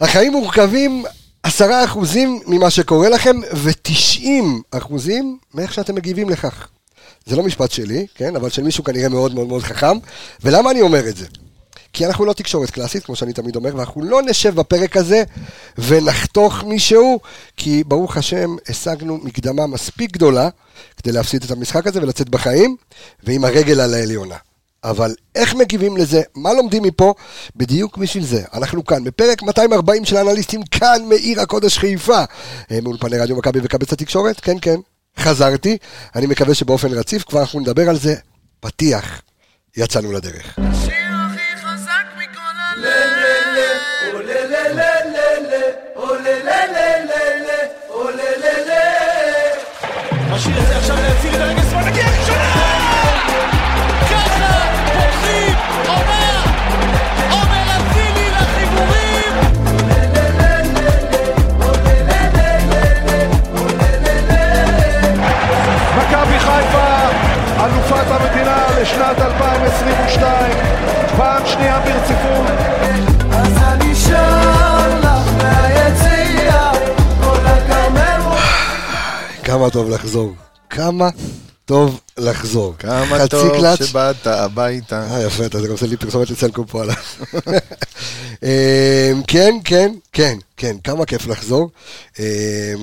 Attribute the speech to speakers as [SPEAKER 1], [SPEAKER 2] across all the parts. [SPEAKER 1] החיים מורכבים 10% ממה שקורה לכם ו-90% מאיך שאתם מגיבים לכך. זה לא משפט שלי, כן? אבל של מישהו כנראה מאוד מאוד מאוד חכם. ולמה אני אומר את זה? כי אנחנו לא תקשורת קלאסית, כמו שאני תמיד אומר, ואנחנו לא נשב בפרק הזה ונחתוך מישהו, כי ברוך השם, השגנו מקדמה מספיק גדולה כדי להפסיד את המשחק הזה ולצאת בחיים, ועם הרגל על העליונה. אבל איך מגיבים לזה? מה לומדים מפה? בדיוק בשביל זה. אנחנו כאן, בפרק 240 של האנליסטים, כאן מעיר הקודש חיפה. אה, מאולפני רדיו מכבי וקבץ התקשורת, כן, כן, חזרתי. אני מקווה שבאופן רציף, כבר אנחנו נדבר על זה. פתיח, יצאנו לדרך.
[SPEAKER 2] השיר הכי חזק מכל הלב.
[SPEAKER 3] משאיר את זה עכשיו להציל את הרגל שמאל, מגיע ראשונה! ככה פותחים עונה! עומר אצילי לחיבורים!
[SPEAKER 4] מכבי חיפה, אלופת המדינה לשנת 2022, פעם שנייה ברציפות.
[SPEAKER 2] אז אני שר לך מהיציע, כל הכרמל הוא
[SPEAKER 1] כמה טוב לחזור. כמה טוב לחזור.
[SPEAKER 5] כמה
[SPEAKER 1] חצי
[SPEAKER 5] טוב
[SPEAKER 1] קלאץ'.
[SPEAKER 5] שבאת הביתה.
[SPEAKER 1] אה, יפה, אתה גם עושה לי פרסומת לסלקום פה עליו. אמ, כן, כן, כן, כן, כמה כיף לחזור. אמ,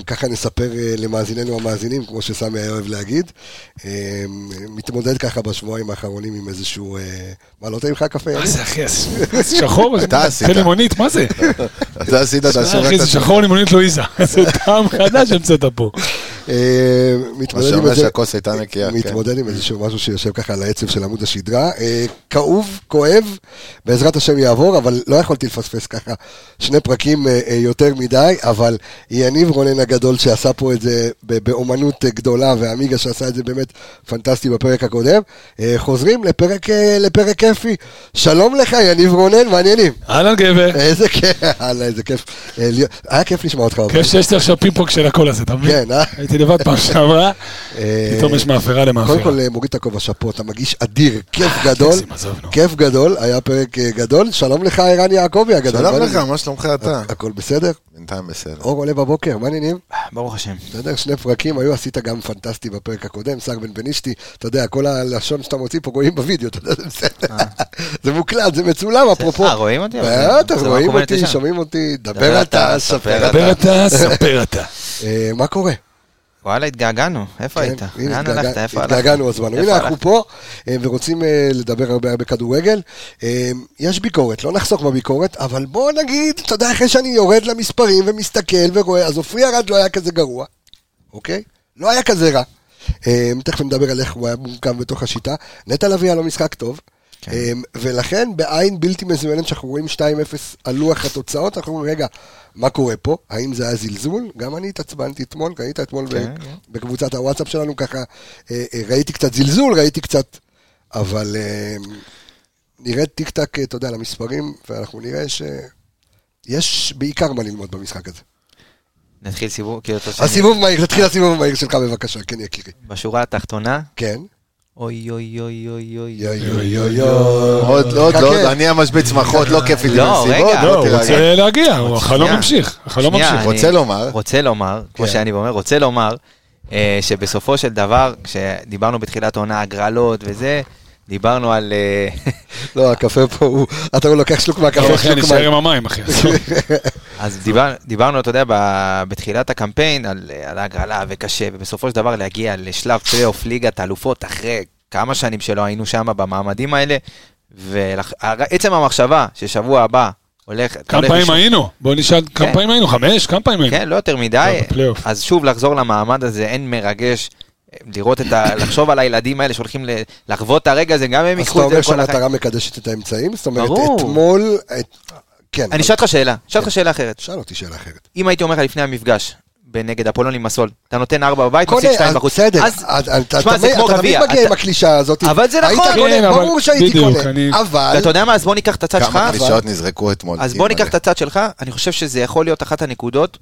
[SPEAKER 1] ככה נספר אה, למאזיננו המאזינים, כמו שסמי היה אוהב להגיד. אמ, מתמודד ככה בשבועיים האחרונים עם איזשהו... אה, מה, לא תהיה לך קפה?
[SPEAKER 6] מה זה אחי, אז שחור,
[SPEAKER 5] אתה
[SPEAKER 6] זה
[SPEAKER 5] עשית.
[SPEAKER 6] זה לימונית, מה זה?
[SPEAKER 5] אתה עשית,
[SPEAKER 1] אה,
[SPEAKER 5] אתה עשית רק
[SPEAKER 6] אחי,
[SPEAKER 5] את
[SPEAKER 6] זה
[SPEAKER 5] עצמך.
[SPEAKER 6] שחור לימונית לואיזה, זה טעם חדש המצאת פה.
[SPEAKER 1] אה,
[SPEAKER 5] מה
[SPEAKER 1] מתמודד עם
[SPEAKER 5] שאומר
[SPEAKER 1] איזה...
[SPEAKER 5] שהכוס הייתה נקייה, כן.
[SPEAKER 1] מתמודד עם איזשהו משהו שיושב ככה על העצב של עמוד השדרה. אה, כאוב, כואב, בעזרת השם יעבור, אבל לא יכולתי לפספס ככה שני פרקים אה, אה, יותר מדי, אבל יניב רונן הגדול שעשה פה את זה ב- באומנות אה, גדולה, ועמיגה שעשה את זה באמת פנטסטי בפרק הקודם. אה, חוזרים לפרק, אה, לפרק כיפי. שלום לך, יניב רונן, מעניינים.
[SPEAKER 6] אהלן גבר,
[SPEAKER 1] איזה כיף, הלאה, איזה כיף. אה, להיות- היה כיף לשמוע אותך. אבל.
[SPEAKER 6] כיף שיש לי עכשיו פינג פונג של הקול הזה, אתה מבין?
[SPEAKER 1] כן, אה?
[SPEAKER 6] הייתי לבד פעם שעברה,
[SPEAKER 1] אה,
[SPEAKER 6] פתאום יש מאפרה למאפרה.
[SPEAKER 1] קודם כל, אה, מוריד את הכובע שאפו, אתה מגיש אדיר, כיף גדול,
[SPEAKER 6] תגזים, עזוב, נו.
[SPEAKER 1] כיף גדול, היה פרק אה, גדול, שלום לך ערן יעקבי הגדול.
[SPEAKER 5] שלום
[SPEAKER 1] מה
[SPEAKER 5] לא לך,
[SPEAKER 1] העניינים?
[SPEAKER 5] מה שלומך אתה?
[SPEAKER 1] הכל בסדר?
[SPEAKER 5] בינתיים בסדר.
[SPEAKER 1] אור עולה בבוקר, מה העניינים?
[SPEAKER 7] ברוך השם.
[SPEAKER 1] אתה יודע, שני פרקים היו, עשית גם פנטסטי בפרק הקודם, שר בן בנישתי, אתה יודע, כל הלשון שאתה מוציא פה רואים בווידאו, אתה יודע, זה בסדר. זה מוקלט, זה מצולם, אפרופו.
[SPEAKER 7] אה, רואים אותי?
[SPEAKER 1] בטח,
[SPEAKER 7] זה
[SPEAKER 1] רואים
[SPEAKER 7] מקום
[SPEAKER 1] אותי,
[SPEAKER 7] לתשע.
[SPEAKER 1] שומעים אותי, דבר
[SPEAKER 7] דבר
[SPEAKER 1] אתה,
[SPEAKER 7] אתה,
[SPEAKER 1] ספר
[SPEAKER 7] ספר
[SPEAKER 1] אתה.
[SPEAKER 6] דבר אתה, ספר אתה.
[SPEAKER 1] אה, מה קורה?
[SPEAKER 7] וואלה, התגעגענו. איפה
[SPEAKER 1] כן,
[SPEAKER 7] היית?
[SPEAKER 1] הנה,
[SPEAKER 7] לאן הלכת?
[SPEAKER 1] התגעגע-
[SPEAKER 7] איפה הלכת?
[SPEAKER 1] התגעגענו הזמן.
[SPEAKER 7] איפה
[SPEAKER 1] הנה, אנחנו
[SPEAKER 7] הלכת?
[SPEAKER 1] פה אה, ורוצים אה, לדבר הרבה הרבה כדורגל. אה, יש ביקורת, לא נחסוך בביקורת, אבל בוא נגיד, אתה יודע, אחרי שאני יורד למספרים ומסתכל ורואה, אז עופרי ארד לא היה כזה גרוע, אוקיי? לא היה כזה רע. אה, תכף נדבר על איך הוא היה מורכב בתוך השיטה. נטע לביא היה לו משחק טוב.
[SPEAKER 7] כן.
[SPEAKER 1] אה, ולכן בעין בלתי מזוינת שאנחנו רואים 2-0 על לוח התוצאות, אנחנו אומרים, רגע, מה קורה פה? האם זה היה זלזול? גם אני התעצבנתי אתמול, ראית אתמול ב-
[SPEAKER 7] כן, כן.
[SPEAKER 1] בקבוצת הוואטסאפ שלנו ככה, אה, אה, ראיתי קצת זלזול, ראיתי קצת, אבל אה, נראה טיק טק, אה, אתה יודע, למספרים, ואנחנו נראה ש... יש בעיקר מה ללמוד במשחק הזה.
[SPEAKER 7] נתחיל סיבוב, כאילו אתה עושה...
[SPEAKER 1] הסיבוב מהיר, נתחיל הסיבוב המהיר שלך בבקשה, כן יקירי.
[SPEAKER 7] בשורה התחתונה,
[SPEAKER 1] כן.
[SPEAKER 7] אוי אוי אוי אוי אוי.
[SPEAKER 1] יו יו יו יו.
[SPEAKER 5] עוד, עוד,
[SPEAKER 1] אה, חכה.
[SPEAKER 5] עוד, אני המשבית שמחות, לא כיף לי
[SPEAKER 7] לא, רגע.
[SPEAKER 6] לא,
[SPEAKER 5] בוא
[SPEAKER 6] הוא
[SPEAKER 5] תירגע.
[SPEAKER 6] רוצה להגיע, הוא- החלום
[SPEAKER 7] שנייה.
[SPEAKER 6] ממשיך, החלום
[SPEAKER 7] שנייה,
[SPEAKER 6] ממשיך.
[SPEAKER 7] אני
[SPEAKER 5] רוצה לומר,
[SPEAKER 7] רוצה לומר, כמו
[SPEAKER 1] כן.
[SPEAKER 7] שאני אומר, רוצה לומר, אה, שבסופו של דבר, כשדיברנו בתחילת העונה, הגרלות וזה, דיברנו על... אה,
[SPEAKER 1] לא, הקפה פה הוא... אתה לא לוקח שלוק
[SPEAKER 6] טוב
[SPEAKER 1] מהקפה,
[SPEAKER 6] אחי, אני
[SPEAKER 1] שלוק
[SPEAKER 6] אשאר
[SPEAKER 1] מהקפה.
[SPEAKER 6] עם המים אחי. אסור.
[SPEAKER 7] אז דיבר, דיברנו, אתה יודע, ב- בתחילת הקמפיין על, על ההגרלה וקשה, ובסופו של דבר להגיע לשלב פלייאוף ליגת האלופות אחרי כמה שנים שלא היינו שם במעמדים האלה, ועצם המחשבה ששבוע הבא הולך... אתה
[SPEAKER 6] כמה
[SPEAKER 7] הולך
[SPEAKER 6] פעמים
[SPEAKER 7] לשם-
[SPEAKER 6] היינו? בוא נשאל, כמה פעמים היינו? חמש? כמה פעמים היינו?
[SPEAKER 7] כן, לא יותר מדי.
[SPEAKER 6] לא, בפלייאוף.
[SPEAKER 7] אז שוב לחזור למעמד הזה, אין מרגש. לראות את ה... לחשוב על הילדים האלה שהולכים ל- לחוות את הרגע הזה, גם הם
[SPEAKER 1] אז אתה
[SPEAKER 7] ייקחו את
[SPEAKER 1] אומר
[SPEAKER 7] זה כל החיים.
[SPEAKER 1] שהמטרה מקדשת את האמצעים? זאת אומרת,
[SPEAKER 7] ברור.
[SPEAKER 1] אתמול... את- כן.
[SPEAKER 7] אני
[SPEAKER 1] אבל-
[SPEAKER 7] אשאל אותך שאלה, אשאל
[SPEAKER 6] כן.
[SPEAKER 7] אותך שאלה אחרת.
[SPEAKER 1] שאל אותי שאלה אחרת.
[SPEAKER 7] אם הייתי אומר לך לפני המפגש, בנגד אפולון עם מסול, אתה נותן ארבע בבית,
[SPEAKER 1] קונה,
[SPEAKER 7] מפסיד שתיים
[SPEAKER 1] אז
[SPEAKER 7] בחוץ.
[SPEAKER 1] בסדר,
[SPEAKER 7] אז
[SPEAKER 1] אז- אז אתה
[SPEAKER 7] תשמע, זה
[SPEAKER 1] תמיד-
[SPEAKER 7] כמו
[SPEAKER 1] אתה תמיד
[SPEAKER 7] גביע,
[SPEAKER 1] מגיע
[SPEAKER 7] אתה-
[SPEAKER 1] עם הקלישאה הזאת.
[SPEAKER 7] אבל זה נכון.
[SPEAKER 1] היית
[SPEAKER 6] כן,
[SPEAKER 1] קונה,
[SPEAKER 6] אבל-
[SPEAKER 1] ברור שהייתי
[SPEAKER 6] בדיוק,
[SPEAKER 1] קונה,
[SPEAKER 6] אני-
[SPEAKER 1] אבל...
[SPEAKER 7] ואתה יודע מה, אז בוא ניקח את הצד שלך,
[SPEAKER 5] כמה
[SPEAKER 7] אבל-
[SPEAKER 5] קלישאות נזרקו אתמול.
[SPEAKER 7] אז בוא
[SPEAKER 5] אימא'לה.
[SPEAKER 7] ניקח את הצד שלך, אני חושב שזה יכול להיות אחת הנקודות,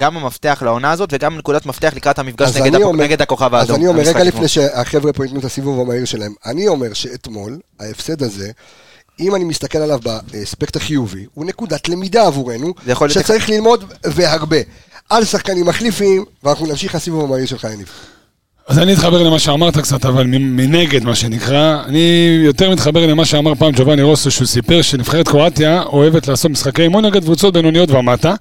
[SPEAKER 7] גם המפתח לעונה הזאת וגם נקודת מפתח לקראת המפגש
[SPEAKER 1] אז
[SPEAKER 7] נגד
[SPEAKER 1] אני
[SPEAKER 7] הפ-
[SPEAKER 1] אומר-
[SPEAKER 7] נגד הכוכב
[SPEAKER 1] אז
[SPEAKER 7] האדום.
[SPEAKER 1] אני אומר,
[SPEAKER 7] המשחק
[SPEAKER 1] רגע
[SPEAKER 7] אתמול.
[SPEAKER 1] לפני שהחבר'ה פה ייתנו את הסיבוב המהיר שלהם, אני אומר שאתמול, ההפסד הזה, אם אני מסתכל עליו באספקט החיובי, הוא נקודת למידה עבורנו,
[SPEAKER 7] זה יכול להיות-
[SPEAKER 1] שצריך ללמוד והרבה. על שחקנים מחליפים, ואנחנו נמשיך לסיבוב המהיר שלך, יניב.
[SPEAKER 6] אז אני אתחבר למה שאמרת קצת, אבל מ- מנגד, מה שנקרא, אני יותר מתחבר למה שאמר פעם ג'ובאני רוסו, שהוא סיפר שנבחרת קרואטיה אוהבת לעשות משחקי אימון נגד קבוצות בינוניות ומטה,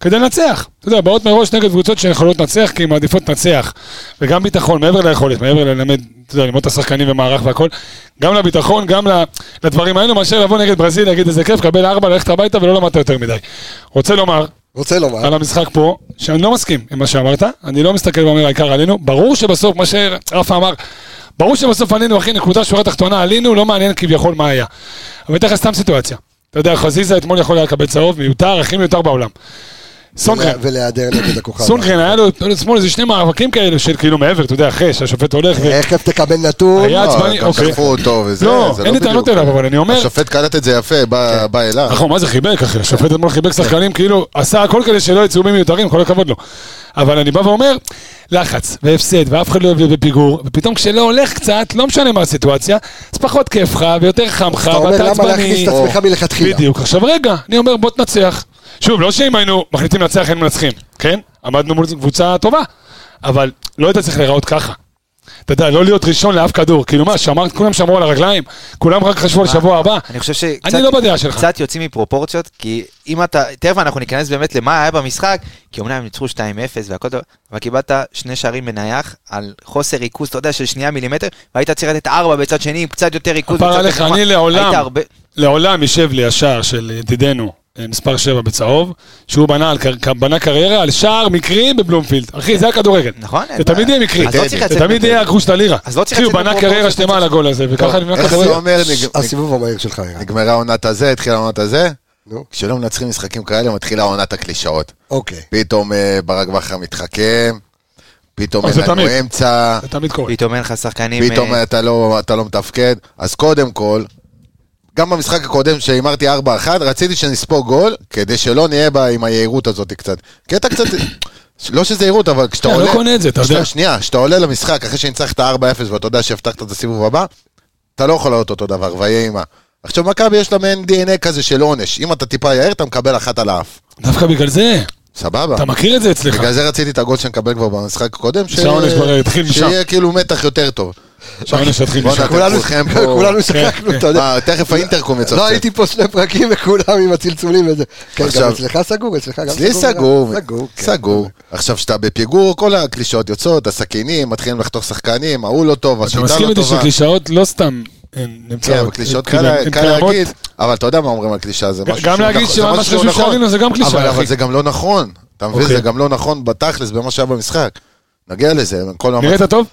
[SPEAKER 6] כדי לנצח. אתה יודע, באות מראש נגד קבוצות שיכולות לנצח, כי הן מעדיפות לנצח. וגם ביטחון, מעבר ליכולת, מעבר ללמד, אתה יודע, ללמוד את השחקנים ומערך והכל, גם לביטחון, גם ל- לדברים האלו, מאשר לבוא נגד ברזיל, להגיד איזה כיף, קבל ארבע, ללכת הביתה ולא למדת יותר מדי. רוצה לומר,
[SPEAKER 1] רוצה לומר,
[SPEAKER 6] על המשחק פה, שאני לא מסכים עם מה שאמרת, אני לא מסתכל ואומר העיקר עלינו, ברור שבסוף, מה שרפה אמר, ברור שבסוף עלינו, אחי, נקודה שורה תחתונה, עלינו, לא מעניין כביכול מה היה. אבל אתן לך סתם סיטואציה. אתה יודע, חזיזה אתמול יכול היה לקבל צהוב, מיותר, הכי מיותר בעולם. סונגרן,
[SPEAKER 1] ולהיעדר נגד הכוכב.
[SPEAKER 6] סונגרן, היה לו אתמול איזה שני מאבקים כאלו של כאילו מעבר, אתה יודע, אחרי שהשופט הולך ו...
[SPEAKER 1] איך תקבל נתון?
[SPEAKER 6] היה
[SPEAKER 5] לא,
[SPEAKER 6] עצבני,
[SPEAKER 5] גם
[SPEAKER 6] אוקיי.
[SPEAKER 5] שלחו אותו וזה,
[SPEAKER 6] לא,
[SPEAKER 5] זה
[SPEAKER 6] אין לי
[SPEAKER 5] בדיוק.
[SPEAKER 6] טענות אליו, אבל אני אומר,
[SPEAKER 5] השופט קלט את זה יפה, בא- בא אליו.
[SPEAKER 6] נכון, מה זה חיבק, אחי? השופט אתמול חיבק שחקנים, כאילו, עשה הכל כדי שלא יצאו מיותרים, כל הכבוד לו. אבל אני בא ואומר, לחץ, והפסד, ואף אחד לא אוהב להיות בפיגור, ופתאום כשלא הולך קצת, לא משנה מה הסיטואציה, אז פחות כיף לך, ויותר חם לך,
[SPEAKER 1] אתה אומר,
[SPEAKER 6] ואתה
[SPEAKER 1] למה להכניס
[SPEAKER 6] עצבני.
[SPEAKER 1] את עצמך מלכתחילה?
[SPEAKER 6] בדיוק. עכשיו רגע, אני אומר, בוא תנצח. שוב, לא שאם היינו מחליטים לנצח, היינו מנצחים, כן? עמדנו מול קבוצה טובה, אבל לא היית צריך להיראות ככה. אתה יודע, לא להיות ראשון לאף כדור. כאילו מה, שמרת, כולם שמרו על הרגליים? כולם רק חשבו על שבוע הבא?
[SPEAKER 7] אני חושב שקצת...
[SPEAKER 6] אני לא בדעה שלך.
[SPEAKER 7] קצת יוצאים מפרופורציות, כי אם אתה... תכף אנחנו ניכנס באמת למה היה במשחק, כי אומנם הם ניצחו 2-0 והכל טוב, אבל קיבלת שני שערים בנייח על חוסר ריכוז, אתה יודע, של שנייה מילימטר, והיית צריך לתת ארבע בצד שני עם קצת יותר ריכוז.
[SPEAKER 6] כפר
[SPEAKER 7] וקצת
[SPEAKER 6] עליך,
[SPEAKER 7] יותר-
[SPEAKER 6] אני לעולם,
[SPEAKER 7] היית הרבה-
[SPEAKER 6] לעולם יישב לי השער של ידידנו, אה, מספר 7 בצהוב, שהוא בנה, על, קר- בנה קריירה על שער מקרים בבלומפילד. אחי, זה הכדורגל.
[SPEAKER 7] נכון, אין
[SPEAKER 6] זה תמיד
[SPEAKER 7] בעיה.
[SPEAKER 6] יהיה מקרי.
[SPEAKER 7] אז לא צריך
[SPEAKER 6] זה
[SPEAKER 7] לצאת
[SPEAKER 6] תמיד
[SPEAKER 7] מזה.
[SPEAKER 6] יהיה הגרוש ללירה.
[SPEAKER 7] אז לא צריך
[SPEAKER 6] אחי, הוא
[SPEAKER 7] לצאת
[SPEAKER 6] בנה
[SPEAKER 7] מפרופורציות,
[SPEAKER 6] קריירה שלמה על הגול הזה, וככה נבנה
[SPEAKER 7] אה,
[SPEAKER 5] איך זה
[SPEAKER 6] כדורגל.
[SPEAKER 5] אומר, נג-
[SPEAKER 1] הסיבוב המהיר שלך היה.
[SPEAKER 5] נגמרה עונת הזה, התחילה עונת הזה?
[SPEAKER 1] נו.
[SPEAKER 5] כשלא מנצחים משחקים כאלה, מתחילה עונת הקלישאות.
[SPEAKER 1] אוקיי.
[SPEAKER 5] פתאום אה, ברק בכר מתחכם, פתאום
[SPEAKER 6] אז
[SPEAKER 5] אין
[SPEAKER 6] זה
[SPEAKER 5] לנו
[SPEAKER 6] תמיד.
[SPEAKER 5] אמצע,
[SPEAKER 6] זה תמיד קורה.
[SPEAKER 7] פתאום אין לך שחקנים...
[SPEAKER 5] פתאום
[SPEAKER 7] אה,
[SPEAKER 5] אתה לא- אתה לא מתפקד. אז קודם כל, גם במשחק הקודם שהימרתי 4-1, רציתי שנספוג גול, כדי שלא נהיה בה עם היהירות הזאת קצת. כי אתה קצת... לא שזה יהירות, אבל כשאתה
[SPEAKER 6] אני
[SPEAKER 5] עולה...
[SPEAKER 6] לא קונה את זה, אתה יודע.
[SPEAKER 5] שנייה, שנייה, כשאתה עולה למשחק אחרי שניצחת 4-0 ואתה יודע שהבטחת את הסיבוב הבא, אתה לא יכול לעלות אותו דבר, ויהיה עימה. עכשיו, מכבי יש לה מעין DNA כזה של עונש. אם אתה טיפה יהיר, אתה מקבל אחת על האף.
[SPEAKER 6] דווקא בגלל זה,
[SPEAKER 7] אה,
[SPEAKER 5] סבבה.
[SPEAKER 6] אתה מכיר את זה אצלך.
[SPEAKER 5] בגלל זה רציתי את הגול שנקבל כבר במשחק הקודם, ש-
[SPEAKER 6] שהעונש כבר התחיל משם.
[SPEAKER 5] שיהיה כאילו מתח יותר טוב.
[SPEAKER 6] שהעונש התחיל
[SPEAKER 5] בואנה,
[SPEAKER 6] משם.
[SPEAKER 5] אתם
[SPEAKER 1] כולנו-
[SPEAKER 5] כולכם פה-
[SPEAKER 1] כולנו שחקנו, אתה יודע.
[SPEAKER 5] כן. אה, תכף האינטרקום יצלצל.
[SPEAKER 1] לא, הייתי פה שני פרקים וכולם עם הצלצולים וזה. כן, גם
[SPEAKER 5] עכשיו-
[SPEAKER 1] אצלך סגור, אצלך גם
[SPEAKER 5] אצלי
[SPEAKER 1] סגור.
[SPEAKER 5] אוקיי.
[SPEAKER 1] כן.
[SPEAKER 5] סגור, סגור. עכשיו, כשאתה בפיגור, כל הקלישאות יוצאות, הסכינים, מתחילים לחתוך שחקנים, ההוא לא טוב,
[SPEAKER 6] אתה
[SPEAKER 5] השיטה
[SPEAKER 6] מסכים
[SPEAKER 5] לא
[SPEAKER 6] איתי
[SPEAKER 5] טובה.
[SPEAKER 6] שקלישאות לא סתם הן נמצאות.
[SPEAKER 5] כן, אבל קלישאות
[SPEAKER 6] כאילו,
[SPEAKER 5] קל
[SPEAKER 6] הן
[SPEAKER 5] קל
[SPEAKER 6] קיימות.
[SPEAKER 5] להגיד, אבל אתה יודע מה אומרים על קלישאה, זה
[SPEAKER 6] ג-
[SPEAKER 5] משהו
[SPEAKER 6] גם
[SPEAKER 5] שהוא
[SPEAKER 6] להגיד
[SPEAKER 5] נכון- זה
[SPEAKER 6] שממש
[SPEAKER 5] משהו שהוא
[SPEAKER 6] חשבו
[SPEAKER 5] נכון.
[SPEAKER 6] שעלינו זה גם קלישאה,
[SPEAKER 5] אבל-
[SPEAKER 6] אחי.
[SPEAKER 5] אבל זה גם לא נכון, אתה מבין?
[SPEAKER 6] אוקיי.
[SPEAKER 5] זה גם לא נכון בתכלס, במה שהיה במשחק. נגיע לזה, כל המאמץ.
[SPEAKER 6] נראית טוב?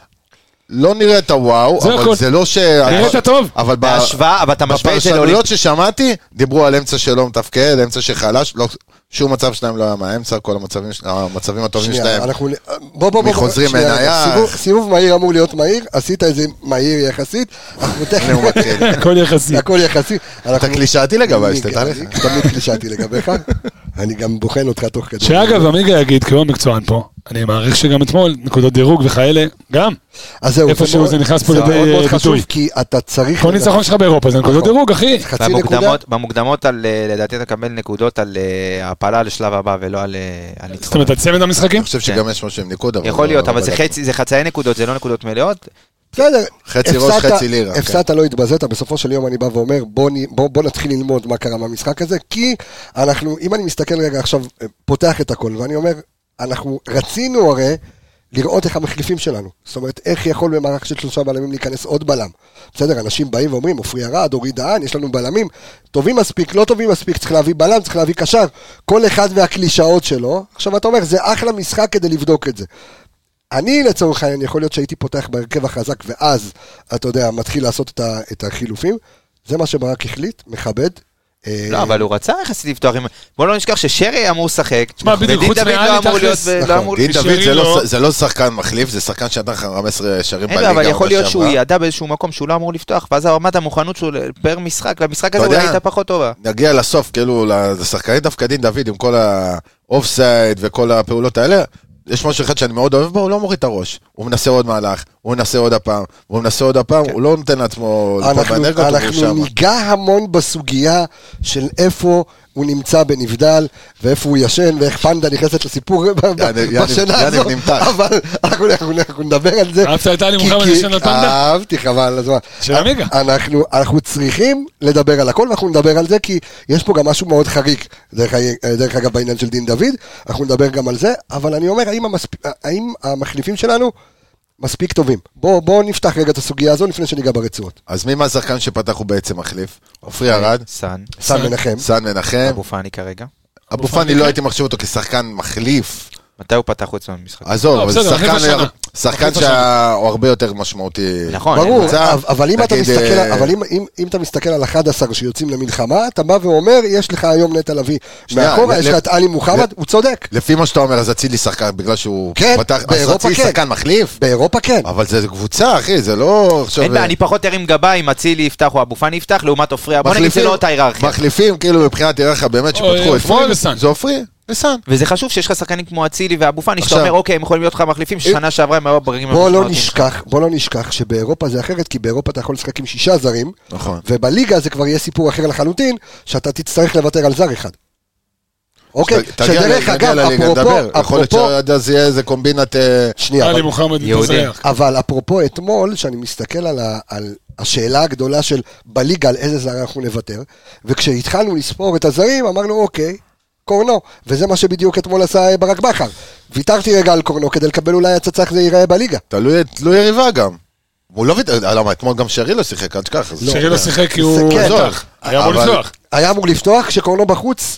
[SPEAKER 5] לא נראית וואו,
[SPEAKER 6] זה
[SPEAKER 5] אבל
[SPEAKER 6] הכל.
[SPEAKER 5] זה לא ש...
[SPEAKER 6] נראית טוב.
[SPEAKER 5] אבל ב-
[SPEAKER 7] בהשוואה, אבל אתה משווה את זה לעולים.
[SPEAKER 5] בפרשנויות ששמעתי, דיברו על אמצע שלא מתפקד, אמצע שחלש, לא, שום מצב שלהם לא היה מהאמצע, כל המצבים, ש- המצבים הטובים שלהם.
[SPEAKER 1] שנייה, אנחנו... נ- בוא, בוא, בוא.
[SPEAKER 5] מחוזרים
[SPEAKER 1] שנייה, רגע.
[SPEAKER 5] מהנייח.
[SPEAKER 1] סיבוב- סיבוב מהיר אמור להיות מהיר, עשית את זה מהיר יחסית. אנחנו
[SPEAKER 5] הנה הוא
[SPEAKER 1] תכף...
[SPEAKER 5] מתחיל.
[SPEAKER 6] כן, הכל יחסי.
[SPEAKER 1] הכל יחסי.
[SPEAKER 5] אתה
[SPEAKER 1] אנחנו-
[SPEAKER 5] קלישאתי לגביי,
[SPEAKER 1] אני-
[SPEAKER 5] שתדע לך.
[SPEAKER 1] אני תמיד קלישאתי לגביך. אני גם בוחן אותך תוך כדי.
[SPEAKER 6] שאגב, עמיגה יגיד, כי הוא המקצוען פה, אני מעריך שגם אתמול, נקודות דירוג וכאלה, גם.
[SPEAKER 1] אז זהו,
[SPEAKER 6] איפשהו
[SPEAKER 1] מאוד-
[SPEAKER 6] זה נכנס פה לידי,
[SPEAKER 1] מאוד מאוד
[SPEAKER 6] אה,
[SPEAKER 1] חשוב,
[SPEAKER 6] ביטוי.
[SPEAKER 1] כי אתה צריך...
[SPEAKER 6] כל ניצחון שלך באירופה זה נקודות
[SPEAKER 1] נכון.
[SPEAKER 6] דירוג, אחי.
[SPEAKER 1] חצי נקודה.
[SPEAKER 7] במוקדמות, במוקדמות על, אה, לדעתי אתה מקבל נקודות על אה, העפלה לשלב הבא ולא על אה, על
[SPEAKER 6] זאת
[SPEAKER 7] ניצחון.
[SPEAKER 6] אומרת, על צמד המשחקים?
[SPEAKER 5] אני חושב שגם יש משהו עם ניקוד, אבל...
[SPEAKER 7] כן. יכול
[SPEAKER 5] לא-
[SPEAKER 7] להיות,
[SPEAKER 5] לא
[SPEAKER 7] אבל זה
[SPEAKER 5] בדקנו.
[SPEAKER 7] חצי- זה חצאי נקודות, זה לא נקודות מלאות.
[SPEAKER 1] בסדר.
[SPEAKER 5] חצי ראש,
[SPEAKER 1] הפסדת-
[SPEAKER 5] חצי לירה, כן.
[SPEAKER 1] הפסדת, לא התבזית, בסופו של יום אני בא ואומר, בוא נ- בוא בוא נתחיל ללמוד מה קרה מהמשחק הזה, כי אנחנו, אם אני מסתכל רגע עכשיו, אה, פותח את הכל, ואני אומר, אנחנו רצינו הרי... לראות איך המחליפים שלנו, זאת אומרת, איך יכול במערך של שלושה בלמים להיכנס עוד בלם. בסדר, אנשים באים ואומרים, עופרי ארד, אורי דהן, יש לנו בלמים, טובים מספיק, לא טובים מספיק, צריך להביא בלם, צריך להביא קשר, כל אחד והקלישאות שלו. עכשיו אתה אומר, זה אחלה משחק כדי לבדוק את זה. אני לצורך העניין, יכול להיות שהייתי פותח בהרכב החזק, ואז, אתה יודע, מתחיל לעשות את, ה, את החילופים. זה מה שברק החליט, מכבד. אה,
[SPEAKER 7] לא, אבל הוא רצה יחסית לפתוח עם... בוא לא נשכח ששרי אמור לשחק.
[SPEAKER 6] תשמע, בדיוק, חוץ
[SPEAKER 7] ודין דוד לא
[SPEAKER 6] מאלי
[SPEAKER 7] אמור להיות...
[SPEAKER 6] תכלס.
[SPEAKER 7] ב- לא
[SPEAKER 1] נכון,
[SPEAKER 7] אמור-
[SPEAKER 5] דין
[SPEAKER 6] שרי
[SPEAKER 5] דוד זה
[SPEAKER 6] לא-
[SPEAKER 5] לא- זה לא שחקן מחליף, זה שחקן שנתן לך 15 שערים
[SPEAKER 7] אין
[SPEAKER 5] בליגה.
[SPEAKER 7] לו, אבל יכול
[SPEAKER 5] עונה
[SPEAKER 7] להיות שהוא
[SPEAKER 5] שעברה.
[SPEAKER 7] ידע באיזשהו מקום שהוא לא אמור לפתוח, ואז רמת המוכנות שלו פר משחק, למשחק הזה
[SPEAKER 5] אתה
[SPEAKER 7] אולי
[SPEAKER 5] יודע,
[SPEAKER 7] הייתה פחות טובה.
[SPEAKER 5] נגיע לסוף, כאילו, לשחקנים דווקא דין דוד, עם כל האופסייד וכל הפעולות האלה, יש משהו אחד שאני מאוד אוהב בו, הוא לא מוריד את הראש. הוא מנסה עוד מהלך, הוא מנסה עוד הפעם, והוא מנסה עוד הפעם, הוא לא נותן לעצמו לפה
[SPEAKER 1] כן. אנחנו,
[SPEAKER 5] באנרגיות, הוא
[SPEAKER 1] אנחנו
[SPEAKER 5] שם.
[SPEAKER 1] ניגע המון בסוגיה של איפה הוא נמצא בנבדל, ואיפה הוא ישן, ואיך פנדה נכנסת לסיפור ב- ב-
[SPEAKER 5] יניב-
[SPEAKER 1] בשנה
[SPEAKER 5] יניב
[SPEAKER 1] הזאת,
[SPEAKER 5] נמתח.
[SPEAKER 1] אבל אנחנו- אנחנו אנחנו נדבר על זה.
[SPEAKER 6] אהבת את עלי
[SPEAKER 1] כי-
[SPEAKER 6] מוחמד
[SPEAKER 1] כי-
[SPEAKER 6] ישן על פנדה?
[SPEAKER 1] אהבתי, חבל על הזמן.
[SPEAKER 6] של עמיגה.
[SPEAKER 1] אנחנו, אנחנו צריכים לדבר על הכל, ואנחנו נדבר על זה, כי יש פה גם משהו מאוד חריג, דרך, ה- דרך אגב, בעניין של דין דוד, אנחנו נדבר גם על זה, אבל אני אומר, האם, המספ... האם המחליפים שלנו מספיק טובים? בואו בוא נפתח רגע את הסוגיה הזו לפני שניגע ברצועות.
[SPEAKER 5] אז מי מהשחקנים שפתח הוא בעצם מחליף?
[SPEAKER 1] אה,
[SPEAKER 5] עופרי ארד,
[SPEAKER 7] סאן,
[SPEAKER 1] סן מנחם.
[SPEAKER 5] סאן מנחם,
[SPEAKER 7] אבו פאני כרגע.
[SPEAKER 5] אבו פאני
[SPEAKER 1] כן.
[SPEAKER 5] לא הייתי מחשיב אותו כשחקן מחליף.
[SPEAKER 7] מתי הוא פתח חוץ מהמשחק?
[SPEAKER 5] עזוב,
[SPEAKER 6] לא,
[SPEAKER 5] אבל זה
[SPEAKER 6] בסדר, מחליף השנה.
[SPEAKER 5] שחקן- שחקן
[SPEAKER 6] מחליף השנה.
[SPEAKER 5] שהוא הרבה יותר משמעותי.
[SPEAKER 7] נכון,
[SPEAKER 1] ברור,
[SPEAKER 5] במצב,
[SPEAKER 1] אבל- אבל אם אתה
[SPEAKER 5] תגיד,
[SPEAKER 1] מסתכל,
[SPEAKER 5] אה,
[SPEAKER 1] אבל אם- אם- אם אתה מסתכל על 11 שיוצאים למלחמה, אתה בא ואומר, יש לך היום נטע לביא
[SPEAKER 5] שנייה,
[SPEAKER 1] מאחורה,
[SPEAKER 5] ל-
[SPEAKER 1] יש לך
[SPEAKER 5] ל-
[SPEAKER 1] את עלי מוחמד, הוא צודק.
[SPEAKER 5] לפי מה שאתה אומר, אז אצילי שחקן, בגלל שהוא
[SPEAKER 1] כן,
[SPEAKER 5] פתח, אז
[SPEAKER 1] באירופה
[SPEAKER 5] אצילי
[SPEAKER 1] כן.
[SPEAKER 5] שחקן מחליף?
[SPEAKER 1] באירופה כן.
[SPEAKER 5] אבל זה קבוצה, אחי, זה לא עכשיו...
[SPEAKER 7] אין בעיה, אני פחות ארים גבה אם אצילי יפתח או אבו פאני יפתח לעומת עופריה. בוא נגיד זה
[SPEAKER 5] מחליפים-
[SPEAKER 7] לא אותה היררכיה.
[SPEAKER 5] מחליפים, כאילו, מבחינת היררכיה, באמת,
[SPEAKER 6] אוי,
[SPEAKER 5] שפתחו
[SPEAKER 6] עופרי
[SPEAKER 5] אתמול,
[SPEAKER 6] וסאן.
[SPEAKER 5] זה עופרי וסאן.
[SPEAKER 7] וזה חשוב שיש לך שחקנים כמו אצילי ואבו פאני, שאתה
[SPEAKER 5] עכשיו-
[SPEAKER 7] אומר, אוקיי, הם יכולים להיות לך מחליפים, ששנה שעברה הם היו ברגעים
[SPEAKER 1] בוא לא
[SPEAKER 7] המשמעותיים.
[SPEAKER 1] נשכח, בוא לא נשכח שבאירופה זה אחרת, כי באירופה אתה יכול לשחק עם שישה זרים,
[SPEAKER 5] נכון.
[SPEAKER 1] ובליגה זה כבר יהיה סיפור אחר לחלוטין, שאתה תצטרך לוותר על זר אחד. אוקיי,
[SPEAKER 5] ת- תגיע
[SPEAKER 1] שדרך
[SPEAKER 5] ל- נגיע
[SPEAKER 1] אגב,
[SPEAKER 5] לליגה,
[SPEAKER 1] אפרופו,
[SPEAKER 5] נדבר. יכול להיות
[SPEAKER 1] אפרופו,
[SPEAKER 5] שעד אז יהיה איזה קומבינת... אה,
[SPEAKER 1] שנייה, אבל-
[SPEAKER 6] עלי מוחמד
[SPEAKER 7] יהודי.
[SPEAKER 6] מתאזרח.
[SPEAKER 1] אבל אפרופו אתמול, שאני מסתכל על, ה, על השאלה הגדולה של בליגה על איזה זר אנחנו נוותר, וכשהתחלנו לספור את הזרים, אמרנו אוקיי, קורנו, וזה מה שבדיוק אתמול עשה אה, ברק בכר. ויתרתי רגע על קורנו כדי לקבל אולי הצצה איך זה ייראה בליגה.
[SPEAKER 5] תלוי תלוי יריבה גם. הוא לא ויתר, אה, למה אתמול גם שרי לא שיחק, אל תשכח. אז-
[SPEAKER 6] שרי לא שיחק כי
[SPEAKER 1] אה, זה
[SPEAKER 6] הוא
[SPEAKER 1] כן.
[SPEAKER 6] פתח. היה אמור
[SPEAKER 5] אבל-
[SPEAKER 6] לפתוח.
[SPEAKER 1] היה אמור לפתוח כשקורנו בחוץ,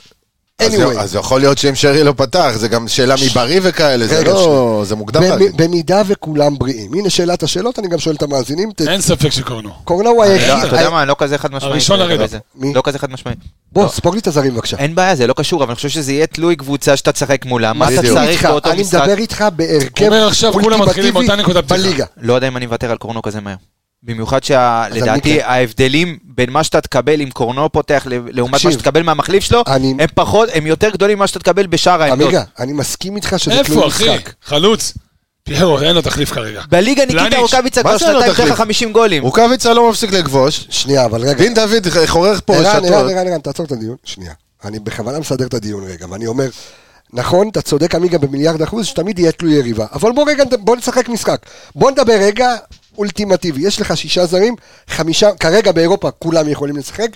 [SPEAKER 5] אז
[SPEAKER 1] anyway.
[SPEAKER 5] זה- אז יכול להיות שאם שרי לא פתח, זה גם שאלה מי בריא וכאלה, זה
[SPEAKER 1] רגע,
[SPEAKER 5] לא... זה מוקדם
[SPEAKER 1] במ,
[SPEAKER 5] להגיד.
[SPEAKER 1] במידה וכולם בריאים. הנה שאלת השאלות, אני גם שואל את המאזינים. ת...
[SPEAKER 6] אין ספק שקורנו.
[SPEAKER 1] קורנו הוא
[SPEAKER 7] לא, אתה
[SPEAKER 1] היחיד.
[SPEAKER 7] יודע מה, לא כזה חד משמעי.
[SPEAKER 6] הראשון
[SPEAKER 7] לגבי
[SPEAKER 6] לרדת.
[SPEAKER 7] זה.
[SPEAKER 1] מי?
[SPEAKER 7] לא כזה חד משמעי.
[SPEAKER 1] בוא, ספוג לי את הזרים בבקשה.
[SPEAKER 7] אין בעיה, זה לא קשור, אבל אני חושב שזה יהיה תלוי קבוצה שאתה תשחק מולה, מה אתה
[SPEAKER 1] מסכים
[SPEAKER 7] צריך
[SPEAKER 1] איתך,
[SPEAKER 7] באותו
[SPEAKER 1] אני
[SPEAKER 7] משחק.
[SPEAKER 1] מדבר איתך בהרכב
[SPEAKER 6] הוא אומר עכשיו, כולם מתחילים
[SPEAKER 1] אולטימטיבי
[SPEAKER 6] מאותה נקודת פתיחה.
[SPEAKER 1] בליגה.
[SPEAKER 7] לא יודע אם אני מוותר על קורנו כזה מהר. במיוחד
[SPEAKER 1] אני
[SPEAKER 7] שלדעתי
[SPEAKER 1] כן.
[SPEAKER 7] ההבדלים בין מה שאתה תקבל אם קורנו פותח ל- לעומת
[SPEAKER 1] תקשיב,
[SPEAKER 7] מה שתקבל מהמחליף שלו,
[SPEAKER 1] אני-
[SPEAKER 7] הם פחות, הם יותר גדולים ממה שאתה תקבל בשאר העמדות.
[SPEAKER 1] עמיגה, אני מסכים איתך שזה תלוי
[SPEAKER 6] איפה, אחי?
[SPEAKER 1] משחק.
[SPEAKER 6] חלוץ. פיירו, אין לו תחליף כרגע.
[SPEAKER 7] בליגה ניקיטה
[SPEAKER 6] פלניץ'.
[SPEAKER 7] רוקאביצה
[SPEAKER 5] מה
[SPEAKER 7] כבר
[SPEAKER 5] זה לא
[SPEAKER 7] שנתיים
[SPEAKER 5] תחליף?
[SPEAKER 7] ככה 50 גולים.
[SPEAKER 5] רוקאביצה לא מפסיק לכבוש.
[SPEAKER 1] שנייה, אבל רגע.
[SPEAKER 5] דין דוד חורך פה
[SPEAKER 1] ערן, ערן,
[SPEAKER 5] רשתות.
[SPEAKER 1] ערן, ערן, תעצור את הדיון. שנייה. אני בכוונה מסדר את הדיון רגע, ואני אומר, נכון, אתה צודק עמיגה במיליארד אחוז, שתמיד יהיה תלוי יריבה. אבל בוא רגע, בוא נשחק משחק. בוא נדבר רגע אולטימטיבי. יש לך שישה זרים, חמישה, כרגע באירופה כולם יכולים לשחק,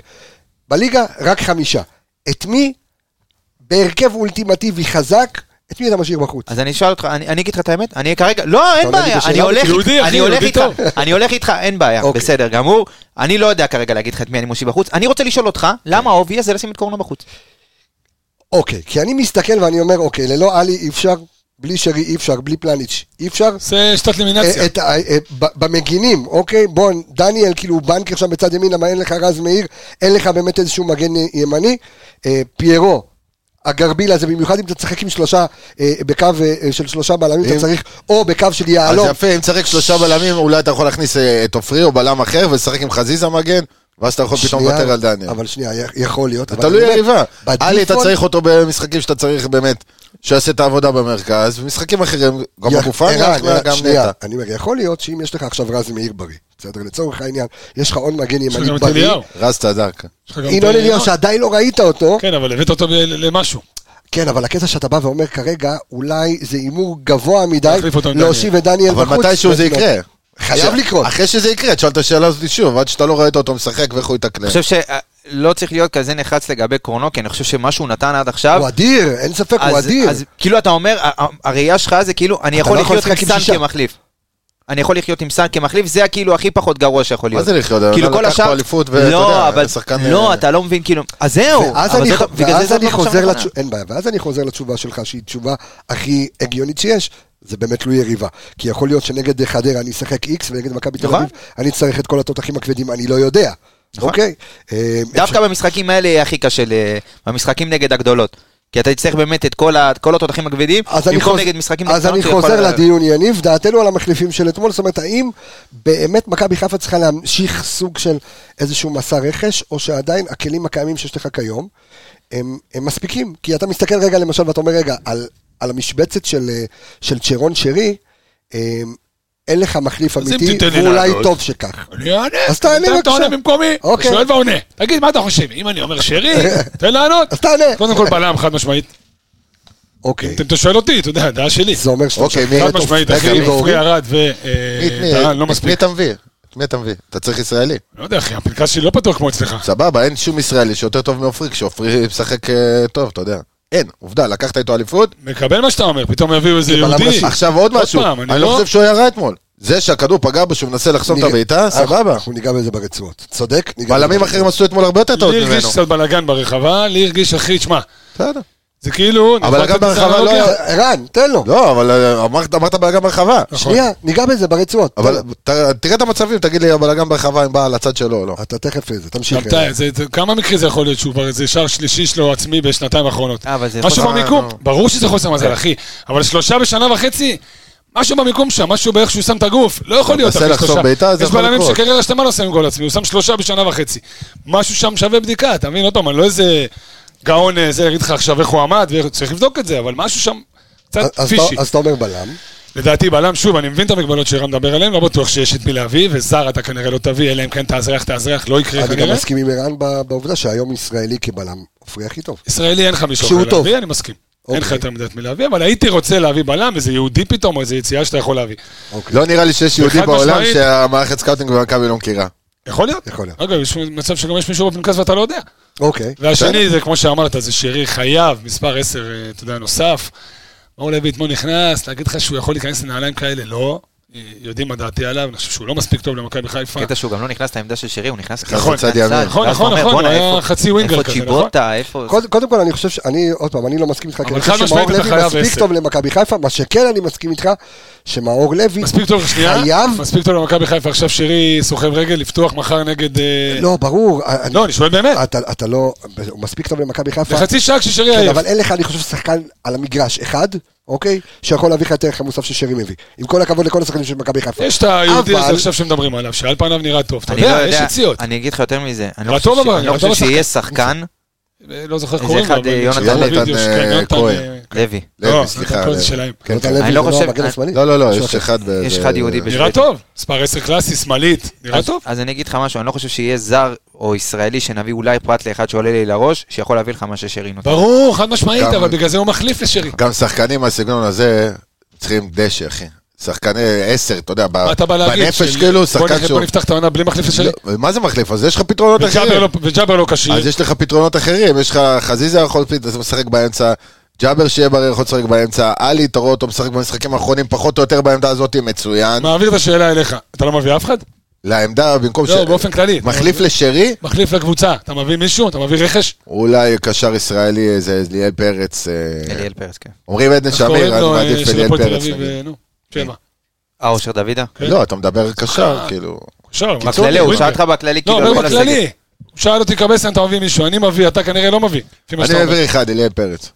[SPEAKER 1] בליגה רק חמישה. את מי בהרכב אולטימטיבי חזק, את מי אתה משאיר בחוץ?
[SPEAKER 7] אז אני אשאל אותך, אני אני אגיד לך את האמת, אני כרגע, לא, אין
[SPEAKER 1] עונה לי
[SPEAKER 7] בעיה,
[SPEAKER 1] בשאלה?
[SPEAKER 7] אני הולך
[SPEAKER 6] יהודי,
[SPEAKER 7] איתך,
[SPEAKER 6] אחי,
[SPEAKER 7] אני הולך
[SPEAKER 6] יהודי
[SPEAKER 7] איתך,
[SPEAKER 6] טוב.
[SPEAKER 7] אני הולך איתך, אין בעיה,
[SPEAKER 1] אוקיי.
[SPEAKER 7] בסדר גמור. אני לא יודע כרגע להגיד לך את מי אני מושיב בחוץ, אני רוצה לשאול אותך, למה
[SPEAKER 1] כן.
[SPEAKER 7] האובי הזה לשים את קורנו בחוץ?
[SPEAKER 1] אוקיי, כי אני מסתכל ואני אומר, אוקיי, ללא עלי אי אפשר, בלי שרי אי אפשר, בלי פלניץ' אי אפשר.
[SPEAKER 6] זה שיטת לימינציה.
[SPEAKER 1] אה, את ה- אה, ב- במגינים, אוקיי? בוא, דניאל כאילו הוא בנקר שם בצד ימין, למה אין לך רז מאיר, אין לך באמת איזשהו מגן אה, ימני. אה, פיירו, הגרביל הזה, במיוחד אם אתה תשחק עם שלושה, אה, בקו אה, אה, של שלושה בלמים, אתה
[SPEAKER 5] אם-
[SPEAKER 1] צריך, או בקו של
[SPEAKER 5] אז
[SPEAKER 1] יהלום.
[SPEAKER 5] יפה, אם צריך שלושה בלמים, אולי אתה יכול להכניס אה, את עופרי או בלם אחר ולשחק עם חזיזה מגן, ואז אתה יכול פתאום
[SPEAKER 1] שנייה,
[SPEAKER 5] לוותר על דניאל.
[SPEAKER 1] אבל שנייה, י- יכול להיות.
[SPEAKER 5] זה
[SPEAKER 1] אבל
[SPEAKER 5] תלוי
[SPEAKER 1] אני אומר,
[SPEAKER 5] יריבה. עלי, אתה
[SPEAKER 1] בדיפולט-
[SPEAKER 5] צריך אותו במשחקים שאתה צריך באמת, שיעשה את העבודה במרכז, ומשחקים אחרים, גם
[SPEAKER 1] יא-
[SPEAKER 5] הגופה,
[SPEAKER 1] ערן, ערן,
[SPEAKER 5] גם
[SPEAKER 1] שנייה,
[SPEAKER 5] נטע.
[SPEAKER 1] אני אומר, יכול להיות שאם יש לך עכשיו רז מאיר בריא, בסדר? לצורך העניין, יש לך עוד מגן
[SPEAKER 6] יש לך גם
[SPEAKER 1] ימני
[SPEAKER 6] את
[SPEAKER 1] בריא.
[SPEAKER 6] אליהו.
[SPEAKER 5] רז צדק.
[SPEAKER 6] יש לך גם את אה,
[SPEAKER 1] ינון אליהו שעדיין לא ראית אותו,
[SPEAKER 6] כן, אבל הבאת אותו ל- למשהו.
[SPEAKER 1] כן, אבל הקטע שאתה בא ואומר כרגע, אולי זה הימור גבוה מדי
[SPEAKER 6] להחליף אותו עם
[SPEAKER 1] להושיב את דניאל בחוץ.
[SPEAKER 5] אבל מתישהו זה יקרה.
[SPEAKER 1] חייב
[SPEAKER 5] ש-
[SPEAKER 1] לקרות.
[SPEAKER 5] אחרי שזה יקרה, תשאל את השאלה הזאת שוב, עד שאתה לא ראית אותו משחק ואיך הוא יתקלם.
[SPEAKER 7] אני חושב שלא צריך להיות כזה נחרץ לגבי קורנו, כי אני חושב שמה שהוא נתן עד עכשיו...
[SPEAKER 1] הוא אדיר, אין ספק, הוא
[SPEAKER 7] אז,
[SPEAKER 1] אדיר.
[SPEAKER 7] אז כאילו אתה אומר, ה- ה- הראייה שלך זה כאילו, אני יכול
[SPEAKER 1] לא יכול
[SPEAKER 7] לחיות עם
[SPEAKER 1] לשחק עם
[SPEAKER 7] סאן
[SPEAKER 1] שישה.
[SPEAKER 7] כמחליף. אני יכול לחיות עם סאן כמחליף, זה הכאילו הכי פחות גרוע שיכול
[SPEAKER 5] מה
[SPEAKER 7] להיות.
[SPEAKER 5] זה לא? לחיות?
[SPEAKER 7] כאילו
[SPEAKER 5] הבן
[SPEAKER 7] כל
[SPEAKER 5] אדם לקח פה
[SPEAKER 7] השאר...
[SPEAKER 5] אליפות, ואתה יודע,
[SPEAKER 7] לא, אבל...
[SPEAKER 5] שחקן,
[SPEAKER 7] לא,
[SPEAKER 5] אה,
[SPEAKER 7] אתה לא מבין, כאילו... אז זהו!
[SPEAKER 1] ואז
[SPEAKER 7] אבל
[SPEAKER 1] אני
[SPEAKER 7] זאת-
[SPEAKER 1] ח-
[SPEAKER 7] בגלל זה
[SPEAKER 1] ואז
[SPEAKER 7] זאת
[SPEAKER 1] אני
[SPEAKER 7] לא
[SPEAKER 1] חוזר
[SPEAKER 7] מחשבה נכונה.
[SPEAKER 1] לתשובה, אין בעיה, ואז אני חוזר לתשובה שלך, שהיא תשובה הכי הגיונית שיש, זה באמת תלוי יריבה. כי יכול להיות שנגד חדרה אני אשחק איקס, ונגד מכבי תל
[SPEAKER 7] נכון.
[SPEAKER 1] אביב אני אצטרך את כל התותחים הכבדים, אני לא יודע.
[SPEAKER 7] נכון.
[SPEAKER 1] אוקיי? אה,
[SPEAKER 7] דווקא במשחקים האלה יהיה הכי קשה, ל- במשחקים נגד הגדולות. כי אתה תצטרך באמת את כל ה- כל התותחים הכבדים,
[SPEAKER 1] אז אני,
[SPEAKER 7] במקום
[SPEAKER 1] חוז...
[SPEAKER 7] נגד משחקים...
[SPEAKER 1] אז
[SPEAKER 7] נגד
[SPEAKER 1] אני
[SPEAKER 7] קטנות, הוא
[SPEAKER 1] חוזר
[SPEAKER 7] יכול-
[SPEAKER 1] לדיון יניב, דעתנו על המחליפים של אתמול, זאת אומרת, האם באמת מכבי חיפה צריכה להמשיך סוג של איזשהו מסע רכש, או שעדיין הכלים הקיימים שיש לך כיום, הם, הם מספיקים? כי אתה מסתכל רגע למשל ואתה אומר רגע, על, על המשבצת של, אה, של צ'רון שרי, אה, אין לך מחליף
[SPEAKER 6] אז אם
[SPEAKER 1] אמיתי,
[SPEAKER 6] תיתן לי
[SPEAKER 1] ואולי
[SPEAKER 6] לענות.
[SPEAKER 1] טוב שכך.
[SPEAKER 6] אני אענה.
[SPEAKER 1] אז תענה
[SPEAKER 6] אתה
[SPEAKER 1] בבקשה.
[SPEAKER 6] עונה במקומי,
[SPEAKER 1] אוקיי.
[SPEAKER 6] שואל ועונה. תגיד, מה אתה חושב? אם אני אומר שרי, תן לענות.
[SPEAKER 1] אז תענה.
[SPEAKER 6] קודם כל בלם, חד משמעית.
[SPEAKER 1] אוקיי.
[SPEAKER 6] אם אתה שואל אותי, אתה יודע, הדעה שלי.
[SPEAKER 1] זה אומר שאתה
[SPEAKER 5] אוקיי,
[SPEAKER 1] משחרר
[SPEAKER 5] מי-
[SPEAKER 6] חד
[SPEAKER 1] אותו.
[SPEAKER 6] משמעית,
[SPEAKER 5] רגע,
[SPEAKER 6] אחי,
[SPEAKER 5] מי
[SPEAKER 6] עופרי
[SPEAKER 5] והורים?
[SPEAKER 6] ארד
[SPEAKER 5] מי- מי-
[SPEAKER 6] ודהן לא
[SPEAKER 5] את מי
[SPEAKER 6] מספיק.
[SPEAKER 5] אתה מביא? את מי אתה מביא? אתה צריך ישראלי.
[SPEAKER 6] לא יודע, אחי, הפנקס שלי לא פתוח כמו אצלך.
[SPEAKER 5] סבבה, אין שום ישראלי שיותר טוב מעופרי, כשעופרי משחק אה, טוב, אתה יודע. אין, עובדה, לקחת איתו אליפות.
[SPEAKER 6] מקבל מה שאתה אומר, פתאום יביאו איזה
[SPEAKER 1] בלם
[SPEAKER 6] יהודי.
[SPEAKER 1] ראשי.
[SPEAKER 5] עכשיו עוד
[SPEAKER 6] עוד
[SPEAKER 5] משהו,
[SPEAKER 6] פעם, אני
[SPEAKER 5] אני לא
[SPEAKER 6] לא-
[SPEAKER 5] חושב שהוא היה רע אתמול. זה שהכדור פגע בו שהוא מנסה לחסום את
[SPEAKER 1] ניגע-
[SPEAKER 5] הבעיטה,
[SPEAKER 1] אנחנו-
[SPEAKER 5] סבבה.
[SPEAKER 1] אנחנו ניגע בזה ברצועות. אה, צודק. ניגע
[SPEAKER 5] בלמים
[SPEAKER 1] בזה.
[SPEAKER 5] אחרים עשו אתמול הרבה יותר טעות
[SPEAKER 6] לי הרגיש
[SPEAKER 5] ממנו.
[SPEAKER 6] קצת בלאגן ברחבה, לי הרגיש, אחי, שמע,
[SPEAKER 5] בסדר.
[SPEAKER 6] זה כאילו...
[SPEAKER 5] אבל
[SPEAKER 6] נתת
[SPEAKER 5] גם
[SPEAKER 6] את זה
[SPEAKER 5] ברחבה לא
[SPEAKER 6] לאנלוגיה.
[SPEAKER 5] היה-
[SPEAKER 1] ערן, תן לו.
[SPEAKER 5] לא, אבל אה, אמרת אמרת בלאגן ברחבה.
[SPEAKER 6] נכון. לא,
[SPEAKER 1] שנייה, ניגע בזה ברצועות.
[SPEAKER 5] אבל ת- תראה את המצבים, תגיד לי הבלאגן ברחבה אם בא על הצד שלו או לא.
[SPEAKER 1] אתה תכף איזה,
[SPEAKER 6] גם
[SPEAKER 1] תמשיך.
[SPEAKER 6] אתה, זה- זה- כמה מקרים זה יכול להיות שהוא כבר, זה שער שלישי שלו עצמי בשנתיים האחרונות.
[SPEAKER 7] אה, אבל זה
[SPEAKER 6] משהו
[SPEAKER 7] חוסר-
[SPEAKER 6] במיקום,
[SPEAKER 7] נו.
[SPEAKER 6] ברור שזה חוסר מזל, אחי, אבל שלושה בשנה וחצי, משהו במיקום שם, משהו באיך שהוא שם את הגוף, לא יכול להיות,
[SPEAKER 5] מנסה
[SPEAKER 6] אחי,
[SPEAKER 5] לחסום
[SPEAKER 6] שלושה.
[SPEAKER 5] בעיטה, זה
[SPEAKER 6] יש
[SPEAKER 5] יכול
[SPEAKER 6] בלמים
[SPEAKER 5] לקרות.
[SPEAKER 6] שקריירה שלמה לא שמים גול עצמי, הוא שם שלושה בשנה וחצי. משהו שם שווה בדיקה, אתה מבין? עוד פעם, אני לא איזה גאון, אה, זה יגיד לך עכשיו איך הוא עמד, ואיך- צריך לבדוק את זה, אבל משהו שם
[SPEAKER 1] אז-
[SPEAKER 6] קצת
[SPEAKER 1] אז
[SPEAKER 6] אה, פישי.
[SPEAKER 1] אתה- אז אתה אומר בלם.
[SPEAKER 6] לדעתי בלם, שוב, אני מבין את המגבלות שרם מדבר עליהן, לא בטוח שיש את מי להביא, וזר אתה כנראה לא תביא, אלא אם כן תאזרח, תאזרח, לא יקרה
[SPEAKER 1] אני גם
[SPEAKER 6] כנראה.
[SPEAKER 1] מסכים עם ערן ב- בעובדה שהיום ישראלי כבלם מפריע הכי טוב.
[SPEAKER 6] ישראלי אין לך מישהו
[SPEAKER 1] שהוא
[SPEAKER 6] אחר
[SPEAKER 1] טוב.
[SPEAKER 6] להביא, אני מסכים. אין לך
[SPEAKER 1] אוקיי.
[SPEAKER 6] יותר מדי את מי להביא, אבל הייתי רוצה להביא בלם, איזה יהודי פתאום, או איזה יציאה שאתה יכול להביא.
[SPEAKER 5] לא נראה לי שיש יהודי
[SPEAKER 6] וחד
[SPEAKER 5] בעולם
[SPEAKER 6] משמעית-
[SPEAKER 5] שהמערכת סקאוטינג במכבי לא מכירה.
[SPEAKER 6] יכול להיות.
[SPEAKER 1] יכול להיות.
[SPEAKER 6] אגב, יש מצב שגם יש מישהו בפנקס ואתה לא יודע.
[SPEAKER 1] אוקיי.
[SPEAKER 6] והשני, זה כמו שאמרת, זה שרי חייב, מספר 10, אה, אתה יודע, נוסף. מאור לוי אתמול נכנס, להגיד לך שהוא יכול להיכנס לנעליים כאלה, לא. אה, יודעים מה דעתי עליו, אני חושב שהוא לא מספיק טוב למכבי חיפה.
[SPEAKER 7] קטע שהוא גם לא נכנס לעמדה של שרי, הוא נכנס
[SPEAKER 5] נכנס לצד ימין.
[SPEAKER 6] נכון,
[SPEAKER 7] ואז אתה
[SPEAKER 6] נכון,
[SPEAKER 7] אומר,
[SPEAKER 6] נכון,
[SPEAKER 7] "בואנה,
[SPEAKER 6] הוא היה
[SPEAKER 7] איפה-
[SPEAKER 6] חצי ווינגר
[SPEAKER 7] איפה
[SPEAKER 6] כזה, נכון?
[SPEAKER 7] צ'יבוטה, איפה...
[SPEAKER 1] קודם קודם כל, אני חושב שאני, עוד פעם, אני לא מסכים איתך, כי
[SPEAKER 6] אבל
[SPEAKER 1] אני חושב
[SPEAKER 6] חד
[SPEAKER 1] שמאור
[SPEAKER 6] משמעית אתה
[SPEAKER 1] לוי
[SPEAKER 6] חייב
[SPEAKER 1] מספיק
[SPEAKER 6] עשר.
[SPEAKER 1] טוב למכבי חיפה, מה שכן אני מסכים איתך, שמאור לוי
[SPEAKER 6] מספיק טוב, שנייה,
[SPEAKER 1] חייב...
[SPEAKER 6] מספיק טוב למכבי חיפה, עכשיו שרי סוחב רגל, לפתוח מחר נגד... אה,
[SPEAKER 1] לא, ברור. אני-
[SPEAKER 6] לא, אני שואל באמת.
[SPEAKER 1] אתה אתה לא... הוא מספיק טוב למכבי חיפה.
[SPEAKER 6] לחצי שעה כששרי
[SPEAKER 1] כן,
[SPEAKER 6] עייף.
[SPEAKER 1] אבל אין לך, אני חושב, שחקן על המגרש אחד, אוקיי? שיכול להביא לך את הערך המוסף ששרי מביא. עם כל הכבוד לכל השחקנים של מכבי חיפה.
[SPEAKER 6] יש את היהודי הזה
[SPEAKER 1] אבל-
[SPEAKER 6] עכשיו שמדברים עליו, שעל פניו נראה טוב. אתה
[SPEAKER 7] אני לא
[SPEAKER 6] יודע, יש
[SPEAKER 7] יודע,
[SPEAKER 6] יציאות.
[SPEAKER 7] אני אגיד לך יותר מזה, אני לא
[SPEAKER 6] רטוב
[SPEAKER 7] חושב ש-
[SPEAKER 6] אבל,
[SPEAKER 7] אני לא
[SPEAKER 6] רטוב
[SPEAKER 7] חושב שיהיה
[SPEAKER 6] השחקן.
[SPEAKER 7] שחקן,
[SPEAKER 6] אה, לא זוכר איך
[SPEAKER 7] איזה
[SPEAKER 6] קוראים לו.
[SPEAKER 7] אחד,
[SPEAKER 6] אבל-
[SPEAKER 7] אה, יונתן
[SPEAKER 6] יונתן
[SPEAKER 5] לוי,
[SPEAKER 6] וידיוש,
[SPEAKER 5] אה,
[SPEAKER 6] כן, יונתן,
[SPEAKER 5] כהן.
[SPEAKER 6] אה,
[SPEAKER 7] לוי.
[SPEAKER 5] לוי,
[SPEAKER 6] לא,
[SPEAKER 5] סליחה,
[SPEAKER 6] יונתן כהן זה
[SPEAKER 5] לוי.
[SPEAKER 6] שלהם.
[SPEAKER 1] כן,
[SPEAKER 5] כן.
[SPEAKER 1] לוי
[SPEAKER 7] לא
[SPEAKER 1] זה
[SPEAKER 7] חושב-
[SPEAKER 1] המגן
[SPEAKER 7] אני-
[SPEAKER 1] השמאלי.
[SPEAKER 5] לא, לא, לא,
[SPEAKER 1] שהוא
[SPEAKER 5] יש אחד ב...
[SPEAKER 7] יש
[SPEAKER 5] ב-
[SPEAKER 7] אחד יהודי
[SPEAKER 5] ב-
[SPEAKER 7] בש-
[SPEAKER 6] נראה טוב, מספר 10 קלאסי, שמאלית, נראה
[SPEAKER 7] אז-
[SPEAKER 5] כן.
[SPEAKER 6] טוב.
[SPEAKER 7] אז אני אגיד לך משהו, אני לא חושב שיהיה זר או ישראלי שנביא אולי פרט לאחד שעולה לי לראש, שיכול להביא לך מה ששרי נותן.
[SPEAKER 6] ברור, חד משמעית,
[SPEAKER 5] גם-
[SPEAKER 6] אבל בגלל זה הוא מחליף לשרי.
[SPEAKER 5] גם שחקנים מהסגנון הזה צריכים דשא, אחי. שחקני עשר, אתה יודע, ב-
[SPEAKER 6] מה אתה בא להגיד?
[SPEAKER 5] בנפש
[SPEAKER 6] של-
[SPEAKER 5] כאילו,
[SPEAKER 6] בוא
[SPEAKER 5] שחקן
[SPEAKER 6] נח-
[SPEAKER 5] שהוא...
[SPEAKER 6] בוא נפתח את העונה בלי מחליף לשרי.
[SPEAKER 5] לא, מה זה מחליף? אז יש לך פתרונות
[SPEAKER 6] וג'אבר
[SPEAKER 5] אחרים.
[SPEAKER 6] לא- וג'אבר לא כשיר.
[SPEAKER 5] אז יש לך פתרונות אחרים, יש לך חזיזה יכול פתאום לשחק באמצע, ג'אבר שיהיה בריא יכול לשחק באמצע, עלי, אתה רואה אותו משחק במשחקים האחרונים פחות או יותר בעמדה הזאת, מצוין.
[SPEAKER 6] מעביר את השאלה אליך. אתה לא מביא אף אחד?
[SPEAKER 5] לעמדה במקום
[SPEAKER 6] לא, באופן כללי.
[SPEAKER 5] מחליף לשרי,
[SPEAKER 6] מחליף לקבוצה. אתה מביא מישהו? אתה מביא רכש?
[SPEAKER 5] אולי קשר ישראלי איזה אליאל פרץ. אה,
[SPEAKER 7] אליאל פרץ, כן.
[SPEAKER 5] אומרים עדן
[SPEAKER 6] איך קוראים
[SPEAKER 5] שמיר, אני
[SPEAKER 6] לו, אה,
[SPEAKER 5] מעדיף
[SPEAKER 6] של
[SPEAKER 5] אליאל
[SPEAKER 6] הפועל תל
[SPEAKER 5] פרץ. כן.
[SPEAKER 6] אביב,
[SPEAKER 5] נגיד.
[SPEAKER 6] אה, נו, שבע.
[SPEAKER 7] אה, אושר דוידה?
[SPEAKER 6] כן.
[SPEAKER 5] לא, אתה מדבר קשר,
[SPEAKER 6] אה.
[SPEAKER 5] כאילו.
[SPEAKER 6] אפשר,
[SPEAKER 7] בכללי, הוא שאל אותך בכללי,
[SPEAKER 6] לא,
[SPEAKER 7] כאילו,
[SPEAKER 6] אומר
[SPEAKER 7] על כל הסגל.
[SPEAKER 6] בכללי. הוא שאל אותי קבסן, אתה מביא מישהו, אני מביא, אתה כנראה לא מביא. לפי מה שאתה
[SPEAKER 5] אני
[SPEAKER 6] אומר.
[SPEAKER 5] מעביר אחד, אליאל פרץ.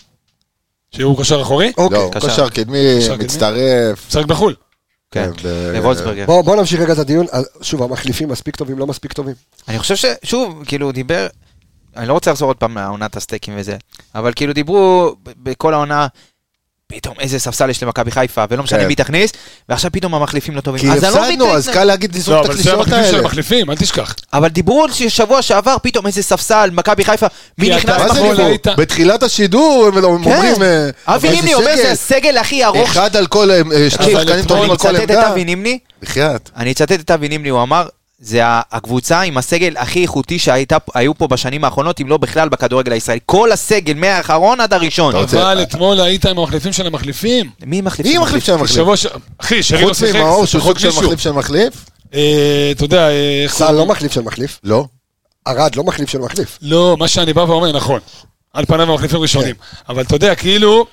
[SPEAKER 6] שהוא קשר אחורי?
[SPEAKER 5] לא,
[SPEAKER 1] אוקיי.
[SPEAKER 5] הוא
[SPEAKER 7] קשר.
[SPEAKER 5] קשר קדמי,
[SPEAKER 6] קשר קדמי?
[SPEAKER 5] מצטרף.
[SPEAKER 6] משחק בחו"ל.
[SPEAKER 7] כן,
[SPEAKER 5] כן, ב-
[SPEAKER 7] לוולסברגר.
[SPEAKER 1] בואו בוא נמשיך רגע את הדיון. אז שוב, המחליפים מספיק טובים, לא מספיק טובים.
[SPEAKER 7] אני חושב ששוב, כאילו, הוא דיבר, אני לא רוצה לחזור עוד פעם לעונת הסטייקים וזה, אבל כאילו דיברו ב- בכל העונה, פתאום איזה ספסל יש למכבי חיפה, ולא משנה
[SPEAKER 5] כן.
[SPEAKER 7] מי תכניס, ועכשיו פתאום המחליפים לא טובים.
[SPEAKER 5] כי
[SPEAKER 7] אז אני לא
[SPEAKER 5] הפסדנו,
[SPEAKER 7] מתנגד
[SPEAKER 5] אז
[SPEAKER 7] לזה.
[SPEAKER 5] קל להגיד לזרוק
[SPEAKER 6] לא,
[SPEAKER 5] את
[SPEAKER 6] אבל זה
[SPEAKER 5] הקלישאות
[SPEAKER 6] המחליפים של
[SPEAKER 5] האלה.
[SPEAKER 6] המחליפים, אל תשכח.
[SPEAKER 7] אבל דיברו על שבוע שעבר, פתאום איזה ספסל, מכבי חיפה,
[SPEAKER 6] כי
[SPEAKER 7] מי
[SPEAKER 6] אתה-
[SPEAKER 7] נכנס
[SPEAKER 5] מה זה
[SPEAKER 6] אתמול
[SPEAKER 5] דיבור?
[SPEAKER 6] היית-
[SPEAKER 5] בתחילת השידור הם אומרים... אה,
[SPEAKER 7] כן. אבי
[SPEAKER 5] אבל
[SPEAKER 7] נימני אומר, זה הסגל הכי ארוך.
[SPEAKER 5] אחד על כל... אה, שני
[SPEAKER 6] תקשיב,
[SPEAKER 5] שחקנים
[SPEAKER 6] אתמול
[SPEAKER 5] טובים
[SPEAKER 7] אני
[SPEAKER 5] על כל
[SPEAKER 7] אצטט את
[SPEAKER 5] עמדה.
[SPEAKER 7] אבי נימני,
[SPEAKER 5] בחייאת.
[SPEAKER 7] אני אצטט את אבי נימני, הוא אמר, זה ה- הקבוצה עם הסגל הכי איכותי שהיו פה בשנים האחרונות, אם לא בכלל בכדורגל הישראלי. כל הסגל, מהאחרון עד הראשון.
[SPEAKER 5] אתה רוצה-
[SPEAKER 6] אבל אתמול היית עם המחליפים של המחליפים.
[SPEAKER 7] מי מחליף?
[SPEAKER 5] מי מחליף של המחליף?
[SPEAKER 6] שבוע ש... אחי, שרי לא
[SPEAKER 5] חוץ
[SPEAKER 6] שיחק,
[SPEAKER 5] ממאור שהוא
[SPEAKER 6] שיחק
[SPEAKER 5] סוג של
[SPEAKER 6] מישהו.
[SPEAKER 5] מחליף של מחליף?
[SPEAKER 6] אה, אתה יודע, אה, איך
[SPEAKER 1] סל
[SPEAKER 6] הוא-
[SPEAKER 1] לא מחליף של מחליף,
[SPEAKER 5] לא.
[SPEAKER 1] ערד לא מחליף של מחליף.
[SPEAKER 6] לא, מה שאני בא ואומר, נכון. על פניו המחליפים ראשונים. אבל אתה יודע, כאילו,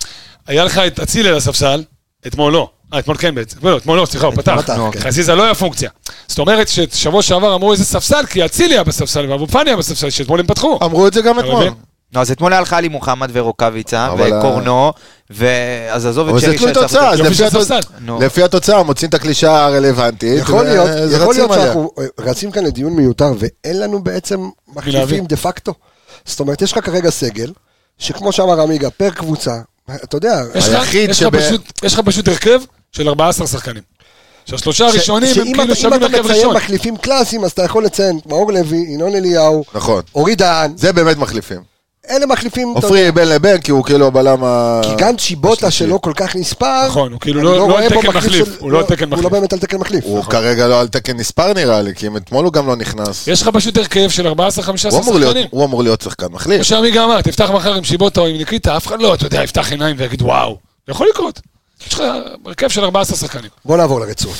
[SPEAKER 6] היה לך את אצילי על הספסל, אתמול לא. אה, אתמול כן בעצם. לא, אתמול לא, סליחה, הוא פתח.
[SPEAKER 1] פתח, כן.
[SPEAKER 6] חזיזה לא היה פונקציה. זאת אומרת ששבוע שעבר אמרו איזה ספסל, כי אצילי היה בספסל ואבו פאני היה בספסל, שאתמול הם פתחו.
[SPEAKER 5] אמרו את זה גם
[SPEAKER 6] אתה
[SPEAKER 5] אתמול.
[SPEAKER 6] מבין?
[SPEAKER 7] לא, אז אתמול היה לך עלי מוחמד ורוקאביצה,
[SPEAKER 5] אבל ה-
[SPEAKER 7] וקורנו, ואז עזוב
[SPEAKER 5] אבל
[SPEAKER 7] את
[SPEAKER 5] זה
[SPEAKER 7] שרי
[SPEAKER 5] תלוי
[SPEAKER 7] שצריך-
[SPEAKER 5] תוצאה, אז
[SPEAKER 6] יופי
[SPEAKER 5] לפי
[SPEAKER 6] של
[SPEAKER 5] התוצ-
[SPEAKER 6] ספסל.
[SPEAKER 7] נו.
[SPEAKER 5] לפי התוצאה מוצאים את הקלישאה הרלוונטית.
[SPEAKER 1] יכול להיות,
[SPEAKER 5] ואז
[SPEAKER 1] יכול
[SPEAKER 5] רצים
[SPEAKER 1] להיות
[SPEAKER 5] עליה.
[SPEAKER 1] שאנחנו אה, רצים כאן לדיון מיותר, ואין לנו בעצם
[SPEAKER 6] להביא.
[SPEAKER 1] מחליפים דה פקטו. זאת אומרת, יש לך כרגע סגל, שכמו שאמר עמיגה, פר קבוצה, אתה יודע,
[SPEAKER 6] יש לך-
[SPEAKER 5] היחיד
[SPEAKER 6] יש לך
[SPEAKER 5] שב-
[SPEAKER 6] פשוט- יש לך פשוט הרכב של 14 שחקנים. שהשלושה הראשונים הם
[SPEAKER 1] שאם
[SPEAKER 6] כאילו
[SPEAKER 1] אתה- אם
[SPEAKER 6] שווים
[SPEAKER 1] אתה
[SPEAKER 6] הרכב
[SPEAKER 1] מציין
[SPEAKER 6] ראשון.
[SPEAKER 1] מחליפים קלאסיים, אז אתה יכול לציין את מאור לוי, ינון אליהו,
[SPEAKER 5] נכון.
[SPEAKER 1] אורי דהן,
[SPEAKER 5] זה באמת מחליפים.
[SPEAKER 1] אלה מחליפים... אתה
[SPEAKER 5] עופרי בין לבין, כי הוא כאילו הבלם ה...
[SPEAKER 1] כי גם צ'יבוטה
[SPEAKER 5] השלישי.
[SPEAKER 1] שלא כל כך נספר,
[SPEAKER 6] נכון, הוא כאילו
[SPEAKER 1] אני
[SPEAKER 6] לא- לא
[SPEAKER 1] רואה
[SPEAKER 6] על
[SPEAKER 1] בו
[SPEAKER 6] תקן מחליף,
[SPEAKER 1] של-
[SPEAKER 6] הוא לא על תקן
[SPEAKER 1] הוא לא
[SPEAKER 6] מחליף.
[SPEAKER 1] באמת על תקן מחליף.
[SPEAKER 5] הוא כרגע לא על תקן נספר נראה לי, כי אם אתמול הוא גם לא נכנס.
[SPEAKER 6] יש לך פשוט הרכב של 14-15
[SPEAKER 5] הוא אמור להיות-
[SPEAKER 6] שחקנים.
[SPEAKER 5] הוא אמור להיות שחקן מחליף.
[SPEAKER 6] כמו שעמיגה אמר, תפתח מחר עם שיבוטה או עם ניקיטה, אף אחד לא, אתה יודע, יפתח עיניים ויגיד וואו. זה יכול לקרות. יש לך הרכב של 14 שחקנים.
[SPEAKER 1] בוא נעבור לרצועות.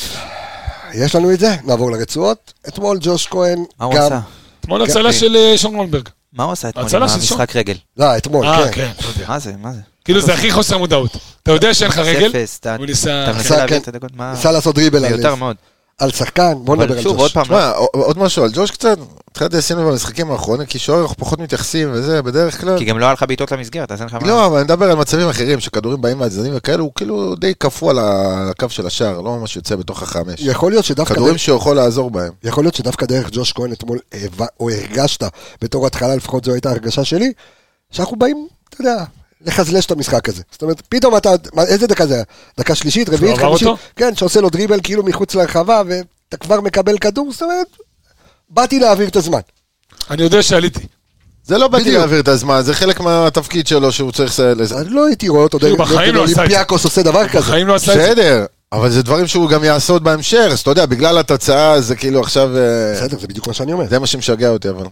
[SPEAKER 1] יש לנו את זה? נעבור לרצועות. אתמול ג'וש כהן
[SPEAKER 7] מה הוא
[SPEAKER 1] גם...
[SPEAKER 7] עשה?
[SPEAKER 5] כן,
[SPEAKER 6] אתמול הצלה של אה, שון גולדברג.
[SPEAKER 7] מה הוא עשה אתמול עם
[SPEAKER 6] ההצלה של שון.
[SPEAKER 7] המשחק רגל?
[SPEAKER 1] לא, אתמול,
[SPEAKER 5] אוקיי.
[SPEAKER 6] אה,
[SPEAKER 1] כן.
[SPEAKER 6] כן.
[SPEAKER 7] מה זה, מה זה?
[SPEAKER 6] כאילו זה הכי חוסר מודעות. אתה יודע שאין לך רגל,
[SPEAKER 7] אפס, אתה
[SPEAKER 6] הוא ניסה...
[SPEAKER 7] אתה מנסה
[SPEAKER 1] עשה,
[SPEAKER 7] להעביר
[SPEAKER 1] כן.
[SPEAKER 7] את הדקות, מה?
[SPEAKER 1] ניסה לעשות דריבל על-
[SPEAKER 7] מיותר מאוד.
[SPEAKER 1] על שחקן, בוא נדבר
[SPEAKER 7] אבל
[SPEAKER 1] על
[SPEAKER 7] שוב, עוד
[SPEAKER 1] ג'וש.
[SPEAKER 7] פעם,
[SPEAKER 5] תשמע, עוד משהו על ג'וש קצת. התחילת עשינו במשחקים האחרונים, כי שוער אנחנו פחות מתייחסים וזה, בדרך כלל.
[SPEAKER 7] כי גם לא היה לך בעיטות למסגרת, אז אין לך מה...
[SPEAKER 5] לא, אבל אני מדבר על מצבים אחרים, שכדורים באים מהצדדים וכאלה, הוא כאילו די קפוא על ה- על הקו של השער, לא ממש יוצא בתוך החמש.
[SPEAKER 1] יכול להיות שדווקא...
[SPEAKER 5] כדורים שהוא יכול לעזור בהם.
[SPEAKER 1] יכול להיות שדווקא דרך ג'וש כהן אתמול, הבא- או הרגשת, בתור התחלה לפחות זו הייתה הרגשה שלי, שאנחנו באים, אתה יודע, לחזלש את המשחק הזה. זאת אומרת, פתאום אתה, מה- איזה דקה זה היה? דקה שלישית, רביעית,
[SPEAKER 6] עבר
[SPEAKER 1] חמישית?
[SPEAKER 6] אותו?
[SPEAKER 1] כן, שעושה לו דריבל כאילו מחוץ לרחבה, ואתה כבר מקבל כדור, זאת אומרת, באתי להעביר את הזמן.
[SPEAKER 6] כן. אני יודע שעליתי.
[SPEAKER 5] זה לא באתי
[SPEAKER 1] בדיוק.
[SPEAKER 5] להעביר את הזמן, זה חלק מהתפקיד שלו שהוא צריך לסייע לזה.
[SPEAKER 1] אני לא הייתי רואה אותו
[SPEAKER 6] כאילו,
[SPEAKER 1] דרך
[SPEAKER 6] בחיים לא עשה את זה.
[SPEAKER 1] אולימפיאקוס עושה דבר כזה.
[SPEAKER 6] בחיים לא עשה את זה.
[SPEAKER 5] בסדר, אבל זה דברים שהוא גם יעשה עוד בהמשך, אז אתה יודע, בגלל התוצאה זה כאילו עכשיו... אה,
[SPEAKER 1] בסדר, זה בדיוק מה שאני אומר.
[SPEAKER 5] זה מה שמשגע אותי, אבל...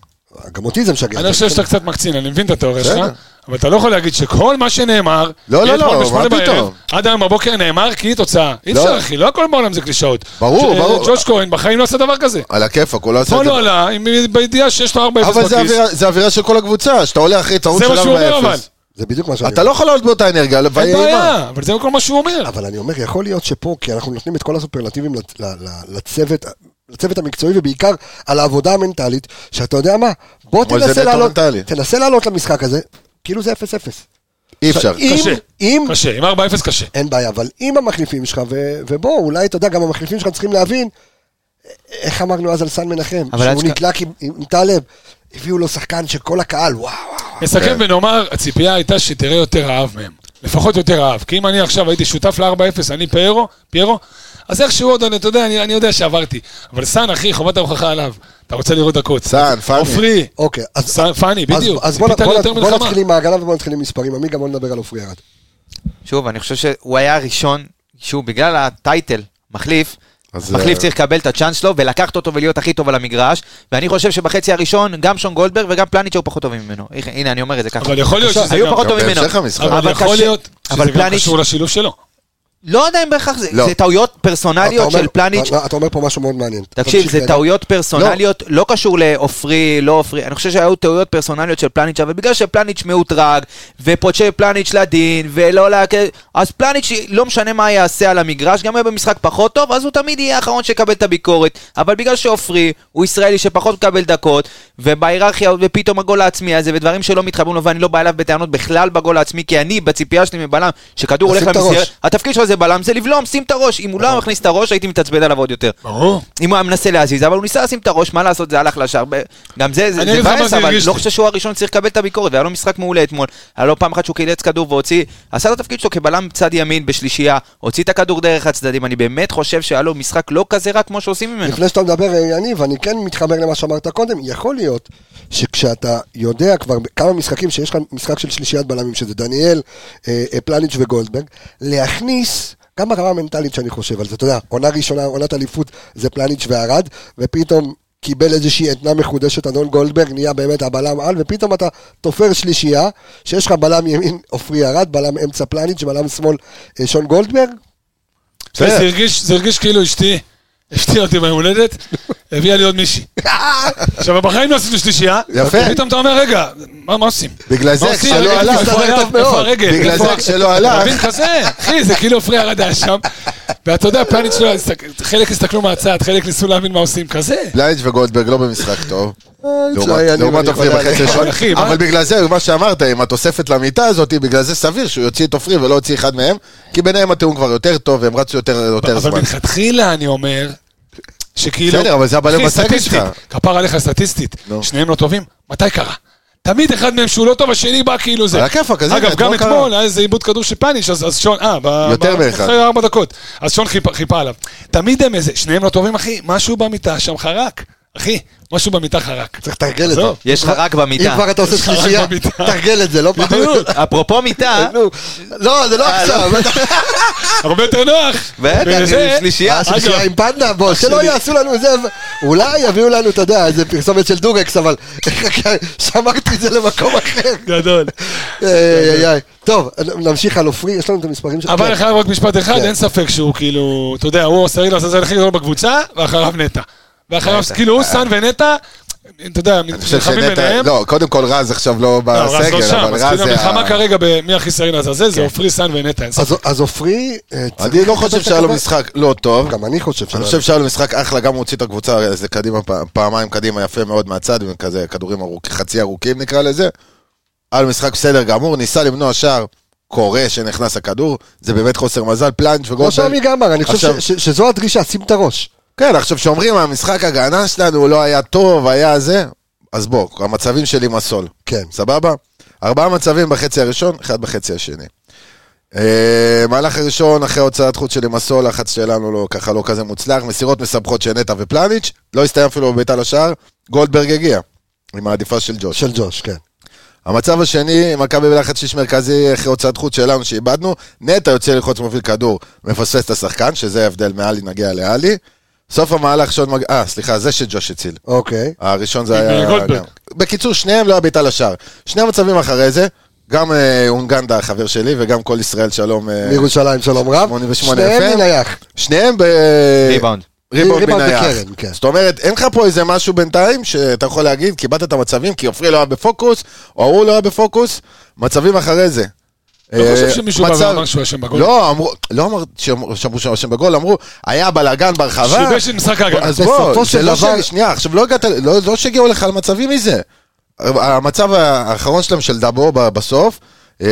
[SPEAKER 1] גם אותי זה משגע.
[SPEAKER 6] אני חושב שאתה קצת מקצין, אני מבין את התיאוריה שלך,
[SPEAKER 5] בסדר.
[SPEAKER 6] אבל אתה לא יכול להגיד שכל מה שנאמר,
[SPEAKER 5] לא, לא,
[SPEAKER 6] מאתמול
[SPEAKER 5] לא,
[SPEAKER 6] בשמונה
[SPEAKER 5] מה
[SPEAKER 6] בערב,
[SPEAKER 5] פתאום?
[SPEAKER 6] עד היום בבוקר נאמר כי היא תוצאה. אי
[SPEAKER 5] לא.
[SPEAKER 6] אפשר, אחי, לא הכל בעולם זה קלישאות.
[SPEAKER 5] ברור,
[SPEAKER 6] ש- אה,
[SPEAKER 5] ברור.
[SPEAKER 6] ג'וש כהן בחיים לא עשה דבר כזה.
[SPEAKER 5] על הכיפאק, הוא לא עשה את
[SPEAKER 6] אתמול
[SPEAKER 5] זה.
[SPEAKER 6] הוא עלה, עם- בידיעה שיש לו 4-0
[SPEAKER 5] אבל
[SPEAKER 6] בכיס.
[SPEAKER 5] זה אווירה- זה אווירה של כל הקבוצה, שאתה עולה אחרי טעות
[SPEAKER 6] זה
[SPEAKER 5] של 4-0.
[SPEAKER 6] מה שהוא אומר אבל.
[SPEAKER 1] זה בדיוק מה שאני
[SPEAKER 5] אתה לא יכול לעלות באותה אנרגיה,
[SPEAKER 6] אין
[SPEAKER 5] ויהיה אימה.
[SPEAKER 6] בעיה, אבל זה כל מה שהוא אומר.
[SPEAKER 1] אבל אני אומר, יכול להיות שפה, כי אנחנו נותנים את כל הסופרלטיבים לצ- ל- ל- לצוות, לצוות המקצועי, ובעיקר על העבודה המנטלית, שאתה יודע מה, בוא
[SPEAKER 5] אבל זה
[SPEAKER 1] תנסה
[SPEAKER 5] נטו
[SPEAKER 1] לעלות,
[SPEAKER 5] מנטלי.
[SPEAKER 1] תנסה לעלות למשחק הזה, כאילו זה 0-0.
[SPEAKER 5] אי אפשר.
[SPEAKER 1] עכשיו, אם-
[SPEAKER 6] קשה.
[SPEAKER 1] אם,
[SPEAKER 6] קשה, עם 4-0 קשה.
[SPEAKER 1] אין בעיה, אבל עם המחליפים שלך, ו- ובוא, אולי, אתה יודע, גם המחליפים שלך צריכים להבין, איך אמרנו אז על סן מנחם,
[SPEAKER 7] אבל
[SPEAKER 1] שהוא
[SPEAKER 7] אשכרה-
[SPEAKER 1] נדלק עם- עם עם טלב, הביאו לו שחקן שכל הקהל, וואו, וואו.
[SPEAKER 6] נסכם ונאמר, הציפייה הייתה שתראה יותר רעב מהם. לפחות יותר רעב. כי אם אני עכשיו הייתי שותף ל-4-0, אני פיירו, פיירו, אז איכשהו עוד, אני- אתה יודע, אני, אני יודע שעברתי. אבל סאן, אחי, חובת ההוכחה עליו. אתה רוצה לראות דקות.
[SPEAKER 5] סאן, פאני.
[SPEAKER 6] עופרי,
[SPEAKER 1] אוקיי, אז...
[SPEAKER 6] סאן, פאני,
[SPEAKER 1] אז-
[SPEAKER 6] בדיוק.
[SPEAKER 1] אז בוא נ-
[SPEAKER 6] ציפית
[SPEAKER 1] בוא נ-
[SPEAKER 6] ליותר
[SPEAKER 1] בוא
[SPEAKER 6] מלחמה.
[SPEAKER 1] נתחיל עם ההגנה ובוא נתחיל עם מספרים. עמיגה, בוא נדבר על עופרי ירד.
[SPEAKER 7] שוב, אני חושב שהוא היה הראשון, שהוא בגלל הטייטל, מחליף,
[SPEAKER 5] אז,
[SPEAKER 7] מחליף
[SPEAKER 5] אה,
[SPEAKER 7] צריך לקבל את הצ'אנס שלו ולקחת אותו ולהיות הכי טוב על המגרש, ואני חושב שבחצי הראשון גם שון גולדברג וגם פלניץ' היו פחות טובים ממנו. איך- הנה, אני אומר את זה ככה.
[SPEAKER 6] אבל יכול להיות שזה
[SPEAKER 7] היו
[SPEAKER 6] גם-
[SPEAKER 7] פחות
[SPEAKER 5] גם
[SPEAKER 7] טובים ממנו.
[SPEAKER 5] בהמשך המשחק.
[SPEAKER 6] אבל יכול
[SPEAKER 7] קשה-
[SPEAKER 6] להיות
[SPEAKER 7] אבל
[SPEAKER 6] שזה גם
[SPEAKER 7] פלניץ',
[SPEAKER 6] קשור לשילוב שלו.
[SPEAKER 7] לא יודע אם בהכרח, זה-
[SPEAKER 5] לא.
[SPEAKER 7] זה טעויות פרסונליות
[SPEAKER 1] אתה אומר-
[SPEAKER 7] של פלניץ'.
[SPEAKER 1] אתה- אתה אומר פה משהו מאוד מעניין.
[SPEAKER 7] תקשיב,
[SPEAKER 1] רגע.
[SPEAKER 7] זה טעויות פרסונליות, לא קשור לעופרי, לא עופרי, אני חושב שהיו טעויות פרסונליות של פלניץ', אבל בגלל שפלניץ' מאותרג, ופוצ'ה פלניץ' לדין, ולא לה... אז פלניץ', לא משנה מה יעשה על המגרש, גם אם הוא במשחק פחות טוב, אז הוא תמיד יהיה האחרון שיקבל את הביקורת, אבל בגלל שעופרי הוא ישראלי שפחות מקבל דקות, ובהיררכיה, ופתאום הגול העצמי הזה, ודברים שלא מתחברים לו, ואני לא בא אליו בטענות בכלל בגול העצמי, כי אני, בציפייה שלי מבלם, שכדור הולך
[SPEAKER 1] לשים את הראש.
[SPEAKER 7] למסגרת, התפקיד שלו זה בלם, זה לבלום, שים את הראש, אם הוא לא היה מכניס את הראש, הייתי מתעצבן עליו עוד יותר.
[SPEAKER 6] ברור.
[SPEAKER 7] אם הוא היה מנסה להזיז, אבל הוא ניסה לשים את הראש, מה לעשות, זה הלך לשער. ב- גם זה, זה
[SPEAKER 6] אני
[SPEAKER 7] זה
[SPEAKER 6] אגיד לך מה
[SPEAKER 7] מבאס,
[SPEAKER 6] זה
[SPEAKER 7] אבל
[SPEAKER 6] הרגיש
[SPEAKER 7] לא
[SPEAKER 6] לי.
[SPEAKER 7] חושב שהוא הראשון שצריך לקבל את הביקורת, והיה לו משחק מעולה אתמול. היה לו פעם אחת שהוא קילץ כדור והוציא, עשה את התפקיד שלו כבלם צד ימין בשלישייה, הוציא את הכדור דרך הצדדים, אני באמת חושב שהיה לו משחק לא כזה רע כמו שעושים ממנו.
[SPEAKER 1] לפני שאתה מדבר, אה, יניב, אני כן מתחבר למה שאמרת קודם, יכול להיות שכשאתה יודע כבר כמה משחקים שיש לך משחק של שלישיית בלמים, שזה דניאל, אה, אה, פלניץ' וגולדברג, להכניס... גם ברמה המנטלית שאני חושב על זה, אתה יודע, עונה ראשונה, עונת אליפות, זה פלניץ' וערד, ופתאום קיבל איזושהי עדנה מחודשת, אדון גולדברג נהיה באמת הבלם על, ופתאום אתה תופר שלישייה, שיש לך בלם ימין עופרי ארד, בלם אמצע פלניץ', בלם שמאל אה, שון גולדברג,
[SPEAKER 6] זה הרגיש- זה הרגיש כאילו אשתי, אשתי אותי ביום הולדת, הביאה לי עוד מישהי. עכשיו, בחיים לא עשינו שלישייה.
[SPEAKER 5] יפה.
[SPEAKER 6] פתאום אתה אומר, רגע, מה מה עושים?
[SPEAKER 5] בגלל זה,
[SPEAKER 6] מה עושים?
[SPEAKER 5] כשלא
[SPEAKER 6] רגע,
[SPEAKER 5] הלך,
[SPEAKER 6] איפה
[SPEAKER 1] מסתדר
[SPEAKER 6] היד?
[SPEAKER 1] טוב מאוד.
[SPEAKER 6] איפה הרגל?
[SPEAKER 5] בגלל
[SPEAKER 6] איפה-
[SPEAKER 5] זה כשלא הלך.
[SPEAKER 6] אתה מבין כזה? אחי, זה כאילו פרי ירד היה שם. ואתה יודע, פלניץ' לא, הסתק- חלק הסתכלו מהצד, חלק ניסו להבין מה עושים, כזה.
[SPEAKER 5] בלייץ' וגולדברג לא במשחק טוב.
[SPEAKER 6] אה,
[SPEAKER 5] לעומת-
[SPEAKER 1] לא היה לי מה
[SPEAKER 5] לעומת עופרי
[SPEAKER 1] יכול
[SPEAKER 5] בחצי
[SPEAKER 1] להגיד.
[SPEAKER 5] ראשון.
[SPEAKER 6] אחי, מה-
[SPEAKER 5] אבל בגלל זה, מה שאמרת, עם התוספת למיטה הזאת, בגלל זה סביר שהוא יוציא את עופרי ולא יוציא אחד מהם, כי ביניהם התיאום כבר יותר טוב, והם רצו יותר- יותר
[SPEAKER 6] אבל
[SPEAKER 5] זמן.
[SPEAKER 6] מלכתחילה אני אומר, שכאילו...
[SPEAKER 5] בסדר, אבל זה הבעיה
[SPEAKER 6] אחי,
[SPEAKER 5] בסגל שלך.
[SPEAKER 6] סטטיסטית, כפר עליך סטטיסטית,
[SPEAKER 5] נו.
[SPEAKER 6] שניהם לא טובים, מתי קרה? תמיד אחד מהם שהוא לא טוב, השני בא כאילו זה.
[SPEAKER 5] על הכיפאק, אז הנה,
[SPEAKER 6] אגב,
[SPEAKER 5] אתמול
[SPEAKER 6] גם
[SPEAKER 5] קרה.
[SPEAKER 6] אתמול היה איזה עיבוד כדור של פאניש, אז אז שון, אה, ב-
[SPEAKER 5] יותר
[SPEAKER 6] ב-
[SPEAKER 5] מאחד.
[SPEAKER 6] אחרי ארבע דקות. אז שון חיפה- חיפה עליו. תמיד הם איזה, שניהם לא טובים, אחי, משהו במיטה שם חרק. אחי, משהו במיטה חרק.
[SPEAKER 1] צריך לתרגל את זה.
[SPEAKER 6] עזוב.
[SPEAKER 7] יש לך רק
[SPEAKER 1] אם
[SPEAKER 7] במיטה.
[SPEAKER 1] כבר אתה עושה
[SPEAKER 6] יש לך רק
[SPEAKER 1] שלישייה,
[SPEAKER 6] במיטה.
[SPEAKER 1] תרגל את זה, לא פעם.
[SPEAKER 6] בדיוק.
[SPEAKER 7] אפרופו
[SPEAKER 5] אה?
[SPEAKER 7] מיטה,
[SPEAKER 1] אה, נו, לא, זה לא עכשיו.
[SPEAKER 6] הרבה יותר נוח.
[SPEAKER 7] בטח,
[SPEAKER 6] וזה-
[SPEAKER 7] שלישייה.
[SPEAKER 1] אה, שלישייה
[SPEAKER 6] אגב.
[SPEAKER 1] עם פנדה, בוא, שלא
[SPEAKER 6] שלי.
[SPEAKER 1] יעשו לנו זה, ו- אולי יביאו לנו, אתה יודע, איזה פרסומת של דורקס, אבל שמרתי את זה למקום אחר.
[SPEAKER 6] גדול.
[SPEAKER 1] איי, איי, איי. טוב, נמשיך על עופרי, יש לנו את המספרים שלך. כן.
[SPEAKER 6] אבל אני חייב רק משפט אחד,
[SPEAKER 1] כן.
[SPEAKER 6] אין ספק שהוא כאילו, אתה יודע, הוא עושה רגל הסזל הכי גדול בקבוצה, ואחריו נטע. ואחריו,
[SPEAKER 7] נטע.
[SPEAKER 6] כאילו, הוא סאן ונטע, אתה יודע,
[SPEAKER 5] אה. אני חושב
[SPEAKER 6] מתחמים
[SPEAKER 5] שנטע,
[SPEAKER 6] ביניהם.
[SPEAKER 5] לא, קודם כל רז עכשיו לא
[SPEAKER 6] לא, רז לא
[SPEAKER 5] בסגל,
[SPEAKER 6] שם,
[SPEAKER 5] אבל
[SPEAKER 6] אז
[SPEAKER 5] רז
[SPEAKER 6] כאילו
[SPEAKER 5] זה... ה-
[SPEAKER 6] המלחמה כרגע במי הכי שעיר לעזאזל, זה
[SPEAKER 7] כן.
[SPEAKER 6] עופרי, סאן ונטע, אין ספק.
[SPEAKER 1] אז- אז עופרי, אה, צריך
[SPEAKER 5] אני לא
[SPEAKER 1] לקבל
[SPEAKER 5] חושב
[SPEAKER 1] את
[SPEAKER 5] שהיה לו
[SPEAKER 1] הכבוד.
[SPEAKER 5] משחק לא טוב.
[SPEAKER 1] גם אני חושב
[SPEAKER 5] אני
[SPEAKER 1] שלא.
[SPEAKER 5] חושב שהיה לו משחק אחלה, גם הוא הוציא את הקבוצה איזה קדימה, פ- פעמיים קדימה, יפה מאוד מהצד, עם כזה כדורים ארוכים, חצי ארוכים נקרא לזה. היה לו משחק בסדר גמור, ניסה למנוע שער, קורה שנכנס הכדור, זה באמת חוסר מזל, פלאנץ'
[SPEAKER 1] כמו
[SPEAKER 5] וגול.
[SPEAKER 1] שעמי לא, גמר, אני חושב
[SPEAKER 5] עכשיו-
[SPEAKER 1] ש- ש- שזו הדרישה, שים את הראש.
[SPEAKER 5] כן, עכשיו שאומרים, המשחק הגנה שלנו לא היה טוב, היה זה, אז בוא, המצבים שלי מסול.
[SPEAKER 1] כן.
[SPEAKER 5] סבבה? ארבעה מצבים בחצי הראשון, אחד בחצי השני. אה, מהלך הראשון, אחרי הוצאת חוץ שלי מסול, לחץ שלנו לא, ככה לא כזה מוצלח, מסירות מסבכות של נטע ופלניץ', לא הסתיים אפילו בביתה לשער, גולדברג הגיע, עם העדיפה של ג'וש.
[SPEAKER 1] של ג'וש, כן.
[SPEAKER 5] המצב השני, מכבי בלחץ שליש מרכזי אחרי הוצאת חוץ שלנו שאיבדנו, נטע יוצא ללחוץ מוביל כדור, מפספס את השחקן, שזה ההבדל מעלי נגיע לעלי. סוף המהלך שעוד מג... אה, סליחה, זה שג'וש הציל.
[SPEAKER 1] אוקיי.
[SPEAKER 5] הראשון זה היה...
[SPEAKER 6] גולדברג.
[SPEAKER 5] גם- בקיצור, שניהם לא היה בעיטה לשער. שני המצבים אחרי זה, גם אה, אונגנדה החבר שלי וגם כל ישראל שלום. אה,
[SPEAKER 1] מירושלים, שלום רב.
[SPEAKER 5] 88
[SPEAKER 1] שניהם
[SPEAKER 5] FM.
[SPEAKER 1] מנייח.
[SPEAKER 5] שניהם ב...
[SPEAKER 7] ריבאונד.
[SPEAKER 5] ריבאונד
[SPEAKER 1] ריבאונד
[SPEAKER 5] מנייח.
[SPEAKER 1] בקרן, כן.
[SPEAKER 5] זאת אומרת, אין לך פה איזה משהו בינתיים שאתה יכול להגיד, קיבלת את המצבים כי עופרי לא היה בפוקוס, או ההוא לא היה בפוקוס, מצבים אחרי זה.
[SPEAKER 6] לא חושב
[SPEAKER 5] אה,
[SPEAKER 6] שמישהו בא
[SPEAKER 5] מצב-
[SPEAKER 6] ואמר שהוא אשם בגול.
[SPEAKER 5] לא, אמרו, לא אמרו שאמרו שאמרו שהוא אשם בגול, אמרו, היה בלאגן ברחבה.
[SPEAKER 6] שיבש את משחק ההגנה.
[SPEAKER 5] אז בוא,
[SPEAKER 1] בסופו
[SPEAKER 5] זה
[SPEAKER 1] של
[SPEAKER 5] לא
[SPEAKER 1] דבר-
[SPEAKER 5] ש... שנייה, עכשיו לא הגעת, לא, לא שהגיעו לך למצבים מזה. המצב האחרון שלהם של דאבו ב- בסוף, אה,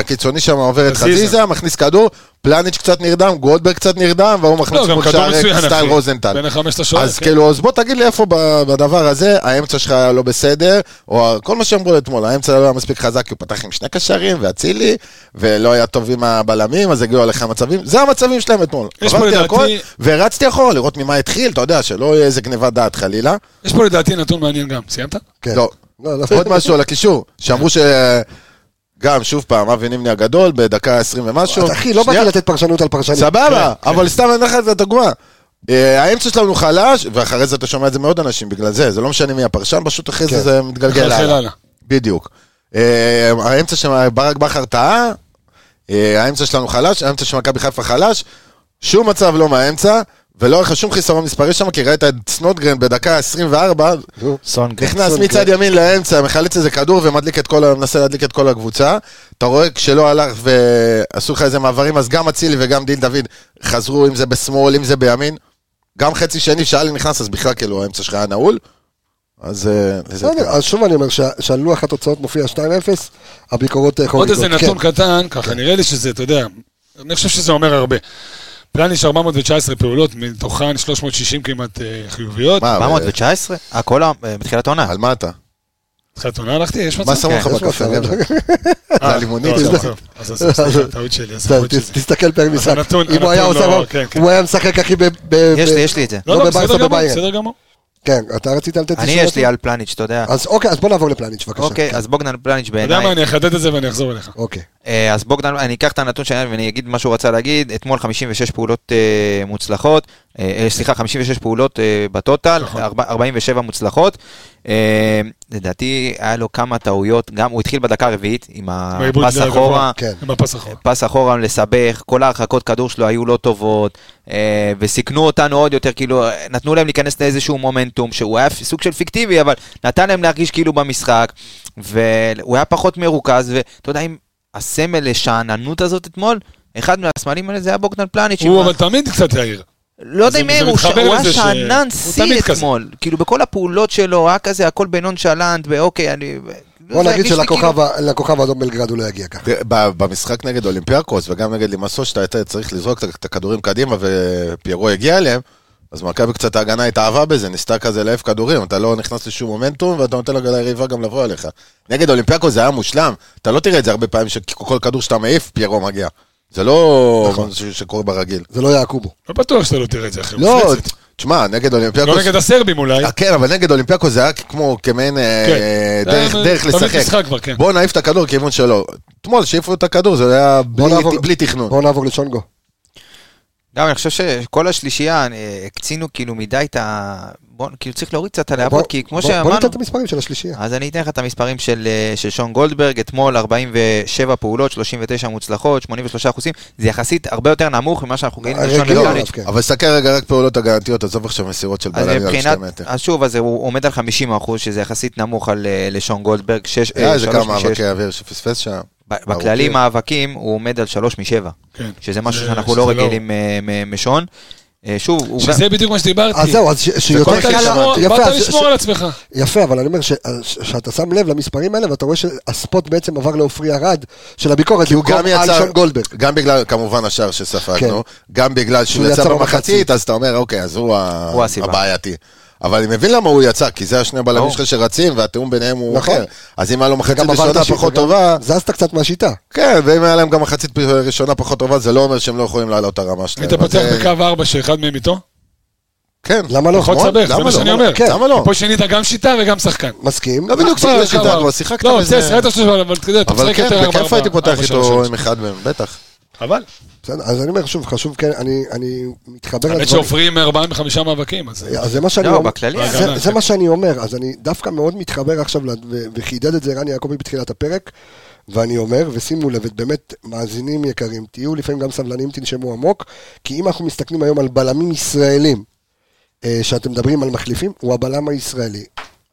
[SPEAKER 5] הקיצוני שם עובר את
[SPEAKER 6] חזיזה.
[SPEAKER 5] חזיזה, מכניס כדור, פלניץ' קצת נרדם, גולדברג קצת נרדם, והוא מכניס
[SPEAKER 6] לא, גם
[SPEAKER 5] כל
[SPEAKER 6] כדור
[SPEAKER 5] שער ריק,
[SPEAKER 6] מצוין,
[SPEAKER 5] סטייל
[SPEAKER 6] אחי.
[SPEAKER 5] רוזנטל.
[SPEAKER 6] בין כן. החמש לשער.
[SPEAKER 5] אז כאילו, אז בוא תגיד לי איפה ב- בדבר הזה, האמצע שלך היה לא בסדר, או כל מה שאמרו אתמול, האמצע לא היה מספיק חזק, כי הוא פתח עם שני קשרים, ואצילי, ולא היה טוב עם הבלמים, אז הגיעו עליך מצבים, זה המצבים שלהם אתמול.
[SPEAKER 6] יש פה
[SPEAKER 5] עברתי
[SPEAKER 6] לדעתי-
[SPEAKER 5] הכל, ורצתי אחורה לראות ממה התחיל, אתה יודע, שלא יהיה איזה גניבת דעת חלילה.
[SPEAKER 6] יש פה לדעתי נתון מעניין גם. סיימת?
[SPEAKER 1] כן.
[SPEAKER 5] לא.
[SPEAKER 1] לא, לא.
[SPEAKER 5] עוד משהו על הקישור, שאמרו ש... גם, שוב פעם, אבי נימני הגדול, בדקה 20 ומשהו.
[SPEAKER 1] אחי, לא
[SPEAKER 5] שנייה.
[SPEAKER 1] באתי לתת פרשנות על פרשנים.
[SPEAKER 5] סבבה, אבל סתם אני אתן לך את הדוגמה. אה, האמצע שלנו חלש, ואחרי זה אתה שומע את זה מעוד אנשים בגלל זה, זה לא משנה מי הפרשן, פשוט אחרי זה
[SPEAKER 1] כן.
[SPEAKER 5] זה מתגלגל
[SPEAKER 6] מחלחל
[SPEAKER 5] הלאה.
[SPEAKER 6] הלאה.
[SPEAKER 5] בדיוק. אה, האמצע של ברק בכר טעה, אה, האמצע שלנו חלש, האמצע של מכבי חיפה חלש, שום מצב לא מהאמצע, ולא היה לך שום חיסרון מספרי שם, כי ראית את סנודגרן בדקה 24,
[SPEAKER 7] סונגרן.
[SPEAKER 5] נכנס מצד ימין לאמצע, מחלץ איזה כדור ומדליק את כל, ה- מנסה להדליק את כל הקבוצה. אתה רואה כשלא הלך ועשו לך איזה מעברים, אז גם אצילי וגם דיל דוד חזרו, אם זה בשמאל, אם זה בימין. גם חצי שני, שאלי נכנס, אז בכלל כאילו האמצע שלך היה נעול. אז אה, לזה
[SPEAKER 1] בסדר,
[SPEAKER 5] התכוונתי.
[SPEAKER 1] אז שוב אני אומר שה- שעל לוח התוצאות מופיע 2-0, הביקורות אה,
[SPEAKER 6] עוד
[SPEAKER 1] חוגגות.
[SPEAKER 6] איזה נתון
[SPEAKER 1] כן.
[SPEAKER 6] קטן, ככה, נראה לי שזה, אתה יודע, אני חושב שזה אומר הרבה. פלניש 419 פעולות, מתוכן 360 כמעט אה, חיוביות.
[SPEAKER 5] מה,
[SPEAKER 7] 419? אה, כל ה... אה, בתחילת העונה.
[SPEAKER 5] על מה אתה?
[SPEAKER 6] התחילת עונה הלכתי? יש מצב?
[SPEAKER 5] מה שמו לך
[SPEAKER 7] כן,
[SPEAKER 1] יש
[SPEAKER 5] בקפה?
[SPEAKER 1] מצב.
[SPEAKER 5] רבע?
[SPEAKER 6] אה,
[SPEAKER 5] הלימונית
[SPEAKER 6] לא,
[SPEAKER 5] שם.
[SPEAKER 6] עזוב, אז עזוב, סליחה, טעות שלי, עזוב,
[SPEAKER 1] ת-
[SPEAKER 6] טעות
[SPEAKER 1] ת-
[SPEAKER 6] שלי.
[SPEAKER 1] תסתכל פר משחק.
[SPEAKER 6] הנתון-
[SPEAKER 1] אם הוא היה
[SPEAKER 6] הנתון
[SPEAKER 1] עושה...
[SPEAKER 6] לא-
[SPEAKER 1] אבל-
[SPEAKER 6] כן, כן.
[SPEAKER 1] אם הוא היה משחק, אחי, ב... ב-
[SPEAKER 7] יש
[SPEAKER 1] ב-
[SPEAKER 7] לי, יש לי את זה.
[SPEAKER 6] לא,
[SPEAKER 1] לא
[SPEAKER 6] לא,
[SPEAKER 1] בברסה,
[SPEAKER 6] בסדר גמור,
[SPEAKER 1] בביירן.
[SPEAKER 6] בסדר גמור.
[SPEAKER 1] כן, אתה רצית לתת
[SPEAKER 7] אני
[SPEAKER 6] אה,
[SPEAKER 1] איזשהו
[SPEAKER 7] יש לי
[SPEAKER 1] נתון?
[SPEAKER 7] על פלניץ', אתה יודע.
[SPEAKER 1] אז אוקיי, אז בוא נעבור לפלניץ', בבקשה.
[SPEAKER 7] אוקיי,
[SPEAKER 1] כן.
[SPEAKER 7] אז בוגדן פלניץ'
[SPEAKER 6] אתה יודע
[SPEAKER 7] בעיניי.
[SPEAKER 6] מה, אני אחדד את זה ואני אחזור אליך.
[SPEAKER 1] אוקיי.
[SPEAKER 7] אה, אז בוגדן, אני אקח את הנתון שלהם ואני אגיד מה שהוא רצה להגיד. אתמול 56 פעולות אה, מוצלחות, אה, אה, סליחה, 56 פעולות אה, בטוטל,
[SPEAKER 6] נכון.
[SPEAKER 7] ארבע- 47 מוצלחות. אה, לדעתי היה לו כמה טעויות, גם הוא התחיל בדקה הרביעית עם
[SPEAKER 6] בעיבוד
[SPEAKER 7] הפס
[SPEAKER 6] זה הגבוה,
[SPEAKER 7] אחורה.
[SPEAKER 1] כן.
[SPEAKER 6] עם הפס אחורה.
[SPEAKER 7] פס אחורה לסבך, כל ההרחקות כדור שלו היו לא טובות, אה, וסיכנו אותנו עוד יותר, כאילו, אה, נתנו להם להיכנס לאיזשהו מומנטום, שהוא היה סוג של פיקטיבי, אבל נתן להם להרגיש כאילו במשחק, והוא היה פחות מרוכז, ואתה יודע, אם הסמל לשאננות הזאת אתמול, אחד מהסמלים האלה זה היה בוגדן פלניץ'. עם
[SPEAKER 6] הוא
[SPEAKER 7] ה-
[SPEAKER 6] אבל תמיד קצת יאיר.
[SPEAKER 7] לא יודע
[SPEAKER 6] זה-
[SPEAKER 7] אם
[SPEAKER 6] זה
[SPEAKER 7] הם, הוא ש-
[SPEAKER 6] מתחבר
[SPEAKER 7] הוא
[SPEAKER 6] לזה
[SPEAKER 7] היה
[SPEAKER 6] ש-
[SPEAKER 7] שאנן
[SPEAKER 6] הוא
[SPEAKER 7] שיא
[SPEAKER 6] תמיד כזה.
[SPEAKER 7] אתמול, כאילו בכל הפעולות שלו, היה כזה, הכל בנונשלנט, באוקיי, אני...
[SPEAKER 1] בוא
[SPEAKER 7] זה
[SPEAKER 1] נגיד
[SPEAKER 7] הרגיש לי כאילו-
[SPEAKER 1] שלכוכב ה- לכוכב האדום בלגרד הוא לא יגיע ככה.
[SPEAKER 5] תראה, ב- במשחק נגד אולימפיאקוס וגם נגד לימסו, שאתה היית צריך לזרוק את הכדורים קדימה ופיירו הגיע אליהם, אז מכבי קצת ההגנה התאהבה בזה, ניסתה כזה להעיף כדורים, אתה לא נכנס לשום מומנטום, ואתה נותן ליריבה גם לבוא אליך. נגד אולימפיאקו זה היה מושלם, אתה לא תראה את זה הרבה פעמים, שכל כדור שאתה מעיף, פיירו מגיע. זה לא משהו שקורה ברגיל.
[SPEAKER 1] זה לא יעקובו.
[SPEAKER 6] לא בטוח שאתה לא תראה את נכון. זה אחרי
[SPEAKER 5] לא,
[SPEAKER 6] מפלצת.
[SPEAKER 5] תשמע, נגד
[SPEAKER 6] לא
[SPEAKER 5] אולימפיאקו...
[SPEAKER 6] נגד הסרבים אולי.
[SPEAKER 5] אה, כן, אבל נגד אולימפיאקו זה היה כמו כמעין אה,
[SPEAKER 6] כן.
[SPEAKER 5] דרך-
[SPEAKER 6] אה,
[SPEAKER 5] דרך
[SPEAKER 6] תמיד משחק
[SPEAKER 5] לשחק.
[SPEAKER 6] כבר, כן.
[SPEAKER 5] בוא נעיף את הכדור לכיוון שלו. אתמול שהעיפו את הכדור, זה היה בלי-
[SPEAKER 1] נעבור-
[SPEAKER 5] בלי
[SPEAKER 7] לא.
[SPEAKER 5] תכנון.
[SPEAKER 1] בואו נעבור לשונגו.
[SPEAKER 7] גם אני חושב שכל השלישייה, אה, הקצינו כאילו מדי את ה... בוא, כאילו צריך להוריד קצת את
[SPEAKER 1] בוא-
[SPEAKER 7] הלהבות, כי כמו
[SPEAKER 1] בוא- בוא
[SPEAKER 7] שאמרנו...
[SPEAKER 1] ניתן את המספרים של השלישייה.
[SPEAKER 7] אז אני אתן לך את המספרים של, אה, של שון גולדברג, אתמול 47 פעולות, 39 מוצלחות, 83 אחוזים, זה יחסית הרבה יותר נמוך ממה שאנחנו
[SPEAKER 5] אה,
[SPEAKER 7] ראינו לשון
[SPEAKER 5] לא,
[SPEAKER 1] הרגילות,
[SPEAKER 7] לבלניץ'.
[SPEAKER 1] כן.
[SPEAKER 5] אבל סתכל רגע רק פעולות הגנתיות, עזוב עכשיו מסירות של
[SPEAKER 7] אז
[SPEAKER 5] בלמים על לא, שתי
[SPEAKER 7] מבחינת,
[SPEAKER 5] מטר.
[SPEAKER 7] אז שוב, אז הוא עומד על 50 אחוז, שזה יחסית נמוך על אה, לשון גולדברג, אה, 6,
[SPEAKER 5] היה איזה
[SPEAKER 7] 3
[SPEAKER 5] כמה
[SPEAKER 7] מ-6.
[SPEAKER 5] אה, מאבקי אוויר שפספס שם.
[SPEAKER 7] בכללי
[SPEAKER 5] ארוכים.
[SPEAKER 7] מאבקים הוא עומד על 3 מ-7,
[SPEAKER 6] כן.
[SPEAKER 7] שזה משהו
[SPEAKER 6] זה-
[SPEAKER 7] שאנחנו
[SPEAKER 6] שזה
[SPEAKER 7] לא רגילים אה, מ- משון. אה, שוב, הוא גם-
[SPEAKER 6] שזה בדיוק מה שדיברתי.
[SPEAKER 7] אה,
[SPEAKER 1] אז זהו, אז ש-
[SPEAKER 5] כל
[SPEAKER 1] שיותר
[SPEAKER 5] מה
[SPEAKER 6] באת
[SPEAKER 1] קל...
[SPEAKER 6] לשמור-
[SPEAKER 1] יפה,
[SPEAKER 6] באת
[SPEAKER 1] אז-
[SPEAKER 6] לשמור על עצמך.
[SPEAKER 1] יפה, אבל אני אומר ש- ש- שאתה שם לב למספרים האלה, ואתה רואה שהספוט בעצם עבר לעופרי ארד של הביקורת,
[SPEAKER 5] כי הוא גם יצא,
[SPEAKER 1] שון גולדברג. כן.
[SPEAKER 5] גם בגלל כמובן השער שספגנו, גם בגלל שהוא יצא במחצית, אז אתה אומר, אוקיי, אז הוא ה-
[SPEAKER 7] הוא הסיבה.
[SPEAKER 5] הבעייתי. אבל אני מבין למה הוא יצא, כי זה השני בלמים
[SPEAKER 7] ברור.
[SPEAKER 5] שלך שרצים, והתיאום ביניהם הוא
[SPEAKER 1] נכון.
[SPEAKER 5] אחר. אז אם היה לו מחצית
[SPEAKER 1] גם עברת
[SPEAKER 5] ראשונה
[SPEAKER 1] שיט,
[SPEAKER 5] פחות
[SPEAKER 1] גם
[SPEAKER 5] טובה,
[SPEAKER 1] זזת קצת מהשיטה.
[SPEAKER 5] כן, ואם היה להם גם מחצית ראשונה פחות טובה, זה לא אומר שהם לא יכולים לעלות את הרמה שלהם.
[SPEAKER 6] היית
[SPEAKER 5] אז
[SPEAKER 6] פותח
[SPEAKER 5] זה-
[SPEAKER 6] בקו 4 שאחד מהם איתו?
[SPEAKER 5] כן.
[SPEAKER 1] למה לא?
[SPEAKER 6] פחות
[SPEAKER 5] נכון,
[SPEAKER 6] סבך, זה
[SPEAKER 5] למה
[SPEAKER 6] מה
[SPEAKER 5] לא?
[SPEAKER 6] שאני
[SPEAKER 5] למה לא?
[SPEAKER 6] אומר.
[SPEAKER 5] כן, למה לא?
[SPEAKER 6] פה שינית גם שיטה וגם שחקן.
[SPEAKER 1] מסכים.
[SPEAKER 5] לא בדיוק
[SPEAKER 6] אה,
[SPEAKER 5] שיחק שיטה,
[SPEAKER 6] אה,
[SPEAKER 5] כבר שיחקת
[SPEAKER 6] לא,
[SPEAKER 5] בזה.
[SPEAKER 6] בסדר, שיחקת שלוש, אבל אתה יודע, אתה
[SPEAKER 5] אבל
[SPEAKER 6] משחק
[SPEAKER 5] כן,
[SPEAKER 6] יותר ארבע.
[SPEAKER 5] בכיף הייתי
[SPEAKER 6] ארבע,
[SPEAKER 5] פותח
[SPEAKER 6] ארבע, שלוש,
[SPEAKER 5] איתו
[SPEAKER 6] שלוש.
[SPEAKER 5] עם אחד מהם, בטח.
[SPEAKER 6] חבל.
[SPEAKER 1] בסדר, אז אני אומר שוב, חשוב, כן, אני- אני מתחבר
[SPEAKER 6] האמת
[SPEAKER 1] לדברים.
[SPEAKER 6] שעופרים ארבעה מחמישה מאבקים, אז...
[SPEAKER 1] אז זה מה שאני
[SPEAKER 7] לא,
[SPEAKER 1] אומר.
[SPEAKER 7] בכללי,
[SPEAKER 1] זה-
[SPEAKER 6] הגנה,
[SPEAKER 1] זה
[SPEAKER 6] כן.
[SPEAKER 1] מה שאני אומר, אז אני דווקא מאוד מתחבר עכשיו, לד- ו- וחידד את זה רן יעקבי בתחילת הפרק, ואני אומר, ושימו לב, באמת, מאזינים יקרים, תהיו לפעמים גם סבלניים, תנשמו עמוק, כי אם אנחנו מסתכלים היום על בלמים ישראלים, אה, שאתם מדברים על מחליפים, הוא הבלם הישראלי.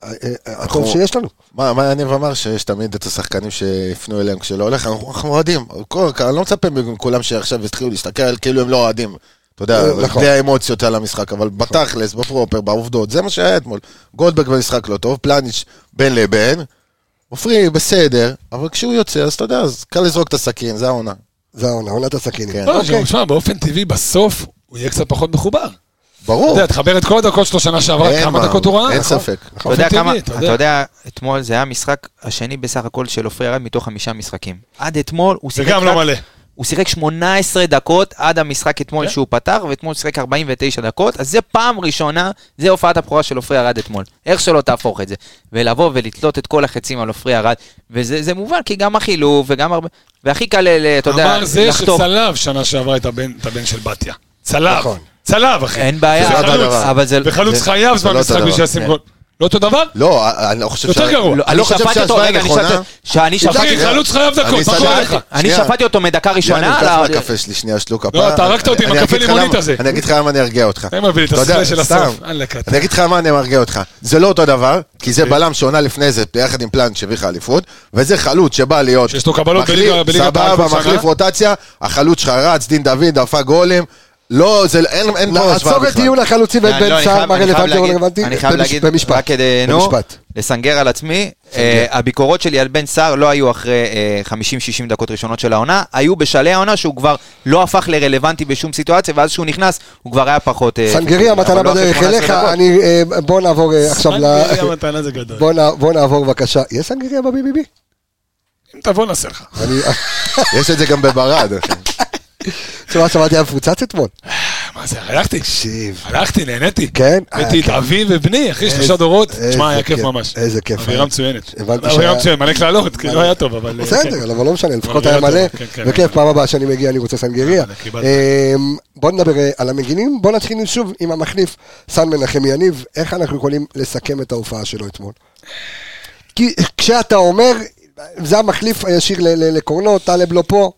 [SPEAKER 1] אה, אה, הטוב
[SPEAKER 5] אנחנו-
[SPEAKER 1] שיש לנו.
[SPEAKER 5] מה, מה יניב אמר? שיש תמיד את השחקנים שיפנו אליהם כשלא הולך, אנחנו אנחנו אוהדים. כל- אני לא מצפה מכולם שעכשיו יתחילו להסתכל על כאילו הם לא אוהדים. אתה יודע,
[SPEAKER 1] אה, נכון.
[SPEAKER 5] בלי האמוציות על המשחק, אבל בתכלס, בפרופר, בעובדות, זה מה שהיה אתמול. גולדברג במשחק לא טוב, פלניץ' בין לבין, עופרי בסדר, אבל כשהוא יוצא, אז אתה יודע, אז קל לזרוק את הסכין, זה העונה.
[SPEAKER 1] זה העונה, עונת הסכינים.
[SPEAKER 5] כן.
[SPEAKER 6] לא,
[SPEAKER 1] אוקיי.
[SPEAKER 6] שמע, באופן טבעי, בסוף הוא יהיה קצת פחות מחובר. אתה
[SPEAKER 5] ברור,
[SPEAKER 6] יודע, תחבר את כל הדקות שלו שנה שעברה,
[SPEAKER 5] אין
[SPEAKER 6] כמה
[SPEAKER 5] מה,
[SPEAKER 6] דקות הוא ראה.
[SPEAKER 5] אין
[SPEAKER 6] נכון?
[SPEAKER 5] ספק.
[SPEAKER 7] אתה יודע
[SPEAKER 6] באופן
[SPEAKER 7] כמה,
[SPEAKER 6] טבעי,
[SPEAKER 7] אתה יודע, אתמול זה היה המשחק השני בסך הכל של עופרי ארד מתוך חמישה משחקים. עד אתמול הוא
[SPEAKER 6] זה
[SPEAKER 7] שיחק...
[SPEAKER 6] גם לא
[SPEAKER 7] רק-
[SPEAKER 6] מלא.
[SPEAKER 7] הוא שיחק 18 דקות עד המשחק אתמול
[SPEAKER 6] כן.
[SPEAKER 7] שהוא פתח, ואתמול הוא שיחק 49 דקות, אז זה פעם ראשונה, זה הופעת הבכורה של עופרי ארד אתמול. איך שלא תהפוך את זה. ולבוא ולתלות את כל החצים על עופרי ארד, וזה זה מובן, כי גם החילוף וגם הרבה... והכי קל, אה, אתה יודע,
[SPEAKER 6] אמר זה
[SPEAKER 7] לחטוף.
[SPEAKER 6] שצלב שנה שעברה את הבן את הבן של בתיה. צלב.
[SPEAKER 1] נכון.
[SPEAKER 6] צלב, אחי.
[SPEAKER 7] אין בעיה,
[SPEAKER 6] זה
[SPEAKER 7] אבל-
[SPEAKER 6] חלוץ.
[SPEAKER 7] אבל זה- כן.
[SPEAKER 6] וחלוץ
[SPEAKER 7] זה-
[SPEAKER 6] חייב
[SPEAKER 5] זה
[SPEAKER 6] זמן
[SPEAKER 5] לא
[SPEAKER 6] משחק
[SPEAKER 5] אותו
[SPEAKER 6] בשביל
[SPEAKER 5] דבר.
[SPEAKER 6] לשים גול. לא אותו דבר?
[SPEAKER 5] לא, אני לא חושב...
[SPEAKER 6] יותר
[SPEAKER 5] שה-
[SPEAKER 6] גרוע.
[SPEAKER 7] לא,
[SPEAKER 5] אני לא
[SPEAKER 7] אני
[SPEAKER 5] חושב אה?
[SPEAKER 7] שפטתי אותו,
[SPEAKER 5] שההשוואה היא
[SPEAKER 7] רגע, אני
[SPEAKER 5] נכונה.
[SPEAKER 7] שפטתי- שאני
[SPEAKER 6] תגיד,
[SPEAKER 7] שפטתי...
[SPEAKER 6] חלוץ חייב
[SPEAKER 5] אני
[SPEAKER 6] דקות, מה קורה
[SPEAKER 5] סלחתי.
[SPEAKER 6] לך?
[SPEAKER 7] אני
[SPEAKER 5] שנייה.
[SPEAKER 7] שפטתי אותו מדקה ראשונה,
[SPEAKER 5] יאללה, אני
[SPEAKER 7] על
[SPEAKER 5] אקח
[SPEAKER 7] ה-
[SPEAKER 5] מהקפה שלי, שנייה, שלוק הפעם.
[SPEAKER 6] אתה הרגת לא, אותי עם
[SPEAKER 5] אני
[SPEAKER 6] הקפה
[SPEAKER 5] אגיד לך
[SPEAKER 6] לימונית
[SPEAKER 5] למה-
[SPEAKER 6] הזה.
[SPEAKER 5] אני אגיד לך למה אני ארגיע אותך.
[SPEAKER 6] אתה מביא לי את
[SPEAKER 5] אתה יודע,
[SPEAKER 6] הספרי של הסוף.
[SPEAKER 5] סתם.
[SPEAKER 6] אללה קטן.
[SPEAKER 5] אני אגיד לך מה אני ארגיע אותך. זה לא אותו דבר, כי זה
[SPEAKER 6] אוקיי.
[SPEAKER 5] בלם שעונה לפני זה ביחד עם פלנט שהביא לך אליפות, וזה חלוץ שבא להיות...
[SPEAKER 6] שיש לו קבלות
[SPEAKER 5] מחליף,
[SPEAKER 6] בליגה- בליגת העל
[SPEAKER 5] סבבה,
[SPEAKER 6] כל שנה.
[SPEAKER 5] מחליף רוטציה, החלוץ שלך רץ, דין דוד, דפק גולים. לא, זה... אין אין פה השוואה
[SPEAKER 1] לעצור את
[SPEAKER 5] בכלל.
[SPEAKER 1] דיון החלוצים ואת
[SPEAKER 7] אני- לא,
[SPEAKER 1] בן
[SPEAKER 7] אני
[SPEAKER 1] סער,
[SPEAKER 7] חייב-
[SPEAKER 1] מה
[SPEAKER 7] אני חייב
[SPEAKER 1] רלוונטי או לא
[SPEAKER 7] להגיד-
[SPEAKER 1] רלוונטי?
[SPEAKER 7] אני חייב
[SPEAKER 1] במש-
[SPEAKER 7] להגיד,
[SPEAKER 1] במשפט.
[SPEAKER 7] רק כדי, נו,
[SPEAKER 1] במשפט.
[SPEAKER 7] לסנגר על עצמי, אה, הביקורות שלי על בן סער לא היו אחרי אה, 50-60 דקות ראשונות של העונה, היו בשלהי העונה שהוא כבר לא הפך לרלוונטי בשום סיטואציה, ואז שהוא נכנס, הוא כבר היה פחות... אה,
[SPEAKER 1] סנגריה
[SPEAKER 7] אפקטיבי,
[SPEAKER 1] מתנה
[SPEAKER 7] אבל לא אחרי
[SPEAKER 1] בדרך
[SPEAKER 7] 18
[SPEAKER 1] אליך,
[SPEAKER 7] דקות.
[SPEAKER 1] אני, אה, בוא נעבור אה, עכשיו ל...
[SPEAKER 6] סנגריה מתנה זה גדול.
[SPEAKER 1] בוא נע- בוא נעבור בבקשה. יש סנגריה בביביבי?
[SPEAKER 6] אם תבוא נעשה לך.
[SPEAKER 1] אני... אה,
[SPEAKER 5] יש את זה גם בברד. אחי.
[SPEAKER 1] תשמע, שמעתי היה מפוצץ אתמול.
[SPEAKER 6] מה זה, הלכתי.
[SPEAKER 1] תקשיב.
[SPEAKER 6] הלכתי, נהניתי.
[SPEAKER 1] כן?
[SPEAKER 6] הבאתי את אבי ובני, אחי שלושה דורות.
[SPEAKER 1] איזה
[SPEAKER 6] תשמע, היה כיף
[SPEAKER 1] כיף,
[SPEAKER 6] ממש.
[SPEAKER 1] איזה כיף היה.
[SPEAKER 6] אווירה מצוינת.
[SPEAKER 1] הבנתי
[SPEAKER 6] אווירה
[SPEAKER 1] שהיה-
[SPEAKER 6] מצוינת, מלא קללות, כי לא היה טוב, אבל... אה, כן.
[SPEAKER 1] בסדר, אבל לא משנה, לפחות
[SPEAKER 6] היה
[SPEAKER 1] היה מלא.
[SPEAKER 6] טוב, כן, כן, היה
[SPEAKER 1] וכיף, פעם הבאה שאני מגיע אני רוצה סנגריה.
[SPEAKER 6] אבל קיבלת.
[SPEAKER 1] אה, בוא נדבר אה, על המגינים, בוא נתחיל שוב עם המחליף, סן מנחם יניב, איך אנחנו יכולים לסכם את ההופעה שלו אתמול? כי כשאתה אומר, זה המחליף הישיר ל- ל- לקורנו, טלב לא פה.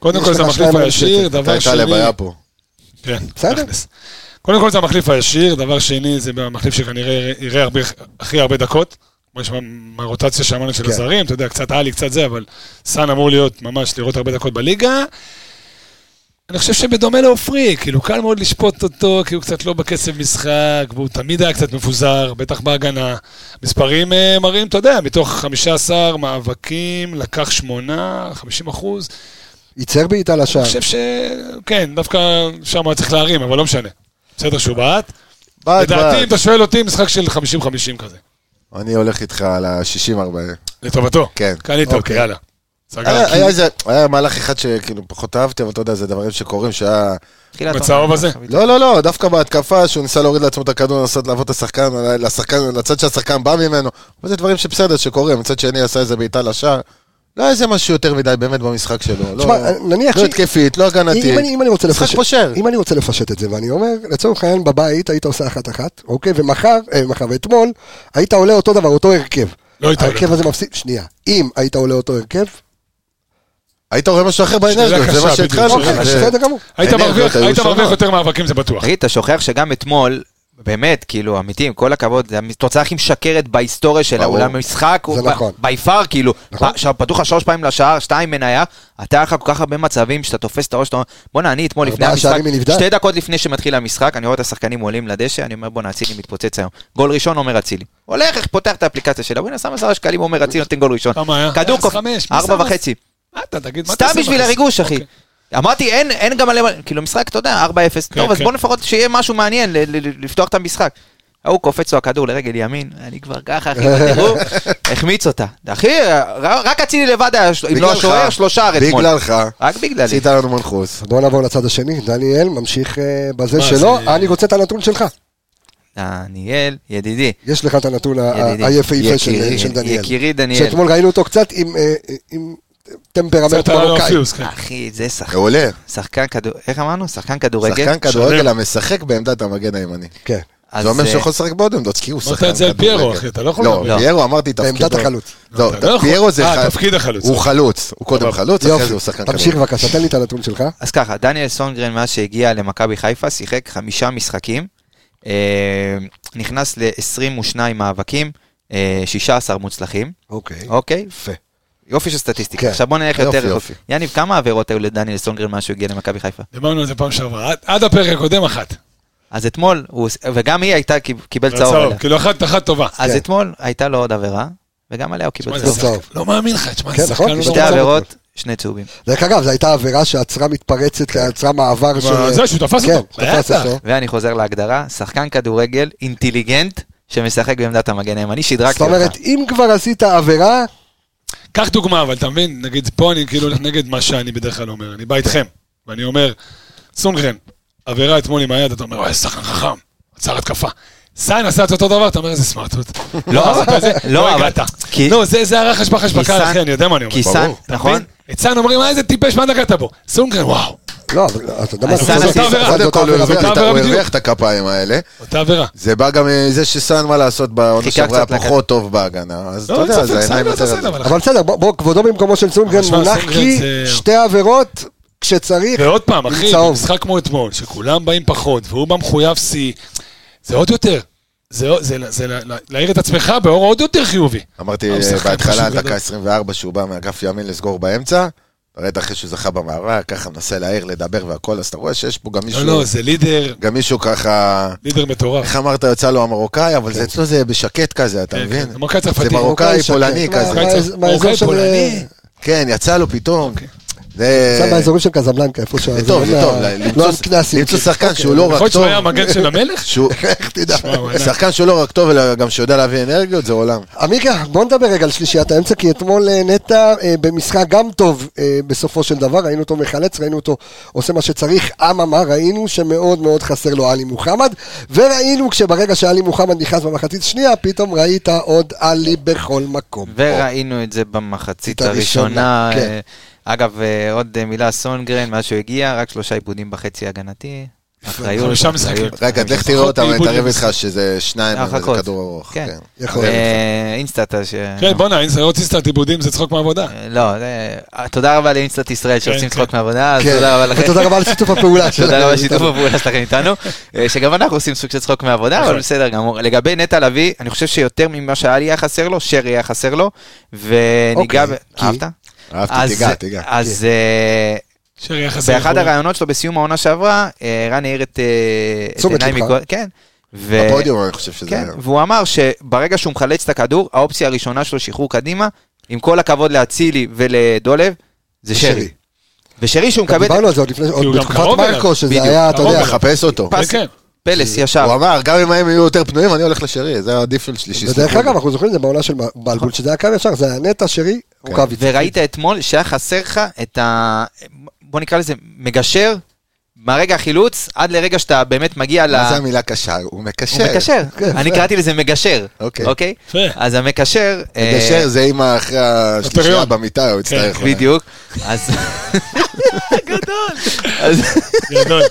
[SPEAKER 6] קודם
[SPEAKER 1] יש
[SPEAKER 6] כל זה
[SPEAKER 1] לך
[SPEAKER 6] המחליף
[SPEAKER 1] שניים על
[SPEAKER 6] הישיר,
[SPEAKER 1] השטח.
[SPEAKER 6] דבר
[SPEAKER 5] הייתה
[SPEAKER 6] שני...
[SPEAKER 5] לב היה פה.
[SPEAKER 6] כן,
[SPEAKER 1] בסדר.
[SPEAKER 6] תכלס. קודם כל זה המחליף הישיר, דבר שני זה המחליף שכנראה יראה הרבה- הכי הרבה דקות. כמו יש מהרוטציה שאמרנו של
[SPEAKER 1] כן.
[SPEAKER 6] הזרים, אתה יודע, קצת עלי, קצת זה, אבל סאן אמור להיות ממש לראות הרבה דקות בליגה. אני חושב שבדומה לעופרי, כאילו קל מאוד לשפוט אותו, כי הוא קצת לא בקצב משחק, והוא תמיד היה קצת מפוזר, בטח בהגנה. מספרים אה, מראים, אתה יודע, מתוך 15 מאבקים, לקח שמונה, 50 אחוז.
[SPEAKER 1] ייצר בעיטה לשער.
[SPEAKER 6] אני חושב ש... כן, דווקא שם היה צריך להרים, אבל לא משנה. בסדר שהוא בעט.
[SPEAKER 5] בעד,
[SPEAKER 6] לדעתי, אם
[SPEAKER 5] בעד.
[SPEAKER 6] אתה שואל אותי, משחק של 50-50 כזה.
[SPEAKER 5] אני הולך איתך על ה-60-40.
[SPEAKER 6] לטובתו.
[SPEAKER 5] כן.
[SPEAKER 6] קנית אותי,
[SPEAKER 5] אוקיי.
[SPEAKER 6] יאללה.
[SPEAKER 5] היה
[SPEAKER 6] סגר.
[SPEAKER 5] אה, היה איזה- היה מהלך אחד שכאילו פחות אהבתי, אבל אתה יודע, זה דברים שקורים שהיה...
[SPEAKER 7] תחילת
[SPEAKER 6] בצהוב
[SPEAKER 7] העונה,
[SPEAKER 6] הזה?
[SPEAKER 7] חביבי.
[SPEAKER 5] לא, לא, לא, דווקא בהתקפה, שהוא ניסה להוריד לעצמו את הכדור, לנסות לעבוד את השחקן, אה, לשחקן, לצד שהשחקן בא ממנו. אבל זה דברים שבסדר, שקורים. מצד שני עשה איזה בעיטה לשער. לא היה איזה משהו יותר מדי באמת במשחק שלו. לא-
[SPEAKER 1] תשמע, נניח
[SPEAKER 5] לא
[SPEAKER 1] ש-
[SPEAKER 5] התקפית, לא הגנתית.
[SPEAKER 1] אם אני- אם אני רוצה
[SPEAKER 5] משחק
[SPEAKER 1] לפשט-
[SPEAKER 5] פושר.
[SPEAKER 1] אם אני רוצה לפשט את זה, ואני אומר, לצורך העניין בבית היית עושה אחת-אחת, אוקיי? ומחר, אה, מחר ואתמול, היית עולה אותו דבר, אותו הרכב.
[SPEAKER 6] לא היית עולה.
[SPEAKER 1] ההרכב הזה מפסיד, שנייה. אם היית עולה אותו הרכב,
[SPEAKER 5] היית רואה משהו אחר באנרגיות, זה
[SPEAKER 6] קשה,
[SPEAKER 5] מה שהתחלנו.
[SPEAKER 6] בדיוק, שאלה
[SPEAKER 1] אוקיי,
[SPEAKER 5] זה-
[SPEAKER 1] בסדר גמור.
[SPEAKER 6] היית
[SPEAKER 5] אנרגיות
[SPEAKER 6] מרוויח-
[SPEAKER 5] היו
[SPEAKER 6] היית
[SPEAKER 5] שונות.
[SPEAKER 6] מרוויח יותר מאבקים, זה בטוח.
[SPEAKER 7] תגיד, אתה שוכח שגם אתמול, באמת, כאילו, אמיתי, עם כל הכבוד, זו התוצאה הכי משקרת בהיסטוריה של
[SPEAKER 5] ברור.
[SPEAKER 7] האולם משחק,
[SPEAKER 1] זה נכון.
[SPEAKER 7] בי פאר, כאילו,
[SPEAKER 1] נכון.
[SPEAKER 7] פ- שם פתוח לך שלוש פעמים לשער, שתיים מניה, אתה היה לך כל כך הרבה מצבים שאתה תופס את הראש, אתה אומר, בואנה, אני אתמול לפני
[SPEAKER 1] ארבעה
[SPEAKER 7] המשחק,
[SPEAKER 1] שערים מנבדל."
[SPEAKER 7] שתי דקות לפני שמתחיל המשחק, אני רואה את השחקנים עולים לדשא, אני אומר, בואנה, אצילי מתפוצץ היום. גול ראשון, עומר אצילי. הולך, איך פותח את האפליקציה שלה, בואנה, שם עשרה שקלים, עומר אצילי נותן גול ראשון.
[SPEAKER 6] כמה היה?
[SPEAKER 7] כדור
[SPEAKER 6] אפס
[SPEAKER 7] קופ,
[SPEAKER 6] חמש, מי
[SPEAKER 7] ארבע
[SPEAKER 6] שם?
[SPEAKER 7] וחצי.
[SPEAKER 6] מה אה, אתה תגיד? מה אתה
[SPEAKER 7] סתם
[SPEAKER 6] עושה
[SPEAKER 7] בשביל
[SPEAKER 6] בחצי?
[SPEAKER 7] הריגוש, אחי.
[SPEAKER 6] אוקיי.
[SPEAKER 7] אמרתי, אין, אין גם עליהם, כאילו משחק, אתה יודע, 4-0, טוב, אז
[SPEAKER 6] כן.
[SPEAKER 7] בוא לפחות שיהיה משהו מעניין, ל- ל- ל- לפתוח את המשחק. ההוא קופץ לו הכדור לרגל ימין, אני כבר ככה, אחי, תראו, החמיץ אותה. אחי, ר- רק אצילי לבד היה, אם לא
[SPEAKER 5] בגללך,
[SPEAKER 7] השוער, שלושה ארץ.
[SPEAKER 5] בגללך,
[SPEAKER 7] רק בגללי.
[SPEAKER 5] עשית לנו מנחוס.
[SPEAKER 1] בואו נעבור לצד השני, דניאל ממשיך אה, בזה
[SPEAKER 6] מה,
[SPEAKER 1] שלו,
[SPEAKER 6] זה-
[SPEAKER 1] אני רוצה את הנתון שלך.
[SPEAKER 7] דניאל, ידידי.
[SPEAKER 1] יש לך את הנתון ה-
[SPEAKER 7] ידידי.
[SPEAKER 1] היפהפה של
[SPEAKER 7] יקירי,
[SPEAKER 1] של דניאל.
[SPEAKER 7] יקירי דניאל.
[SPEAKER 1] שאתמול ראינו אותו קצת עם, אה, אה, עם טמפרמנט
[SPEAKER 6] קצת היה לו
[SPEAKER 1] מרוקאי.
[SPEAKER 6] פיוס, כן.
[SPEAKER 7] אחי, זה שחקן,
[SPEAKER 5] מעולה.
[SPEAKER 7] שחקן כדור, איך אמרנו? שחקן כדורגל.
[SPEAKER 5] שחקן כדורגל המשחק בעמדת המגן הימני.
[SPEAKER 1] כן.
[SPEAKER 7] אז,
[SPEAKER 5] זה אומר
[SPEAKER 7] אה,
[SPEAKER 5] שהוא יכול לשחק בעוד עמדות, כי הוא שחקן
[SPEAKER 6] אמרת את זה על פיירו,
[SPEAKER 5] כדורגל.
[SPEAKER 6] אחי, אתה לא יכול...
[SPEAKER 5] לא,
[SPEAKER 7] לא.
[SPEAKER 5] פיירו אמרתי תפקידו.
[SPEAKER 1] בעמדת החלוץ.
[SPEAKER 5] לא,
[SPEAKER 6] אתה לא יכול.
[SPEAKER 5] פיירו זה...
[SPEAKER 6] אה,
[SPEAKER 5] אחד-
[SPEAKER 6] תפקיד החלוץ.
[SPEAKER 5] הוא חלוץ. הוא קודם חלוץ, לא אחרי זה הוא
[SPEAKER 1] יופי,
[SPEAKER 5] שחקן
[SPEAKER 1] תמשיך
[SPEAKER 5] כדורגל.
[SPEAKER 1] בבקשה, תן לי את הנתון שלך.
[SPEAKER 7] אז ככה, דניאל סונגרן מאז שהגיע למכבי חיפה שיחק חמישה משחקים, אה, נכנס ל-22 מאבקים, אה, 16 מוצלחים,
[SPEAKER 1] אוקיי.
[SPEAKER 7] אוקיי?
[SPEAKER 1] יפה.
[SPEAKER 7] יופי של סטטיסטיקה.
[SPEAKER 1] כן.
[SPEAKER 7] עכשיו בוא נלך
[SPEAKER 5] יופי,
[SPEAKER 7] יותר רחוק.
[SPEAKER 5] יופי.
[SPEAKER 7] יניב, כמה עבירות היו לדניאל סונגרן מאז שהוא הגיע למכבי חיפה?
[SPEAKER 6] דיברנו על זה פעם שעברה. עד- עד הפרק הקודם אחת.
[SPEAKER 7] אז אתמול, הוא- וגם היא הייתה, קיב- קיבל צהוב
[SPEAKER 6] צהוב.
[SPEAKER 7] עליה.
[SPEAKER 6] כאילו אחת, אחת טובה.
[SPEAKER 7] אז
[SPEAKER 1] כן.
[SPEAKER 7] אתמול הייתה לו עוד עבירה, וגם עליה הוא
[SPEAKER 6] תשמע,
[SPEAKER 7] קיבל
[SPEAKER 6] זה
[SPEAKER 7] צהוב.
[SPEAKER 1] צהוב.
[SPEAKER 6] שחקן- לא מאמין לך, תשמע,
[SPEAKER 1] כן,
[SPEAKER 6] זה שחקן
[SPEAKER 1] נכון,
[SPEAKER 6] לא
[SPEAKER 1] כי
[SPEAKER 7] שתי
[SPEAKER 1] צהוב.
[SPEAKER 7] עבירות, שני צהובים.
[SPEAKER 1] דרך אגב, זו הייתה עבירה שעצרה מתפרצת, עצרה מעבר של...
[SPEAKER 6] כן. זה שהוא תפס
[SPEAKER 1] כן,
[SPEAKER 6] אותו.
[SPEAKER 1] תפס
[SPEAKER 6] בטח.
[SPEAKER 1] אותו.
[SPEAKER 7] ואני חוזר להגדרה, שחקן כדורגל אינטליגנט שמשחק בעמדת המגן הימני,
[SPEAKER 1] זאת
[SPEAKER 7] שדרגתי אותך.
[SPEAKER 1] אומרת, אם כבר עשית עבירה,
[SPEAKER 6] קח דוגמה, אבל אתה מבין, נגיד, פה אני כאילו הולך נגד מה שאני בדרך כלל אומר, אני בא איתכם, ואני אומר, סונגרן, עבירה אתמול עם היד, אתה אומר, וואי, שחקן חכם, עצר התקפה. סאן עשה את אותו דבר, אתה אומר, איזה סמרטוט. לא עשית את זה, לא
[SPEAKER 7] לא, אבל-
[SPEAKER 6] הגעת.
[SPEAKER 7] כי-
[SPEAKER 6] לא, זה זה הרחש בחש
[SPEAKER 7] כי
[SPEAKER 6] בקהל,
[SPEAKER 7] סאן-
[SPEAKER 6] אחי, אני יודע מה אני אומר.
[SPEAKER 7] כי
[SPEAKER 6] ברור.
[SPEAKER 7] סאן,
[SPEAKER 6] אתה
[SPEAKER 7] נכון.
[SPEAKER 6] מבין? את סאן אומרים, מה איזה טיפש, מה נגעת בו? סונגרן, וואו,
[SPEAKER 1] לא, אבל אתה יודע מה,
[SPEAKER 7] אז
[SPEAKER 1] זאת
[SPEAKER 7] סאן
[SPEAKER 1] אותה
[SPEAKER 7] עשית-
[SPEAKER 1] עבירה,
[SPEAKER 6] קודם
[SPEAKER 1] זאת
[SPEAKER 5] כל הוא
[SPEAKER 1] אותה
[SPEAKER 5] הרוויח
[SPEAKER 1] עבירה.
[SPEAKER 5] את ה-
[SPEAKER 6] אותה
[SPEAKER 5] הוא
[SPEAKER 6] בדיוק.
[SPEAKER 5] הרוויח את הכפיים האלה.
[SPEAKER 6] אותה עבירה.
[SPEAKER 5] זה בא גם מזה שסאן, מה לעשות, בעונה
[SPEAKER 7] חיכה
[SPEAKER 5] שעברה
[SPEAKER 7] קצת לקט-
[SPEAKER 5] פחות טוב בהגנה. אז אתה
[SPEAKER 6] לא, אין
[SPEAKER 5] יודע,
[SPEAKER 6] ספק,
[SPEAKER 5] זה
[SPEAKER 6] סאן
[SPEAKER 5] העיניים
[SPEAKER 6] לא
[SPEAKER 5] יותר...
[SPEAKER 6] עשה את זה, אבל
[SPEAKER 1] אבל בסדר, בוא- בוא, כבודו במקומו של סונגרן
[SPEAKER 6] אבל שמע,
[SPEAKER 1] מונח
[SPEAKER 6] סונגרן
[SPEAKER 1] כי
[SPEAKER 6] זה-
[SPEAKER 1] שתי עבירות כשצריך.
[SPEAKER 6] ועוד פעם, אחי,
[SPEAKER 1] צהוב.
[SPEAKER 6] משחק כמו אתמול, שכולם באים פחות, והוא בא מחויב שיא, זה עוד יותר. זה, זה, זה, זה לה- להאיר את עצמך באור עוד יותר חיובי.
[SPEAKER 5] אמרתי אה,
[SPEAKER 6] הוא שחקן
[SPEAKER 5] בהתחלה
[SPEAKER 6] פשוט
[SPEAKER 5] על דקה
[SPEAKER 6] גדול.
[SPEAKER 5] 24 שהוא בא מאגף ימין לסגור באמצע, ראית אחרי שהוא זכה במאבק, ככה מנסה להעיר, לדבר והכל, אז אתה רואה שיש פה גם
[SPEAKER 6] לא,
[SPEAKER 5] מישהו,
[SPEAKER 6] לא, זה לידר,
[SPEAKER 5] גם מישהו ככה,
[SPEAKER 6] לידר מטורף.
[SPEAKER 5] איך אמרת, יצא לו המרוקאי, אבל זה אצלו זה בשקט כזה, אתה
[SPEAKER 6] כן,
[SPEAKER 5] מבין?
[SPEAKER 6] כן, מרוקאי צרפתי. לא,
[SPEAKER 5] זה מרוקאי
[SPEAKER 1] מרוקאי,
[SPEAKER 5] פולני
[SPEAKER 1] שקט.
[SPEAKER 5] כזה.
[SPEAKER 1] מה-
[SPEAKER 6] מרוקאי-
[SPEAKER 1] מהאזור
[SPEAKER 6] מרוקאי
[SPEAKER 1] של-
[SPEAKER 6] פולני.
[SPEAKER 5] כן, יצא לו פתאום.
[SPEAKER 6] אוקיי.
[SPEAKER 1] עכשיו
[SPEAKER 5] זה
[SPEAKER 1] מהאזורים של קזבלנקה, איפה שה...
[SPEAKER 5] זה טוב, זה טוב, ל-
[SPEAKER 1] לא אוקיי.
[SPEAKER 5] למצוא-
[SPEAKER 1] הקלאסי.
[SPEAKER 5] למצוא שחקן שהוא לא
[SPEAKER 6] יכול
[SPEAKER 5] רק
[SPEAKER 6] להיות שהוא
[SPEAKER 5] טוב,
[SPEAKER 6] היה המגן של המלך?
[SPEAKER 5] שהוא-
[SPEAKER 1] איך תדע.
[SPEAKER 6] וואו, וואו, וואו.
[SPEAKER 5] שחקן שהוא לא רק טוב, אלא גם שיודע להביא אנרגיות, זה עולם.
[SPEAKER 1] עמיקה, בוא נדבר רגע על שלישיית האמצע, כי אתמול אה, נטע אה, במשחק גם טוב אה, בסופו של דבר, ראינו אותו מחלץ, ראינו אותו עושה מה שצריך, אממה, ראינו שמאוד מאוד חסר לו עלי מוחמד, וראינו כשברגע שעלי מוחמד נכנס במחצית שנייה, פתאום ראית עוד עלי בכל מקום.
[SPEAKER 7] וראינו את זה
[SPEAKER 1] את
[SPEAKER 7] במחצית
[SPEAKER 1] הראשונה,
[SPEAKER 7] הראשונה.
[SPEAKER 1] כן.
[SPEAKER 7] אה, אגב, אה, עוד אה, מילה, סונגרן, מאז שהוא הגיע, רק שלושה עיבודים בחצי הגנתי. אחריות.
[SPEAKER 6] חמישה
[SPEAKER 7] אחריות.
[SPEAKER 6] משחקים.
[SPEAKER 5] רגע, לך תראה
[SPEAKER 6] פחות
[SPEAKER 5] אותם, אני
[SPEAKER 6] בלבול
[SPEAKER 5] אתערב
[SPEAKER 6] במשחק.
[SPEAKER 5] איתך שזה שניים, אבל זה
[SPEAKER 7] הרחקות.
[SPEAKER 5] כדור ארוך.
[SPEAKER 7] אה, כן.
[SPEAKER 5] כן.
[SPEAKER 1] יכול להיות.
[SPEAKER 7] אה, אינסטאט. אה, ש-
[SPEAKER 6] כן, בואנה, אם זה עוד אינסטנט עיבודים, זה צחוק מעבודה.
[SPEAKER 7] אה, לא, זה- אה, תודה רבה לאינסטאט ישראל
[SPEAKER 6] כן.
[SPEAKER 7] שעושים צחוק מהעבודה, אז
[SPEAKER 1] כן.
[SPEAKER 7] תודה רבה לכם.
[SPEAKER 1] ותודה רבה על שיתוף הפעולה שלכם.
[SPEAKER 7] תודה רבה שיתוף הפעולה שלכם איתנו, אה, שגם אנחנו עושים סוג של צחוק מהעבודה, אבל
[SPEAKER 6] נכון.
[SPEAKER 7] בסדר גמור. לגבי נטע לביא, אני חושב שיותר ממה שאלי היה חסר לו, שרי היה חסר לו, וניגע...
[SPEAKER 1] אוקיי,
[SPEAKER 7] ב-
[SPEAKER 1] כי-
[SPEAKER 7] אהבת?
[SPEAKER 5] אהבתי,
[SPEAKER 7] אז-
[SPEAKER 5] תיגע, תיגע.
[SPEAKER 7] אז אה,
[SPEAKER 6] שרי היה חסר.
[SPEAKER 7] באחד
[SPEAKER 6] לכולם.
[SPEAKER 7] הראיונות שלו בסיום העונה שעברה, אה, רן העיר את אה, את
[SPEAKER 1] תשומת
[SPEAKER 7] עיניי
[SPEAKER 1] לבך.
[SPEAKER 7] מכל... כן. ו-
[SPEAKER 5] הפודיום, אני חושב שזה...
[SPEAKER 7] כן, והוא אמר שברגע שהוא מחלץ את הכדור, האופציה הראשונה שלו שחרור קדימה, עם כל הכבוד לאצילי ולדולב, זה
[SPEAKER 1] שרי.
[SPEAKER 7] שרי. ושרי שהוא מקבל...
[SPEAKER 1] דיברנו על זה עוד לפני, עוד
[SPEAKER 6] הוא גם
[SPEAKER 1] בתקופת
[SPEAKER 6] קרוב אליו.
[SPEAKER 1] מרקו, שזה
[SPEAKER 7] בדיוק,
[SPEAKER 1] היה, אתה
[SPEAKER 6] קרוב
[SPEAKER 1] יודע,
[SPEAKER 6] אליו.
[SPEAKER 5] חפש אותו.
[SPEAKER 7] פס,
[SPEAKER 6] כן,
[SPEAKER 7] פלס ישר.
[SPEAKER 5] הוא אמר, גם אם הם יהיו יותר פנויים, אני הולך לשרי, זה הדיפל שלישי.
[SPEAKER 1] ודרך אגב, אנחנו זוכרים את זה בעונה של
[SPEAKER 7] כן.
[SPEAKER 1] בלבול, שזה היה קו ישר, זה היה נטע, שרי, רוקאביץ.
[SPEAKER 7] וראית אתמול שהיה חסר לך את ה... בוא נקרא לזה מגשר, מהרגע החילוץ עד לרגע שאתה באמת מגיע ל...
[SPEAKER 5] מה זה המילה קשר? הוא מקשר.
[SPEAKER 7] הוא מקשר.
[SPEAKER 1] כן,
[SPEAKER 7] אני
[SPEAKER 1] יפה.
[SPEAKER 7] קראתי לזה מגשר,
[SPEAKER 5] אוקיי.
[SPEAKER 7] אוקיי?
[SPEAKER 6] יפה.
[SPEAKER 7] אז המקשר... אה,
[SPEAKER 5] מקשר זה אם אחרי השלישייה
[SPEAKER 6] הפריון. כן,
[SPEAKER 5] במיטה הוא יצטרך. אולי.
[SPEAKER 7] בדיוק. אז... גדול. אז-
[SPEAKER 6] כן. גדול.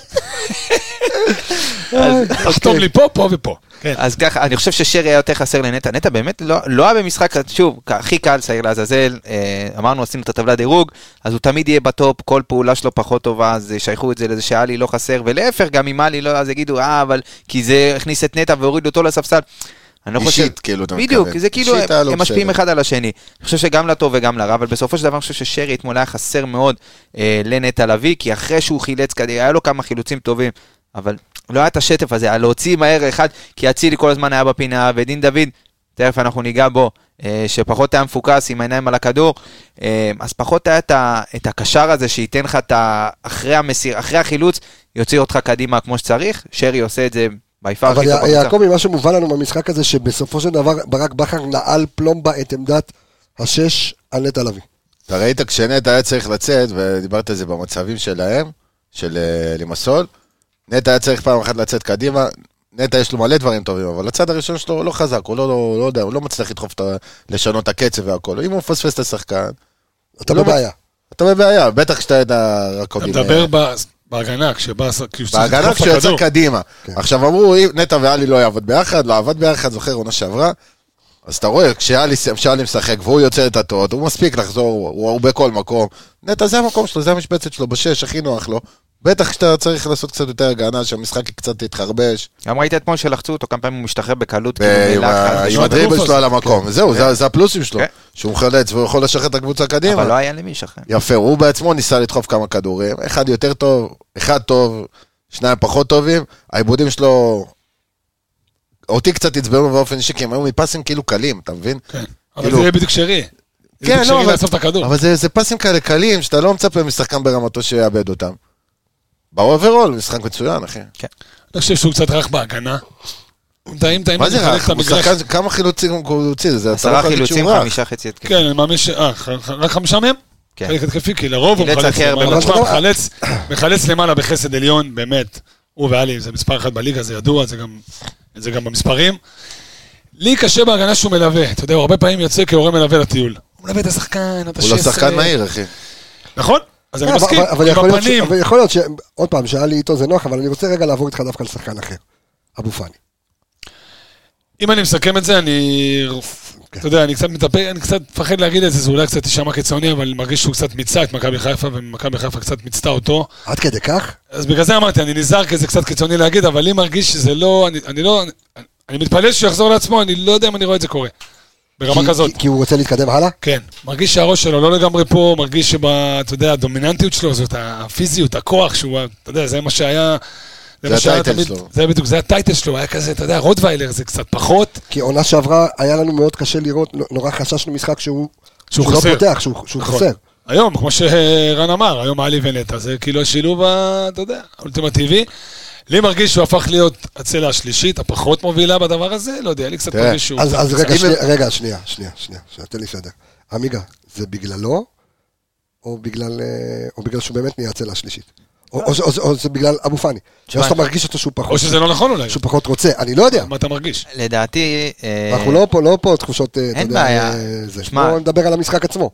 [SPEAKER 6] תחתום לי פה, פה ופה. כן.
[SPEAKER 7] אז ככה, אני חושב ששרי היה יותר חסר לנטע. נטע באמת לא- לא היה במשחק, שוב, כ- הכי קל, שעיר לעזאזל, אה, אמרנו, עשינו את הטבלת דירוג, אז הוא תמיד יהיה בטופ, כל פעולה שלו פחות טובה, אז ישייכו את זה לזה שאלי לא חסר, ולהפך, גם אם אלי לא, אז יגידו, אה, אבל כי זה הכניס את נטע והוריד אותו לספסל. אני לא חושב...
[SPEAKER 5] אישית, כאילו, אתה
[SPEAKER 7] בדיוק,
[SPEAKER 5] מתכוון.
[SPEAKER 7] זה כאילו,
[SPEAKER 5] אישית היה לו
[SPEAKER 7] הם משפיעים
[SPEAKER 5] בסדר.
[SPEAKER 7] אחד על השני. אני חושב שגם לטוב וגם לרע, אבל בסופו של דבר אני חושב ששרי אתמול היה חסר מאוד אה, לנטע לביא, כי אחרי שהוא חילץ, כדי- היה לו כמה חילוצים טובים, אבל לא היה את השטף הזה, היה להוציא מהר אחד, כי אצילי כל הזמן היה בפינה, ודין דוד, תכף אנחנו ניגע בו, אה, שפחות היה מפוקס עם העיניים על הכדור, אה, אז פחות היה את, ה, את הקשר הזה שייתן לך את ה... אחרי, המסיר, אחרי החילוץ, יוציא אותך קדימה כמו שצריך, שרי עושה את זה. by far
[SPEAKER 1] אבל
[SPEAKER 7] הכי טוב
[SPEAKER 1] יע-
[SPEAKER 7] בקבוצה.
[SPEAKER 1] יעקבי, מה שמובן לנו במשחק הזה, שבסופו של דבר ברק בכר נעל פלומבה את עמדת השש על נטע לביא.
[SPEAKER 5] אתה ראית כשנטע היה צריך לצאת, ודיברת על זה במצבים שלהם, של אה, לימסול, נטע היה צריך פעם אחת לצאת קדימה, נטע יש לו מלא דברים טובים, אבל הצד הראשון שלו הוא לא חזק, הוא לא, לא, לא יודע, הוא לא מצליח לדחוף את ה... לשנות את הקצב והכל. אם הוא מפספס את השחקן,
[SPEAKER 1] אתה
[SPEAKER 5] לא
[SPEAKER 1] בבעיה.
[SPEAKER 5] אתה בבעיה, בטח כשאתה את הרקובים.
[SPEAKER 6] אתה
[SPEAKER 5] האלה.
[SPEAKER 6] מדבר ב- בהגנה, כשבא... כשצריך
[SPEAKER 5] אה, בהגנה
[SPEAKER 6] לדחוף את
[SPEAKER 5] כשהוא יצא
[SPEAKER 6] הכדור.
[SPEAKER 5] קדימה. עכשיו אמרו, אם נטע ואלי לא יעבוד ביחד, לא עבד ביחד, זוכר עונה שעברה. אז אתה רואה, כשאלי כשאלי משחק והוא יוצא את הטוט, הוא מספיק לחזור, הוא- הוא הוא בכל מקום. נטע, זה המקום שלו, זה המשבצת שלו, בשש, הכי נוח לו. בטח כשאתה צריך לעשות קצת יותר הגנה, שהמשחק קצת יתחרבש.
[SPEAKER 7] גם ראית אתמול שלחצו אותו כמה פעמים, הוא משתחרר בקלות,
[SPEAKER 5] ו-
[SPEAKER 7] כאילו בלחץ.
[SPEAKER 5] עם הדריבל שלו על המקום. זהו, זה- זה הפלוסים שלו.
[SPEAKER 7] כן.
[SPEAKER 5] שהוא מחלץ והוא יכול לשחרר את הקבוצה קדימה.
[SPEAKER 7] אבל לא היה למי לשחרר.
[SPEAKER 5] יפה, הוא בעצמו ניסה לדחוף כמה כדורים, אחד יותר טוב, אחד טוב, שניים פחות טובים, העיבודים שלו... אותי קצת עצבנו באופן אישי, כי הם היו מפסים כאילו קלים, אתה מבין?
[SPEAKER 6] כן. אבל
[SPEAKER 5] כאילו-
[SPEAKER 6] זה יהיה בדיוק שרי. זה בדיוק שרי לאסוף את הכדור.
[SPEAKER 5] כן, לא, אבל זה, זה פסים כאלה קלים, שאתה לא מצפה משחקן ברמתו שיאבד אותם. באוברול, משחק מצוין, אחי.
[SPEAKER 6] אני חושב שהוא קצת רך בהגנה. מתאים, מתאים.
[SPEAKER 5] מה זה
[SPEAKER 6] לחלק
[SPEAKER 5] רך?
[SPEAKER 6] את
[SPEAKER 5] הוא
[SPEAKER 6] המגרש.
[SPEAKER 5] שחקן, כמה חילוצים הוא הוציא? זה- אתה לא
[SPEAKER 7] עשרה
[SPEAKER 5] יכול להגיד
[SPEAKER 7] חילוצים,
[SPEAKER 5] שהוא רך.
[SPEAKER 7] חמישה חצי התקפים.
[SPEAKER 6] כן, אני מאמין ש... אה, ח- ח- רק חמישה מהם?
[SPEAKER 7] כן.
[SPEAKER 6] חלק התקפי, כי לרוב הוא
[SPEAKER 7] חילץ
[SPEAKER 6] מחלץ
[SPEAKER 7] הכי הרבה
[SPEAKER 6] למעלה.
[SPEAKER 1] בטוח.
[SPEAKER 6] תשמע, מחלץ- מחלץ למעלה בחסד עליון, באמת. הוא ואלי, זה מספר אחת בליגה, זה ידוע, זה גם- זה גם במספרים. לי קשה בהגנה שהוא מלווה. אתה יודע, הוא הרבה פעמים יוצא כהורה מלווה לטיול. הוא מלווה את השחקן, את
[SPEAKER 5] הוא
[SPEAKER 6] השסר.
[SPEAKER 5] לא שחקן מהיר,
[SPEAKER 6] אה,
[SPEAKER 5] אחי.
[SPEAKER 6] נכון, אז אני
[SPEAKER 1] אה, לא, אבל-
[SPEAKER 6] מסכים.
[SPEAKER 1] אבל- אבל
[SPEAKER 6] עם
[SPEAKER 1] יכול להיות ש-
[SPEAKER 6] הפנים.
[SPEAKER 1] אבל יכול להיות ש... עוד פעם, שהיה לי איתו זה נוח, אבל אני רוצה רגע לעבור איתך דווקא לשחקן אחר. אבו פאני.
[SPEAKER 6] אם אני מסכם את זה, אני... אתה יודע, אני קצת מתאפק, אני קצת מפחד להגיד את זה, זה אולי קצת יישמע קיצוני, אבל אני מרגיש שהוא קצת מיצה את מכבי חיפה, ומכבי חיפה קצת מיצתה אותו.
[SPEAKER 1] עד כדי כך?
[SPEAKER 6] אז בגלל זה אמרתי, אני נזהר, כי זה קצת קיצוני להגיד, אבל לי מרגיש שזה לא... אני, אני לא... אני, אני מתפלל שהוא יחזור לעצמו, אני לא יודע אם אני רואה את זה קורה. ברמה
[SPEAKER 1] כי-
[SPEAKER 6] כזאת.
[SPEAKER 1] כי- כי הוא רוצה להתקדם הלאה?
[SPEAKER 6] כן, מרגיש שהראש שלו לא לגמרי פה, מרגיש שב... אתה יודע, הדומיננטיות שלו, זאת הפיזיות, הכוח, שהוא... ה- אתה יודע, זה מה שהיה...
[SPEAKER 5] זה
[SPEAKER 6] מה שהיה
[SPEAKER 5] הטייטל
[SPEAKER 6] תמיד-
[SPEAKER 5] שלו.
[SPEAKER 6] זה היה בדיוק, זה הטייטל שלו, היה כזה, אתה יודע, רוטוויילר זה קצת פחות.
[SPEAKER 1] כי עונה שעברה היה לנו מאוד קשה לראות, נורא חששנו משחק שהוא...
[SPEAKER 6] שהוא
[SPEAKER 1] לא
[SPEAKER 6] חסר.
[SPEAKER 1] פותח, שהוא שהוא
[SPEAKER 6] נכון.
[SPEAKER 1] חסר.
[SPEAKER 6] היום, כמו שרן אמר, היום עלי ונטע, זה כאילו השילוב, ה- אתה יודע, האולטימטיבי. לי מרגיש שהוא הפך להיות הצלע השלישית, הפחות מובילה בדבר הזה, לא יודע, לי קצת
[SPEAKER 5] תראה,
[SPEAKER 6] מרגיש שהוא...
[SPEAKER 1] אז, אז רגע,
[SPEAKER 5] אם-
[SPEAKER 1] שנייה, רגע, שנייה, שנייה, שנייה, שנייה, תן לי סדר. עמיגה, זה בגללו, או בגלל, אה, או בגלל שהוא באמת נהיה הצלע השלישית? או, או, ש- או, ש- או זה בגלל אבו פאני? או שאתה מרגיש אותו שהוא
[SPEAKER 6] לא. או
[SPEAKER 1] פחות,
[SPEAKER 6] שזה לא נכון אולי,
[SPEAKER 1] שהוא פחות רוצה, אני לא יודע.
[SPEAKER 6] מה אתה מרגיש?
[SPEAKER 7] לדעתי... אה,
[SPEAKER 1] אנחנו לא פה, לא פה תחושות, אה, אתה
[SPEAKER 7] אין
[SPEAKER 1] יודע,
[SPEAKER 7] בעיה.
[SPEAKER 1] אה, זה.
[SPEAKER 7] שמע-
[SPEAKER 1] בואו נדבר על המשחק עצמו.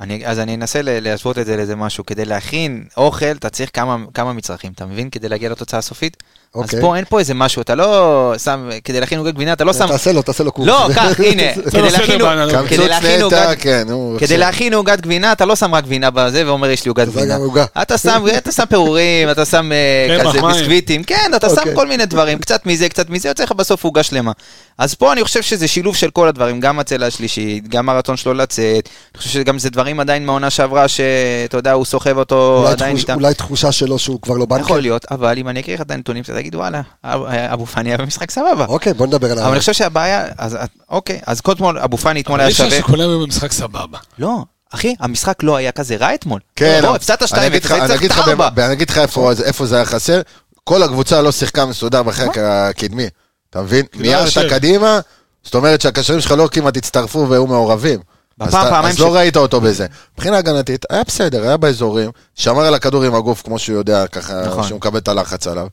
[SPEAKER 7] אני, אז אני אנסה ל- להשוות את זה לאיזה משהו. כדי להכין אוכל, אתה צריך כמה, כמה מצרכים, אתה מבין? כדי להגיע לתוצאה הסופית.
[SPEAKER 1] אוקיי.
[SPEAKER 7] אז פה אין פה איזה משהו, אתה לא שם, כדי להכין עוגת גבינה, אתה לא שם...
[SPEAKER 1] תעשה לו, תעשה לו קורס.
[SPEAKER 7] לא, קח, הנה, כדי
[SPEAKER 6] לא סדר
[SPEAKER 7] להכין-
[SPEAKER 6] בעננים.
[SPEAKER 7] כדי
[SPEAKER 5] קמצוץ
[SPEAKER 7] להכין
[SPEAKER 5] נטע,
[SPEAKER 7] עוגת...
[SPEAKER 5] כן, הוא...
[SPEAKER 7] כדי להכין עוגת גבינה, אתה לא שם רק גבינה בזה ואומר יש לי עוגת
[SPEAKER 1] אתה שם
[SPEAKER 7] גבינה.
[SPEAKER 1] גם עוגה.
[SPEAKER 7] אתה שם אתה שם פירורים, אתה שם אה,
[SPEAKER 6] קמח,
[SPEAKER 7] כזה
[SPEAKER 6] מים.
[SPEAKER 7] ביסקוויטים, כן, אתה
[SPEAKER 1] אוקיי.
[SPEAKER 7] שם כל מיני דברים, קצת מזה, קצת מזה, יוצא לך בסוף עוגה שלמה. אז פה אני חושב שזה שילוב של כל הדברים, גם הצלע השלישית, גם הרצון שלו לצאת, אני חושב שגם זה דברים עדיין מהעונה שעברה, שאתה יודע, הוא סוחב אותו
[SPEAKER 1] אולי
[SPEAKER 7] לא, עדיין
[SPEAKER 1] תחוש-
[SPEAKER 7] איתם. נכון.
[SPEAKER 1] אולי תחושה שלו שהוא כבר לא בנקר.
[SPEAKER 7] יכול להיות, אבל אם אני אקריא לך את הנתונים, אתה תגיד וואלה, אבו פאני היה במשחק סבבה.
[SPEAKER 1] אוקיי, בוא נדבר על ה...
[SPEAKER 7] אבל אני חושב שהבעיה, אז את- אוקיי, אז קודם כל אבו פאני
[SPEAKER 6] אבל
[SPEAKER 7] אתמול היה
[SPEAKER 6] אי אפשר
[SPEAKER 7] שווה.
[SPEAKER 6] שכולם היו במשחק סבבה.
[SPEAKER 7] לא, אחי, המשחק לא היה כזה רע אתמול.
[SPEAKER 5] כן,
[SPEAKER 7] בוא,
[SPEAKER 5] אבל-
[SPEAKER 7] הפסדת
[SPEAKER 5] אני
[SPEAKER 7] שתיים,
[SPEAKER 5] אגיד לך-
[SPEAKER 7] הפסדת
[SPEAKER 5] אני אגיד לך
[SPEAKER 7] ארבע.
[SPEAKER 5] במ- אני אגיד לך איפה איפה זה היה חסר. כל הקבוצה לא שיחקה מסודר בחלק הקדמי. אתה מבין?
[SPEAKER 6] לאשר.
[SPEAKER 5] ניירת קדימה, זאת אומרת שהקשרים שלך לא כמעט הצטרפו והיו מעורבים.
[SPEAKER 7] בפעם,
[SPEAKER 5] אז אתה-
[SPEAKER 7] פעמיים
[SPEAKER 5] אז
[SPEAKER 7] ש-
[SPEAKER 5] לא ראית אותו בזה. מבחינה הגנתית, היה בסדר, היה באזורים, שמר על הכדור עם הגוף כמו שהוא יודע, ככה,
[SPEAKER 7] נכון.
[SPEAKER 5] שהוא מקבל את הלחץ עליו.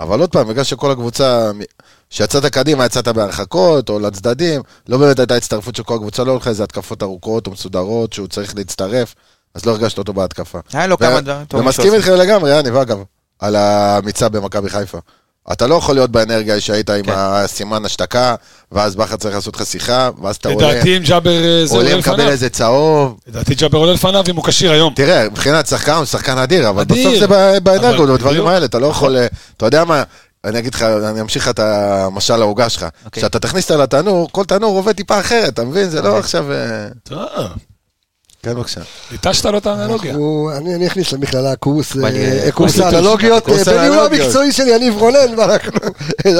[SPEAKER 5] אבל עוד פעם, בגלל שכל הקבוצה, מ- כשיצאת קדימה, יצאת בהרחקות או לצדדים, לא באמת הייתה הצטרפות של כל הקבוצה, לא הולכה איזה התקפות ארוכות או מסודרות שהוא צריך להצטרף, אז לא הרגשת אותו בהתקפה.
[SPEAKER 7] היה לו
[SPEAKER 5] ו-
[SPEAKER 7] כמה דברים טובים
[SPEAKER 5] ומסכים
[SPEAKER 7] שהוא
[SPEAKER 5] איתך לגמרי, יאני, ואגב, על האמיצה במכבי חיפה. אתה לא יכול להיות באנרגיה שהיית עם
[SPEAKER 7] כן.
[SPEAKER 5] הסימן השתקה, ואז בכר צריך לעשות לך שיחה, ואז אתה עולה,
[SPEAKER 6] לדעתי אם ג'אבר אה, זה
[SPEAKER 5] עולה
[SPEAKER 6] עולה
[SPEAKER 5] מקבל
[SPEAKER 6] לפניו.
[SPEAKER 5] איזה צהוב.
[SPEAKER 6] לדעתי ג'אבר עולה לפניו אם הוא כשיר היום.
[SPEAKER 5] תראה, מבחינת שחקן הוא שחקן אדיר, אבל
[SPEAKER 6] אדיר.
[SPEAKER 5] בסוף זה בא-
[SPEAKER 6] אבל
[SPEAKER 5] באנרגיות, בדברים
[SPEAKER 6] בדיוק.
[SPEAKER 5] האלה, אתה לא יכול... אה, אתה יודע מה, אני אגיד לך, אני אמשיך את המשל העוגה שלך.
[SPEAKER 7] אוקיי.
[SPEAKER 5] כשאתה תכניס אותה לתנור, כל תנור עובד טיפה אחרת, אתה מבין? זה לא עכשיו... אה,
[SPEAKER 6] טוב,
[SPEAKER 5] כן, בבקשה.
[SPEAKER 6] ליטשת לו את האנלוגיה.
[SPEAKER 1] הוא- אני אני אכניס למכללה קורס אה,
[SPEAKER 7] ואני, אה,
[SPEAKER 1] קורס
[SPEAKER 7] עשיתי-
[SPEAKER 1] האנלוגיות, אה,
[SPEAKER 5] קורס
[SPEAKER 1] בניהול
[SPEAKER 5] האנלוגיות.
[SPEAKER 1] המקצועי של יניב רונן, ואנחנו,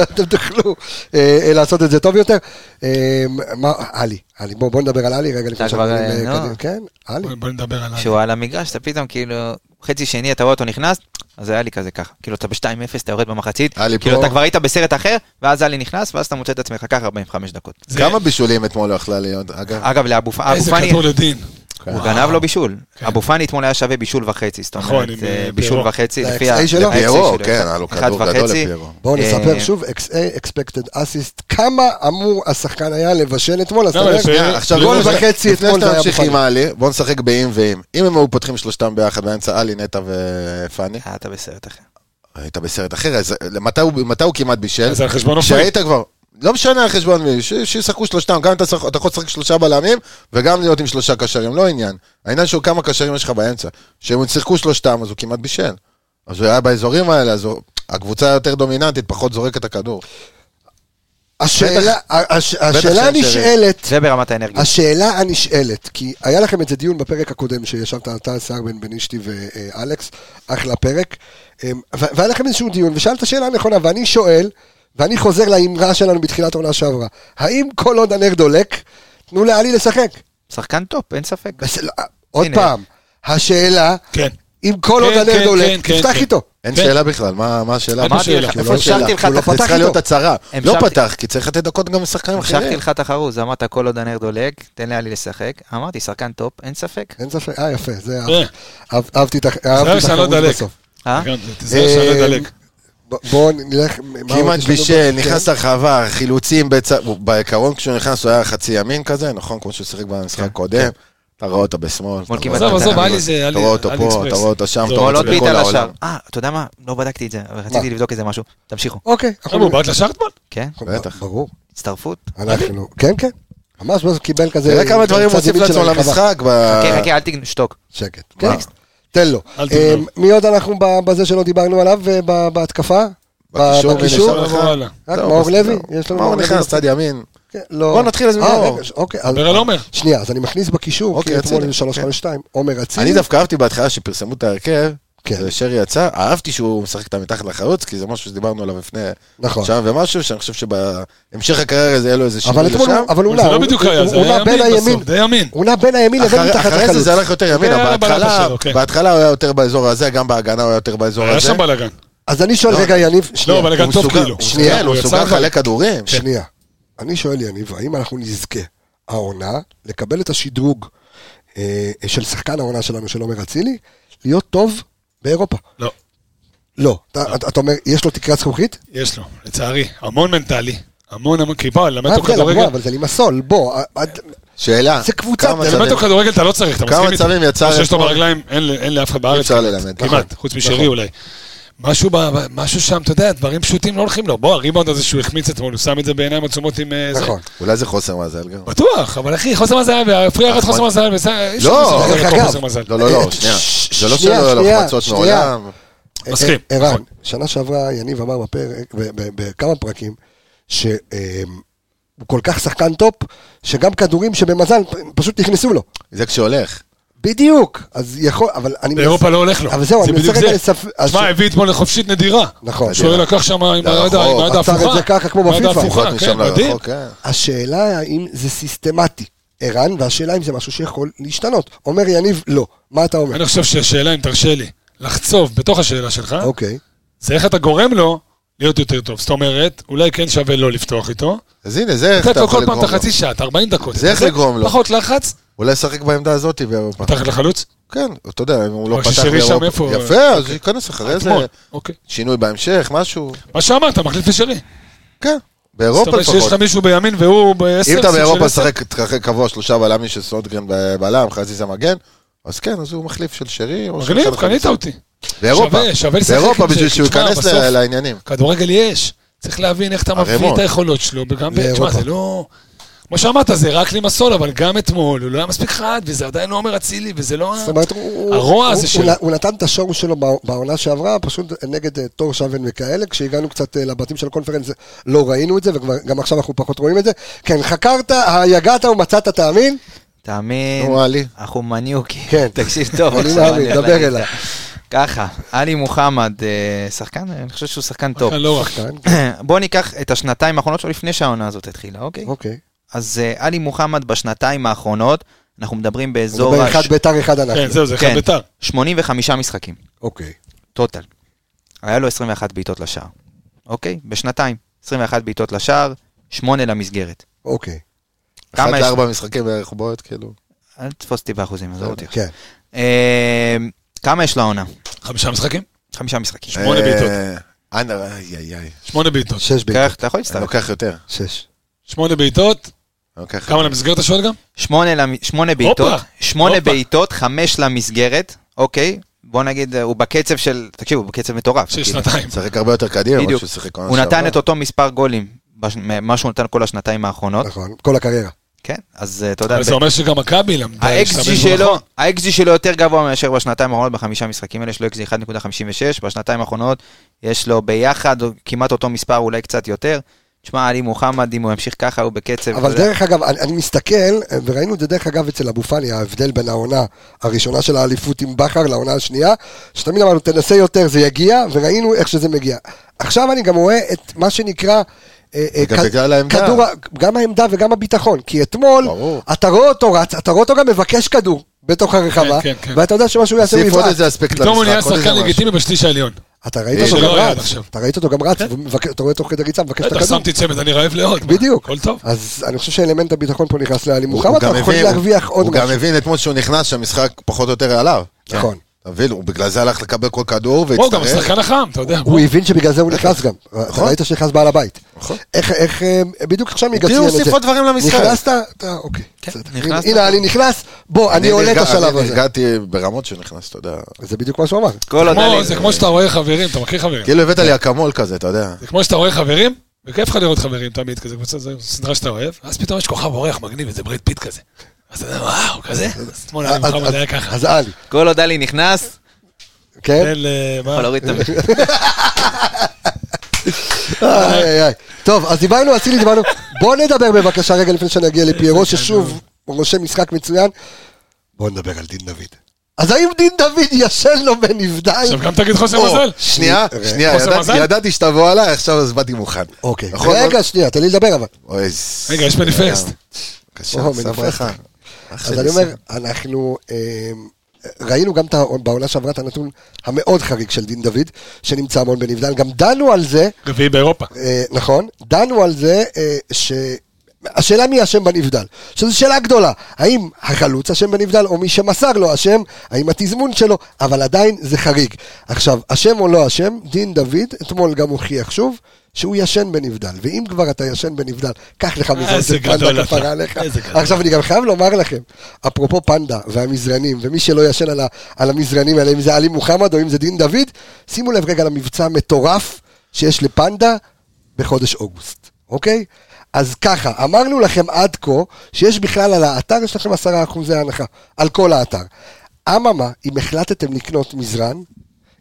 [SPEAKER 1] אתם תוכלו אה, לעשות את זה טוב יותר. אה, מה, עלי, עלי, בואו נדבר על עלי רגע לפני
[SPEAKER 7] אתה כבר,
[SPEAKER 1] שאנחנו
[SPEAKER 7] אה,
[SPEAKER 1] אה,
[SPEAKER 7] נו.
[SPEAKER 1] קדימה. כן, עלי.
[SPEAKER 6] בוא- בוא נדבר עליו.
[SPEAKER 7] שהוא על המגרש, אתה פתאום כאילו, חצי שני אתה רואה אותו נכנס, אז היה לי כזה ככה. כאילו אתה ב-2-0, אתה יורד במחצית,
[SPEAKER 5] היה לי
[SPEAKER 7] כאילו
[SPEAKER 5] פה.
[SPEAKER 7] אתה כבר היית בסרט אחר, ואז עלי נכנס, ואז אתה מוצא את עצמך ככה 45 דקות.
[SPEAKER 6] זה-
[SPEAKER 5] כמה בישולים אתמול לא יכלה להיות,
[SPEAKER 1] אה,
[SPEAKER 5] אגב?
[SPEAKER 7] אגב, לאבו פ- אבו
[SPEAKER 6] איזה
[SPEAKER 7] פאני,
[SPEAKER 6] כדור לדין.
[SPEAKER 7] הוא גנב לו בישול. אבו פאני אתמול היה שווה בישול וחצי, זאת
[SPEAKER 6] נכון,
[SPEAKER 7] אומרת,
[SPEAKER 6] עם,
[SPEAKER 7] אה,
[SPEAKER 6] אה,
[SPEAKER 7] בישול
[SPEAKER 6] פיירו.
[SPEAKER 7] וחצי,
[SPEAKER 1] זה
[SPEAKER 7] לפי
[SPEAKER 1] ה-XA שלו?
[SPEAKER 7] ה-XA
[SPEAKER 5] פיירו, כן, היה לו
[SPEAKER 7] אחד
[SPEAKER 5] כדור גדול
[SPEAKER 7] וחצי.
[SPEAKER 5] לפיירו.
[SPEAKER 1] בואו נספר
[SPEAKER 7] אה,
[SPEAKER 1] שוב, XA, expected assist, כמה אמור השחקן היה לבשל אתמול, אז
[SPEAKER 6] לא,
[SPEAKER 1] אתה
[SPEAKER 6] אבל
[SPEAKER 1] יודע,
[SPEAKER 6] זה-
[SPEAKER 5] שנייה, עכשיו
[SPEAKER 1] אה, גול
[SPEAKER 5] לפני שאתה-
[SPEAKER 1] וחצי אתמול
[SPEAKER 5] לפני
[SPEAKER 1] זה
[SPEAKER 5] שאתה
[SPEAKER 1] היה
[SPEAKER 5] ממשיך
[SPEAKER 1] בפאני.
[SPEAKER 5] עם העלי, בוא נשחק באם ואם. אם הם היו פותחים שלושתם ביחד באמצע עלי, נטע ופאני,
[SPEAKER 7] אה, אתה בסרט אחר.
[SPEAKER 5] היית בסרט אחר, אז אה, למתי הוא- מתי הוא כמעט בישל?
[SPEAKER 6] אז על חשבון אופי.
[SPEAKER 5] כשהיית כבר, לא משנה על חשבון מי, ש- שישחקו שלושתם, גם אתה שח- אתה יכול לשחק שלושה בלמים, וגם להיות עם שלושה קשרים, לא עניין. העניין שהוא כמה קשרים יש לך באמצע. שהם שיחקו שלושתם, אז הוא כמעט בישל. אז הוא היה באזורים האלה, אז הוא- הקבוצה היותר דומיננטית, פחות זורקת את הכדור.
[SPEAKER 1] השאלה- הש- השאלה
[SPEAKER 5] שהם שרים.
[SPEAKER 1] הנשאלת,
[SPEAKER 7] זה ברמת האנרגיה.
[SPEAKER 1] השאלה הנשאלת, כי היה לכם איזה דיון בפרק הקודם שישבת על טל שיער בן בן אשתי ואלכס, אחלה פרק, אמ, ו- והיה לכם איזשהו דיון, ושאלת שאלה נכונה, ואני שואל, ואני חוזר לאמרה שלנו בתחילת העונה שעברה, האם כל עוד הנר דולק, תנו לעלי לשחק?
[SPEAKER 7] שחקן טופ, אין ספק.
[SPEAKER 1] בס- לא, עוד
[SPEAKER 7] הנה.
[SPEAKER 1] פעם, השאלה,
[SPEAKER 6] כן.
[SPEAKER 1] אם
[SPEAKER 5] לא
[SPEAKER 1] כל עוד
[SPEAKER 6] כן,
[SPEAKER 1] הנר
[SPEAKER 6] כן,
[SPEAKER 1] דולק,
[SPEAKER 6] כן, כן,
[SPEAKER 1] תפתח
[SPEAKER 6] כן.
[SPEAKER 1] איתו.
[SPEAKER 5] אין
[SPEAKER 6] כן.
[SPEAKER 5] שאלה בכלל, מה מה השאלה?
[SPEAKER 6] אמרתי
[SPEAKER 5] איפה
[SPEAKER 6] לך,
[SPEAKER 5] השאלה?
[SPEAKER 7] איפה
[SPEAKER 5] שאלה.
[SPEAKER 7] השארתי לך
[SPEAKER 5] הוא לא
[SPEAKER 7] את
[SPEAKER 5] פתח,
[SPEAKER 1] הפתח
[SPEAKER 5] זה צריכה להיות
[SPEAKER 1] איתו.
[SPEAKER 5] הצהרה. לא
[SPEAKER 7] המשכתי-
[SPEAKER 5] פתח, כי צריך לתת דקות גם
[SPEAKER 1] כן,
[SPEAKER 5] לשחקנים
[SPEAKER 7] המשכתי
[SPEAKER 1] אוקיי.
[SPEAKER 5] אחרים.
[SPEAKER 7] לך את החרוז, אמרת כל עוד הנר דולק, תן לי עלי לשחק. אמרתי, שחקן טופ, אין ספק.
[SPEAKER 1] אין ספק, אה יפה, זה
[SPEAKER 6] כן.
[SPEAKER 1] אהב- אהבתי את הח- אהבתי
[SPEAKER 6] זהו,
[SPEAKER 1] את
[SPEAKER 6] שאני לא
[SPEAKER 1] החרוץ
[SPEAKER 6] דלק.
[SPEAKER 1] בסוף.
[SPEAKER 7] אה?
[SPEAKER 6] גם, תיזהר שאני לא אדלג.
[SPEAKER 1] ב- בואו נלך... מה עוד
[SPEAKER 5] כמעט
[SPEAKER 1] יש לנו
[SPEAKER 5] בישל,
[SPEAKER 1] ב-
[SPEAKER 5] נכנס לרחבה, חילוצים, בצ- הוא- בעיקרון כשהוא נכנס הוא היה חצי ימין כזה, נכון? כמו שהוא שיחק
[SPEAKER 1] כן,
[SPEAKER 5] במשחק הקודם. אתה רואה אותו בשמאל. אתה
[SPEAKER 7] כמעט
[SPEAKER 5] רואה
[SPEAKER 7] עזוב,
[SPEAKER 5] אותו
[SPEAKER 7] עזוב,
[SPEAKER 5] כאן,
[SPEAKER 6] עלי זה-
[SPEAKER 5] אתה
[SPEAKER 6] עלי-
[SPEAKER 5] רואה אותו
[SPEAKER 6] עלי
[SPEAKER 5] פה,
[SPEAKER 6] אקספרס.
[SPEAKER 5] אתה רואה אותו שם, אתה
[SPEAKER 6] טוב,
[SPEAKER 5] רואה
[SPEAKER 7] כל
[SPEAKER 5] אותו
[SPEAKER 7] עוד
[SPEAKER 6] זה
[SPEAKER 5] בכל
[SPEAKER 7] בעיטה
[SPEAKER 5] העולם.
[SPEAKER 7] לשער. אה, אתה יודע מה? לא בדקתי את זה, אבל רציתי לבדוק איזה משהו. תמשיכו,
[SPEAKER 1] אוקיי,
[SPEAKER 6] למה, הוא בעט לשער אתמול?
[SPEAKER 7] כן?
[SPEAKER 5] בטח.
[SPEAKER 1] ברור.
[SPEAKER 7] הצטרפות?
[SPEAKER 1] אנחנו, כן, כן. ממש הוא קיבל כזה...
[SPEAKER 5] תראה כמה דברים הוא
[SPEAKER 1] צד
[SPEAKER 5] הוסיף
[SPEAKER 1] ימין של
[SPEAKER 5] לעצמו
[SPEAKER 1] הרחבה.
[SPEAKER 5] למשחק. ב-
[SPEAKER 1] אה.
[SPEAKER 7] כן, חכה, חכה, אל תשתוק.
[SPEAKER 1] שקט. כן.
[SPEAKER 5] מה?
[SPEAKER 1] תן לו.
[SPEAKER 6] אל תבלבל.
[SPEAKER 1] אמ, מי עוד אנחנו ב- בזה שלא דיברנו עליו אה, ב- בהתקפה? ב-
[SPEAKER 5] בקישור,
[SPEAKER 1] בקישור?
[SPEAKER 5] נשאר לך.
[SPEAKER 6] וואלה.
[SPEAKER 1] רק
[SPEAKER 5] טוב,
[SPEAKER 1] מאור
[SPEAKER 5] אז-
[SPEAKER 1] לוי?
[SPEAKER 5] לא.
[SPEAKER 1] יש לנו
[SPEAKER 5] מאור
[SPEAKER 1] לוי.
[SPEAKER 5] נכנס, צד ימין.
[SPEAKER 1] כן, לא.
[SPEAKER 5] בוא נתחיל אז
[SPEAKER 1] אה,
[SPEAKER 5] מאור.
[SPEAKER 1] רגע, ש- אוקיי. אז-
[SPEAKER 6] דבר על עומר.
[SPEAKER 1] שנייה, אז אני מכניס בקישור, כי
[SPEAKER 5] אוקיי,
[SPEAKER 1] אתמול
[SPEAKER 5] אצילי.
[SPEAKER 1] זה 352. עומר אצילי.
[SPEAKER 5] אני דווקא אהבתי בהתחלה שפרסמו את ההרכב,
[SPEAKER 1] כן.
[SPEAKER 5] ושרי יצא, אהבתי שהוא משחק איתה מתחת לחלוץ, כי זה משהו שדיברנו עליו לפני
[SPEAKER 1] נכון.
[SPEAKER 5] שעה ומשהו, שאני חושב שבהמשך הקריירה זה יהיה לו איזה
[SPEAKER 1] אבל
[SPEAKER 5] שינוי
[SPEAKER 1] אתמול,
[SPEAKER 5] לשם.
[SPEAKER 1] אבל הוא
[SPEAKER 6] אבל זה
[SPEAKER 1] נע,
[SPEAKER 6] לא
[SPEAKER 1] הוא-
[SPEAKER 6] בדיוק
[SPEAKER 1] הוא-
[SPEAKER 6] היה, זה
[SPEAKER 1] הוא
[SPEAKER 6] היה
[SPEAKER 1] נע בין
[SPEAKER 6] ימין
[SPEAKER 1] הימין.
[SPEAKER 6] בסוף, זה היה ימין.
[SPEAKER 1] הוא נע בין הימין לבין
[SPEAKER 5] אחרי-
[SPEAKER 1] מתחת
[SPEAKER 5] אחרי זה
[SPEAKER 1] לחלוץ.
[SPEAKER 5] זה הלך יותר ימינה,
[SPEAKER 6] זה היה בלחץ
[SPEAKER 5] בהתחלה-
[SPEAKER 6] שלו, כן.
[SPEAKER 5] בהתחלה הוא היה יותר באזור הזה, גם בהגנה הוא היה יותר באזור
[SPEAKER 6] היה
[SPEAKER 5] הזה.
[SPEAKER 6] שם בלאגן.
[SPEAKER 1] אז אני שואל רגע, יניב,
[SPEAKER 6] לא,
[SPEAKER 1] שנייה.
[SPEAKER 6] אבל
[SPEAKER 5] הוא
[SPEAKER 6] הגן טוב
[SPEAKER 5] מסוגל-
[SPEAKER 6] כאילו.
[SPEAKER 5] הוא מסוגל, הוא
[SPEAKER 6] יצא
[SPEAKER 5] לא מסוגל
[SPEAKER 6] אבל- כן.
[SPEAKER 5] לחלק כדורים.
[SPEAKER 1] שנייה. אני שואל, יניב, האם אנחנו נזכה העונה לקבל את השדרוג אה, של שחקן העונה שלנו, של עומר אצילי, להיות טוב באירופה?
[SPEAKER 6] לא,
[SPEAKER 1] לא.
[SPEAKER 6] אה.
[SPEAKER 1] אתה אתה אומר, יש לו תקרת זכוכית?
[SPEAKER 6] יש לו, לצערי. המון מנטלי. המון המון, כי בוא, ללמד
[SPEAKER 5] אה,
[SPEAKER 1] מה
[SPEAKER 6] אותו
[SPEAKER 5] כן,
[SPEAKER 1] ההבדל?
[SPEAKER 6] כדורגל.
[SPEAKER 1] אה, בוא, אבל זה לימסול, בוא. אה, אה,
[SPEAKER 5] שאלה,
[SPEAKER 1] זה קבוצה,
[SPEAKER 5] כמה
[SPEAKER 1] זה
[SPEAKER 5] צווים-
[SPEAKER 6] ללמד אותו כדורגל אתה לא צריך, אתה
[SPEAKER 5] כמה
[SPEAKER 6] מסכים איתי.
[SPEAKER 5] צווים יצא
[SPEAKER 6] מה שיש לו
[SPEAKER 5] אתמול?
[SPEAKER 6] ברגליים, אין ל- אין לאף אחד בארץ.
[SPEAKER 5] אפשר
[SPEAKER 6] כמעט.
[SPEAKER 5] ללמד,
[SPEAKER 6] כמעט,
[SPEAKER 5] נכון.
[SPEAKER 6] חוץ משרי אולי. משהו ב- ב- משהו שם, אתה יודע, דברים פשוטים לא הולכים לו. בוא, הריבאונד הזה שהוא החמיץ אתמול, הוא שם את זה בעיניים עצומות עם... אה, זה.
[SPEAKER 1] נכון.
[SPEAKER 5] אולי זה חוסר מזל גם.
[SPEAKER 6] בטוח, אבל אחי, חוסר מזל, והפריע רק חוסר מזל, וזה... אי אפשר
[SPEAKER 5] לא,
[SPEAKER 6] לעשות את זה
[SPEAKER 1] דרך
[SPEAKER 6] לכל
[SPEAKER 1] אגב.
[SPEAKER 6] חוסר מזל.
[SPEAKER 5] לא, לא, לא, שנייה. זה
[SPEAKER 1] שנייה,
[SPEAKER 5] לא שלא היו לו
[SPEAKER 1] שנייה,
[SPEAKER 5] החמצות
[SPEAKER 1] שנייה.
[SPEAKER 5] מעולם.
[SPEAKER 6] מסכים.
[SPEAKER 1] אה, אה, ערן,
[SPEAKER 6] נכון.
[SPEAKER 1] שנה שעברה יניב אמר בפרק, ב- ב- בכמה פרקים, שהוא כל כך שחקן טופ, שגם כדורים שבמזל פ- פשוט נכנסו לו.
[SPEAKER 5] זה כשהולך.
[SPEAKER 1] בדיוק. אז יכול, אבל אני... מנסה-
[SPEAKER 6] באירופה לא הולך לו.
[SPEAKER 1] אבל זהו, אני מנסה
[SPEAKER 6] בדיוק
[SPEAKER 1] רגע
[SPEAKER 6] זה.
[SPEAKER 1] לספר... אז
[SPEAKER 6] תשמע, הביא אתמול לחופשית נדירה.
[SPEAKER 1] נכון.
[SPEAKER 6] שהוא לקח שם עם היד עם היד
[SPEAKER 5] לרחוב,
[SPEAKER 6] ההפוכה.
[SPEAKER 1] עצר את זה ככה כמו
[SPEAKER 6] עם היד
[SPEAKER 1] בפיפ"א.
[SPEAKER 6] ההפוכה,
[SPEAKER 5] פחות
[SPEAKER 6] כן,
[SPEAKER 5] משם
[SPEAKER 6] מדהים.
[SPEAKER 5] לרחוק, כן.
[SPEAKER 1] השאלה האם זה סיסטמטי, ערן, והשאלה אם זה משהו שיכול להשתנות. אומר יניב, לא. מה אתה אומר?
[SPEAKER 6] אני חושב שהשאלה, אם תרשה לי, לחצוב בתוך השאלה שלך,
[SPEAKER 1] אוקיי.
[SPEAKER 6] זה איך אתה גורם לו להיות יותר טוב. זאת אומרת, אולי כן שווה לא לפתוח איתו.
[SPEAKER 5] אז הנה, זה איך
[SPEAKER 6] לתת
[SPEAKER 5] אתה
[SPEAKER 6] לו
[SPEAKER 5] יכול
[SPEAKER 6] כל פעם
[SPEAKER 5] לגרום
[SPEAKER 6] את
[SPEAKER 5] לו.
[SPEAKER 6] החצי שעה, את 40 דקות.
[SPEAKER 5] זה איך לגרום לו.
[SPEAKER 6] פחות לחץ,
[SPEAKER 5] אולי לשחק בעמדה הזאת באירופה.
[SPEAKER 6] מתחת לחלוץ.
[SPEAKER 5] כן, אתה יודע, אם הוא לא
[SPEAKER 6] אבל
[SPEAKER 5] פתח
[SPEAKER 6] ששרי שם
[SPEAKER 5] באירופה.
[SPEAKER 6] איפה? אוקיי.
[SPEAKER 5] יפה, אז ייכנס אחרי זה.
[SPEAKER 6] אתמול. אוקיי.
[SPEAKER 5] שינוי בהמשך, משהו.
[SPEAKER 6] מה שאמרת, מחליף לשרי.
[SPEAKER 5] כן,
[SPEAKER 6] זאת
[SPEAKER 5] באירופה
[SPEAKER 6] אומרת שיש
[SPEAKER 5] לפחות.
[SPEAKER 6] לך מישהו בימין והוא בעשר.
[SPEAKER 5] אם אתה
[SPEAKER 6] סוג של
[SPEAKER 5] באירופה
[SPEAKER 6] עשר.
[SPEAKER 5] משחק תשחק קבוע שלושה בלמים של סונדגרן בלם, חזיזה מגן, אז כן, אז הוא מחליף של שרי. או של
[SPEAKER 6] מגניב,
[SPEAKER 5] אחד
[SPEAKER 6] קנית
[SPEAKER 5] החלוצים.
[SPEAKER 6] אותי.
[SPEAKER 5] באירופה,
[SPEAKER 6] שווה, שווה לשחק
[SPEAKER 5] באירופה
[SPEAKER 6] עם זה,
[SPEAKER 5] בשביל שהוא
[SPEAKER 6] תשמע,
[SPEAKER 5] ייכנס
[SPEAKER 6] בסוף-
[SPEAKER 5] ל- לעניינים.
[SPEAKER 6] כדורגל יש. צריך להבין איך אתה מביא
[SPEAKER 5] ערימות.
[SPEAKER 6] את היכולות שלו, וגם, ב- תשמע,
[SPEAKER 1] לאירופה.
[SPEAKER 6] זה לא... כמו שאמרת, זה רק לימסול, אבל גם אתמול, הוא לא היה מספיק חד, וזה עדיין לא אומר אצילי, וזה לא...
[SPEAKER 1] זאת אומרת, הוא-
[SPEAKER 6] הרוע
[SPEAKER 1] הוא-
[SPEAKER 6] הזה
[SPEAKER 1] הוא-
[SPEAKER 6] שלו.
[SPEAKER 1] הוא- הוא נתן את השור שלו בע- בעונה שעברה, פשוט נגד אה, תור שוון וכאלה, כשהגענו קצת אה, לבתים של הקונפרנס לא ראינו את זה, וגם עכשיו אנחנו פחות רואים את זה. כן, חקרת, אה, יגעת ומצאת, תאמין?
[SPEAKER 7] תאמין,
[SPEAKER 5] נו, עלי.
[SPEAKER 7] אנחנו מניוקים.
[SPEAKER 1] כן.
[SPEAKER 7] תקשיב טוב,
[SPEAKER 1] אני
[SPEAKER 7] עכשיו
[SPEAKER 1] מאמין,
[SPEAKER 7] אני הולך
[SPEAKER 1] דבר
[SPEAKER 7] להגיד
[SPEAKER 1] אליי.
[SPEAKER 7] לך. ככה, עלי מוחמד, אה, שחקן, אני חושב שהוא שחקן טוב.
[SPEAKER 6] כאן לא רק.
[SPEAKER 1] כן,
[SPEAKER 7] בואו ניקח את השנתיים האחרונות שלו לפני שהעונה הזאת התחילה, אוקיי?
[SPEAKER 1] אוקיי.
[SPEAKER 7] אז אה, עלי מוחמד בשנתיים האחרונות, אנחנו מדברים באזור...
[SPEAKER 1] דבר
[SPEAKER 7] ה-
[SPEAKER 1] אחד ביתר, אחד
[SPEAKER 6] כן,
[SPEAKER 1] אנחנו.
[SPEAKER 6] זהו, זה אחד
[SPEAKER 7] כן.
[SPEAKER 6] ביתר.
[SPEAKER 7] 85 משחקים,
[SPEAKER 1] אוקיי.
[SPEAKER 7] טוטל. היה לו 21 בעיטות לשער, אוקיי? בשנתיים. 21 בעיטות לשער, 8 למסגרת.
[SPEAKER 1] אוקיי.
[SPEAKER 5] אחד
[SPEAKER 7] כמה יש?
[SPEAKER 5] לארבע משחקים בערך הוא בועט, כאילו.
[SPEAKER 7] אל תתפוס אותי באחוזים, עזוב אותי.
[SPEAKER 1] כן.
[SPEAKER 7] אה, כמה יש לעונה?
[SPEAKER 6] חמישה משחקים?
[SPEAKER 7] חמישה משחקים.
[SPEAKER 6] שמונה
[SPEAKER 5] אה,
[SPEAKER 6] בעיטות.
[SPEAKER 5] אנדר, איי איי איי.
[SPEAKER 6] שמונה בעיטות.
[SPEAKER 1] שש בעיטות.
[SPEAKER 7] קח, אתה יכול
[SPEAKER 5] אני
[SPEAKER 7] להצטרף.
[SPEAKER 5] לוקח יותר.
[SPEAKER 1] שש.
[SPEAKER 6] שמונה בעיטות,
[SPEAKER 5] אני לוקח
[SPEAKER 6] כמה למסגרת השעות גם?
[SPEAKER 7] שמונה למ- שמונה בעיטות,
[SPEAKER 6] הופה,
[SPEAKER 7] שמונה
[SPEAKER 6] הופה.
[SPEAKER 7] בעיטות, חמש למסגרת, אוקיי? בוא נגיד, אה, הוא בקצב של, תקשיבו, הוא בקצב מטורף.
[SPEAKER 6] של
[SPEAKER 7] כאילו.
[SPEAKER 6] שנתיים.
[SPEAKER 5] שיחק הרבה יותר קדימה, כן, אבל
[SPEAKER 7] בדיוק.
[SPEAKER 5] שהוא שיחק עונה
[SPEAKER 7] הוא נתן
[SPEAKER 5] שעברה.
[SPEAKER 7] את אותו מספר גולים, בש- מה שהוא נתן כל השנתיים האחרונות,
[SPEAKER 5] אוקיי.
[SPEAKER 1] נכון. כל הקריירה.
[SPEAKER 7] כן? אז אה, אתה יודע,
[SPEAKER 6] אבל זה אומר שגם מכבי למדה. נכון.
[SPEAKER 7] ה-XG
[SPEAKER 6] להשתמש
[SPEAKER 7] שלו,
[SPEAKER 6] בנכון.
[SPEAKER 7] ה-XG שלו יותר גבוה מאשר בשנתיים האחרונות בחמישה משחקים האלה, יש לו XG 1.56, בשנתיים האחרונות יש לו ביחד כמעט אותו מספר, אולי קצת יותר. תשמע, עלי מוחמד, אם הוא ימשיך ככה, הוא בקצב...
[SPEAKER 1] אבל
[SPEAKER 7] אתה יודע,
[SPEAKER 1] דרך אגב, אני, אני מסתכל, וראינו את זה דרך אגב אצל אבו פאני, ההבדל בין העונה הראשונה של האליפות עם בכר לעונה השנייה, שתמיד אמרנו, תנסה יותר, זה יגיע, וראינו איך שזה מגיע. עכשיו אני גם רואה את מה שנקרא... אה, אה,
[SPEAKER 5] וגם
[SPEAKER 1] כ-
[SPEAKER 5] בגלל העמדה.
[SPEAKER 1] כדור, ה- גם העמדה וגם הביטחון, כי אתמול,
[SPEAKER 5] ברור.
[SPEAKER 1] אתה רואה אותו רץ, אתה רואה אותו גם מבקש כדור בתוך הרחבה,
[SPEAKER 6] כן, כן.
[SPEAKER 1] ואתה יודע שמשהו יעשה
[SPEAKER 5] תוסיף עוד
[SPEAKER 1] מבעט.
[SPEAKER 5] איזה אספקט למשחק.
[SPEAKER 6] פתאום הוא נהיה
[SPEAKER 5] עוד איזה
[SPEAKER 6] שחקן
[SPEAKER 5] משהו.
[SPEAKER 6] לגיטימי בשליש העליון.
[SPEAKER 1] אתה ראית
[SPEAKER 5] אה,
[SPEAKER 1] אותו
[SPEAKER 5] שלא
[SPEAKER 1] גם
[SPEAKER 6] לא היה עד
[SPEAKER 1] רץ,
[SPEAKER 6] עכשיו. כן.
[SPEAKER 1] אתה ראית אותו גם רץ, ומבק- אתה רואה אותו תוך כדי ריצה מבקש את
[SPEAKER 6] בטח,
[SPEAKER 1] הכדור.
[SPEAKER 6] שמתי צמד, אני רעב לעוד. מה,
[SPEAKER 1] בדיוק.
[SPEAKER 6] הכל טוב.
[SPEAKER 1] אז אני חושב שאלמנט הביטחון פה נכנס לעלי
[SPEAKER 5] הוא-
[SPEAKER 1] מוחמד,
[SPEAKER 5] הוא גם
[SPEAKER 1] אנחנו יכולים
[SPEAKER 5] הבין-
[SPEAKER 1] להרוויח עוד
[SPEAKER 5] הוא גם
[SPEAKER 1] משהו.
[SPEAKER 5] הבין אתמול שהוא נכנס שהמשחק פחות או יותר עליו.
[SPEAKER 1] נכון.
[SPEAKER 5] אתה מבין? הוא בגלל זה הלך לקבל כל כדור
[SPEAKER 6] בוא, הוא גם
[SPEAKER 5] והצטרף.
[SPEAKER 6] השחקן החם, אתה יודע.
[SPEAKER 1] הוא הבין שבגלל זה הוא נכנס גם. אתה ראית שנכנס בעל הבית.
[SPEAKER 5] נכון.
[SPEAKER 1] איך, איך, אה, בדיוק עכשיו אני
[SPEAKER 5] הוא הוסיף עוד דברים למשחק.
[SPEAKER 1] נכנסת? אתה- אוקיי. בסדר.
[SPEAKER 7] נכנסת.
[SPEAKER 1] הנה, אני נכנס, בוא, אני עולה את
[SPEAKER 5] נרגע-
[SPEAKER 1] השלב
[SPEAKER 5] אני
[SPEAKER 1] הזה.
[SPEAKER 5] נרגעתי ברמות שהוא נכנס, אתה יודע.
[SPEAKER 1] זה בדיוק מה שהוא אמר.
[SPEAKER 7] כל עוד
[SPEAKER 6] כמו-
[SPEAKER 7] עלי-
[SPEAKER 6] זה כמו שאתה רואה חברים, אתה מכיר חברים.
[SPEAKER 5] כאילו הבאת לי אקמול כזה, אתה יודע.
[SPEAKER 6] זה כמו שאתה רואה חברים, וכיף לך לראות חברים תמיד, כזה קבוצה, זו סדרה שאתה אוהב, ואז פתאום יש כוכב אורח מגניב, איזה ברד פיט כזה. אז אתה יודע, וואו, כזה? אז אתמול היה
[SPEAKER 1] אז-
[SPEAKER 6] מוחמד
[SPEAKER 1] אז-
[SPEAKER 6] היה ככה.
[SPEAKER 1] אז עלי,
[SPEAKER 7] כל עוד עלי נכנס,
[SPEAKER 1] כן?
[SPEAKER 6] תן ל... אה, מה?
[SPEAKER 7] יכול להוריד את המחיר.
[SPEAKER 1] איי, איי, איי. טוב, אז דיברנו, אצילי דיברנו. בוא נדבר בבקשה רגע לפני
[SPEAKER 6] אה,
[SPEAKER 1] שנגיע לפיירו,
[SPEAKER 6] כן,
[SPEAKER 1] ששוב רושם משחק מצוין. בוא נדבר על דין דוד. אז האם דין דוד ישן לו בנבדל?
[SPEAKER 6] עכשיו גם תגיד חוסר
[SPEAKER 5] או,
[SPEAKER 6] מזל.
[SPEAKER 5] שנייה,
[SPEAKER 1] ר-
[SPEAKER 5] שנייה,
[SPEAKER 6] חוסר
[SPEAKER 5] ידעתי-
[SPEAKER 6] מזל?
[SPEAKER 5] ידעתי שתבוא עליי, עכשיו אז באתי מוכן.
[SPEAKER 1] אוקיי.
[SPEAKER 5] נכון,
[SPEAKER 1] רגע, שנייה, תן לי לדבר אבל.
[SPEAKER 5] אוי,
[SPEAKER 6] רגע, יש מניפסט.
[SPEAKER 5] קשה,
[SPEAKER 1] או,
[SPEAKER 5] סבא
[SPEAKER 1] מניפסט.
[SPEAKER 5] לך. אח
[SPEAKER 1] אז
[SPEAKER 5] שלי,
[SPEAKER 1] אני אומר,
[SPEAKER 5] סבא.
[SPEAKER 1] אנחנו אמ, ראינו גם את ה- בעונה שעברה את הנתון המאוד חריג של דין דוד, שנמצא המון בנבדל, גם דנו על זה,
[SPEAKER 6] רביעי באירופה.
[SPEAKER 1] אה, נכון, דנו על זה אה, ש... השאלה מי אשם בנבדל, שזו שאלה גדולה, האם החלוץ אשם בנבדל או מי שמסר לו אשם, האם התזמון שלו, אבל עדיין זה חריג. עכשיו, אשם או לא אשם, דין דוד אתמול גם הוכיח שוב שהוא ישן בנבדל, ואם כבר אתה ישן בנבדל, קח לך
[SPEAKER 6] איזה
[SPEAKER 1] מזרזל
[SPEAKER 6] גדול
[SPEAKER 1] פנדה
[SPEAKER 6] אתה.
[SPEAKER 1] כפרה עליך.
[SPEAKER 6] איזה גדול.
[SPEAKER 1] עכשיו אני גם חייב לומר לכם, אפרופו פנדה והמזרנים, ומי שלא ישן על, ה- על המזרנים האלה, אם זה עלי מוחמד או אם זה דין דוד, שימו לב רגע למבצע המטורף שיש לפנדה בחודש אוגוסט, אוקיי? אז ככה, אמרנו לכם עד כה, שיש בכלל על האתר, יש לכם עשרה אחוזי הנחה, על כל האתר. אממה, אם החלטתם לקנות מזרן,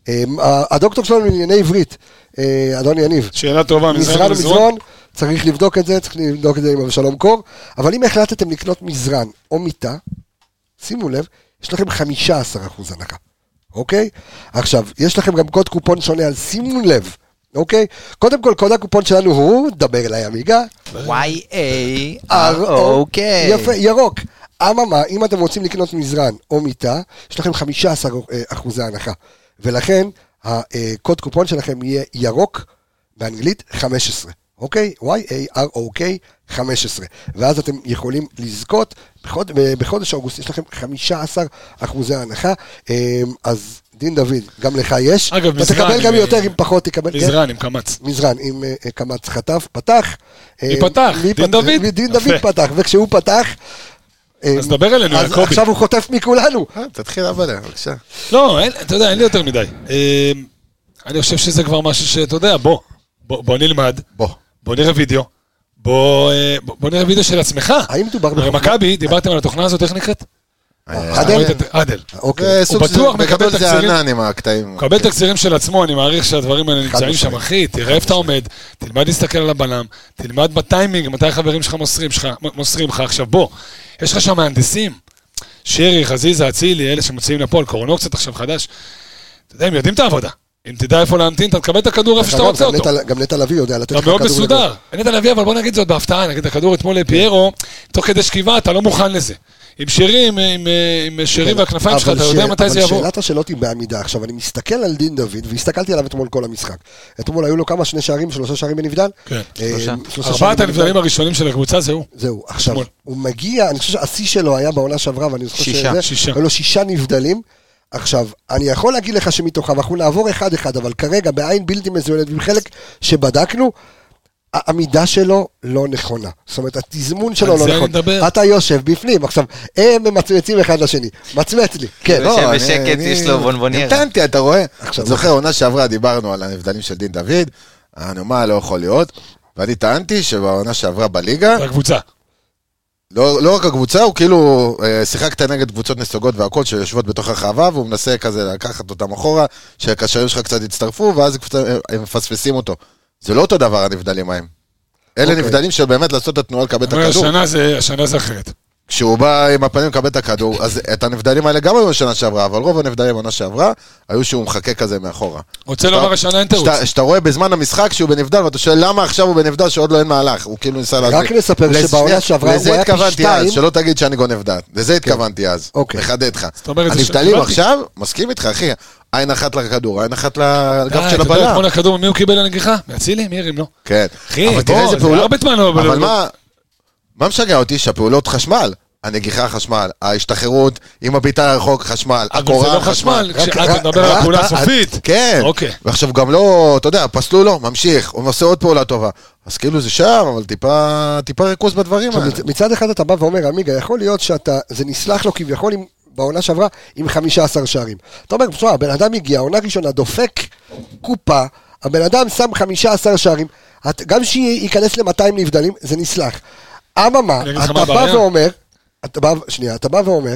[SPEAKER 1] אה, הדוקטור שלנו לענייני עברית, אה, אדון יניב,
[SPEAKER 6] שאלה טובה,
[SPEAKER 1] מזרן
[SPEAKER 6] מזרן
[SPEAKER 1] ומזרון,
[SPEAKER 6] ומזרון.
[SPEAKER 1] צריך לבדוק את זה, צריך לבדוק את זה עם אבשלום קור, אבל אם החלטתם לקנות מזרן או מיטה, שימו לב, יש לכם 15% הנחה, אוקיי? עכשיו, יש לכם גם קוד קופון שונה, אז שימו לב, אוקיי? קודם כל, קוד הקופון שלנו הוא, דבר אליי עמיגה,
[SPEAKER 7] Y-A-R-O-K.
[SPEAKER 1] יפה, ירוק. אממה, אם אתם רוצים לקנות מזרן או מיטה, יש לכם 15 אה, אחוזי הנחה. ולכן, הקוד קופון שלכם יהיה ירוק, באנגלית 15, אוקיי? Y-A-R-O-K 15. ואז אתם יכולים לזכות, בחוד, אה, בחודש אוגוסט יש לכם 15 אחוזי הנחה, אה, אז דין דוד, גם לך יש.
[SPEAKER 6] אגב,
[SPEAKER 1] אתה
[SPEAKER 6] מזרן,
[SPEAKER 1] תקבל גם
[SPEAKER 6] אה,
[SPEAKER 1] יותר, אם פחות תקבל. כן?
[SPEAKER 6] מזרן עם קמץ.
[SPEAKER 1] מזרן, עם אה, אה, קמץ חטף, פתח. אה,
[SPEAKER 6] מי פתח?
[SPEAKER 1] מי
[SPEAKER 6] דין
[SPEAKER 1] פת-
[SPEAKER 6] דוד?
[SPEAKER 1] מי- דין דוד
[SPEAKER 6] יפה.
[SPEAKER 1] פתח, וכשהוא פתח... אה,
[SPEAKER 6] אז דבר אלינו,
[SPEAKER 1] אז
[SPEAKER 6] יעקבי.
[SPEAKER 1] עכשיו הוא חוטף מכולנו.
[SPEAKER 5] אה, תתחיל אבל, בבקשה.
[SPEAKER 6] לא, אין- אתה יודע, אין לי יותר מדי. אה, אני חושב שזה כבר משהו שאתה יודע, בוא, בוא בוא נלמד,
[SPEAKER 5] בוא.
[SPEAKER 6] בוא נראה וידאו, בוא אה, בוא- בוא נראה וידאו של עצמך.
[SPEAKER 1] האם מדובר
[SPEAKER 6] הרי
[SPEAKER 1] בחוכמה?
[SPEAKER 6] מכבי, דיברתם על התוכנה הזאת, איך נקראת?
[SPEAKER 1] עדן?
[SPEAKER 6] לא עדל.
[SPEAKER 1] אה, אוקיי.
[SPEAKER 5] אה, זה סוג
[SPEAKER 6] הוא
[SPEAKER 5] של...
[SPEAKER 6] בטוח מקבל
[SPEAKER 5] מקבל זה
[SPEAKER 6] תקצירים.
[SPEAKER 5] ענן עם הקטעים.
[SPEAKER 6] מקבל תקצירים של עצמו, אני מעריך שהדברים האלה נמצאים שם,
[SPEAKER 1] משמעית.
[SPEAKER 6] אחי, תראה איפה אתה עומד, תלמד להסתכל על הבלם, תלמד בטיימינג, מתי החברים שלך מוסרים שלך- מ- מוסרים לך. עכשיו בוא, יש לך שם מהנדסים, שרי, חזיזה, אצילי, אלה שמוציאים לפועל, קורנו קצת עכשיו חדש, אתה יודע, הם יודעים את העבודה. אם תדע איפה להמתין, אתה תקבל את הכדור איפה שאתה
[SPEAKER 1] אגב,
[SPEAKER 6] רוצה
[SPEAKER 1] גם
[SPEAKER 6] אותו.
[SPEAKER 1] נטע- גם נטע לביא יודע לתת לך כן.
[SPEAKER 6] אתה
[SPEAKER 1] כדור.
[SPEAKER 6] מאוד מסודר.
[SPEAKER 1] לגול.
[SPEAKER 6] אין את הלוי, אבל בוא נגיד זאת בהפתעה, נגיד הכדור אתמול לפיירו, תוך כדי שכיבה, אתה לא מוכן לזה. עם שירים, עם אה, עם שירים והכנפיים שלך,
[SPEAKER 1] כן, אבל
[SPEAKER 6] אתה
[SPEAKER 1] ש-
[SPEAKER 6] יודע מתי זה
[SPEAKER 1] אבל
[SPEAKER 6] יבוא.
[SPEAKER 1] שאלת השאלות היא בעמידה. עכשיו, אני מסתכל על דין דוד, והסתכלתי עליו אתמול כל המשחק. אתמול היו לו כמה? שני שערים? שלושה שערים בנבדל?
[SPEAKER 6] כן.
[SPEAKER 1] אה,
[SPEAKER 7] שלושה.
[SPEAKER 1] שלושה שערים
[SPEAKER 6] ארבעת הנבדלים
[SPEAKER 1] בנבדל.
[SPEAKER 6] הראשונים של הקבוצה זה הוא.
[SPEAKER 1] זהו, עכשיו,
[SPEAKER 6] אתמול.
[SPEAKER 1] הוא מגיע, אני חושב שהשיא שלו היה בעונה שעברה, ואני זוכר
[SPEAKER 7] שישה,
[SPEAKER 1] שזה,
[SPEAKER 6] שישה.
[SPEAKER 1] היו לו שישה נבדלים. עכשיו, אני יכול להגיד לך שמתוכם, אנחנו נעבור אחד-אחד, אבל כרגע, בעין בלתי מזוינת, ועם חלק שבדקנו, העמידה שלו לא נכונה. זאת אומרת, התזמון שלו
[SPEAKER 6] על
[SPEAKER 1] לא
[SPEAKER 6] זה אני
[SPEAKER 1] נכון.
[SPEAKER 6] מדבר.
[SPEAKER 1] אתה יושב בפנים, עכשיו, הם ממצמצים אחד לשני. מצמץ לי, כן.
[SPEAKER 7] יושב
[SPEAKER 5] לא,
[SPEAKER 7] בשקט,
[SPEAKER 5] אני-
[SPEAKER 7] יש
[SPEAKER 5] אני-
[SPEAKER 7] לו בונבוניירה.
[SPEAKER 5] המתנתי, אתה רואה?
[SPEAKER 1] עכשיו-
[SPEAKER 5] אתה זוכר, עונה שעברה דיברנו על הנבדלים של דין דוד, אני מה, לא יכול להיות. ואני טענתי שבעונה שעברה בליגה,
[SPEAKER 6] הקבוצה.
[SPEAKER 5] לא, לא רק הקבוצה, הוא כאילו אה, שיחקת נגד קבוצות נסוגות והכל שיושבות בתוך הרחבה, והוא מנסה כזה לקחת אותם אחורה, שהקשרים שלך קצת יצטרפו, ואז קצת, אה, הם מפספסים אותו. זה לא אותו דבר הנבדלים ההם. אלה
[SPEAKER 1] אוקיי.
[SPEAKER 5] נבדלים של באמת לעשות את התנועה לקבל את
[SPEAKER 6] אבל
[SPEAKER 5] הכדור.
[SPEAKER 6] השנה זה- השנה זה אחרת.
[SPEAKER 5] כשהוא בא עם הפנים לקבל את הכדור, אז את הנבדלים האלה גם היו בשנה שעברה, אבל רוב הנבדלים בשנה שעברה, היו שהוא מחכה כזה מאחורה.
[SPEAKER 6] רוצה לומר השנה אין תירוץ.
[SPEAKER 5] שאתה- שאתה רואה בזמן המשחק שהוא בנבדל, ואתה שואל למה עכשיו הוא בנבדל שעוד לא אין מהלך, הוא כאילו ניסה להסביר.
[SPEAKER 1] רק נספר
[SPEAKER 5] לזה-
[SPEAKER 1] שבעונה
[SPEAKER 5] שנייה,
[SPEAKER 1] שעברה
[SPEAKER 5] לזה
[SPEAKER 1] הוא היה פי
[SPEAKER 5] התכוונתי
[SPEAKER 1] שתיים.
[SPEAKER 5] אז, שלא תגיד שאני גונב דעת. לזה התכוונתי אז.
[SPEAKER 1] אוקיי.
[SPEAKER 5] מחדד לך.
[SPEAKER 6] אומרת, זה
[SPEAKER 5] הנבדלים
[SPEAKER 6] שקיבלתי.
[SPEAKER 5] עכשיו, מסכים איתך, אחי. עין אחת לכדור, עין אחת
[SPEAKER 6] די,
[SPEAKER 5] לגב של
[SPEAKER 6] אה, אתה יודע
[SPEAKER 5] הבלם.
[SPEAKER 6] אתמול הכדור, ממי הוא קיבל לנגיחה? מאצילי? לא. מי הרים לו?
[SPEAKER 5] כן.
[SPEAKER 6] אחי,
[SPEAKER 5] אבל תראה
[SPEAKER 6] בוא,
[SPEAKER 5] איזה
[SPEAKER 6] זה
[SPEAKER 5] פעולות-
[SPEAKER 6] הרבטמן לא-
[SPEAKER 5] אבל
[SPEAKER 6] לא-
[SPEAKER 5] מה, מה משגע אותי? שהפעולות חשמל. הנגיחה חשמל, ההשתחררות עם הבעיטה רחוק חשמל,
[SPEAKER 6] אבל זה
[SPEAKER 5] הקורה
[SPEAKER 6] לא חשמל,
[SPEAKER 5] רק-
[SPEAKER 6] כשאתה
[SPEAKER 5] רק-
[SPEAKER 6] מדבר על
[SPEAKER 5] רק-
[SPEAKER 6] הפעולה
[SPEAKER 5] אתה-
[SPEAKER 6] הסופית.
[SPEAKER 5] כן.
[SPEAKER 6] אוקיי.
[SPEAKER 5] ועכשיו גם לא, אתה יודע, פסלו לו, ממשיך, הוא עושה עוד פעולה טובה. אז כאילו זה שם, אבל טיפה, טיפה ריכוז בדברים
[SPEAKER 1] עכשיו,
[SPEAKER 5] האלה.
[SPEAKER 1] מצ- מצד אחד אתה בא ואומר, עמיגה, יכול להיות שאתה, זה נסלח לו כביכול עם, בעונה שעברה עם 15 שערים. אתה אומר, בסדר, הבן אדם הגיע, עונה ראשונה, דופק קופה, הבן אדם שם 15 שערים, את- גם שייכנס ל-200 נבדלים, זה נסלח. אממה,
[SPEAKER 6] אני אגיד לך
[SPEAKER 1] אתה
[SPEAKER 6] מה
[SPEAKER 1] בא
[SPEAKER 6] הבעיה.
[SPEAKER 1] ואומר, אתה בא, שנייה, אתה בא ואומר,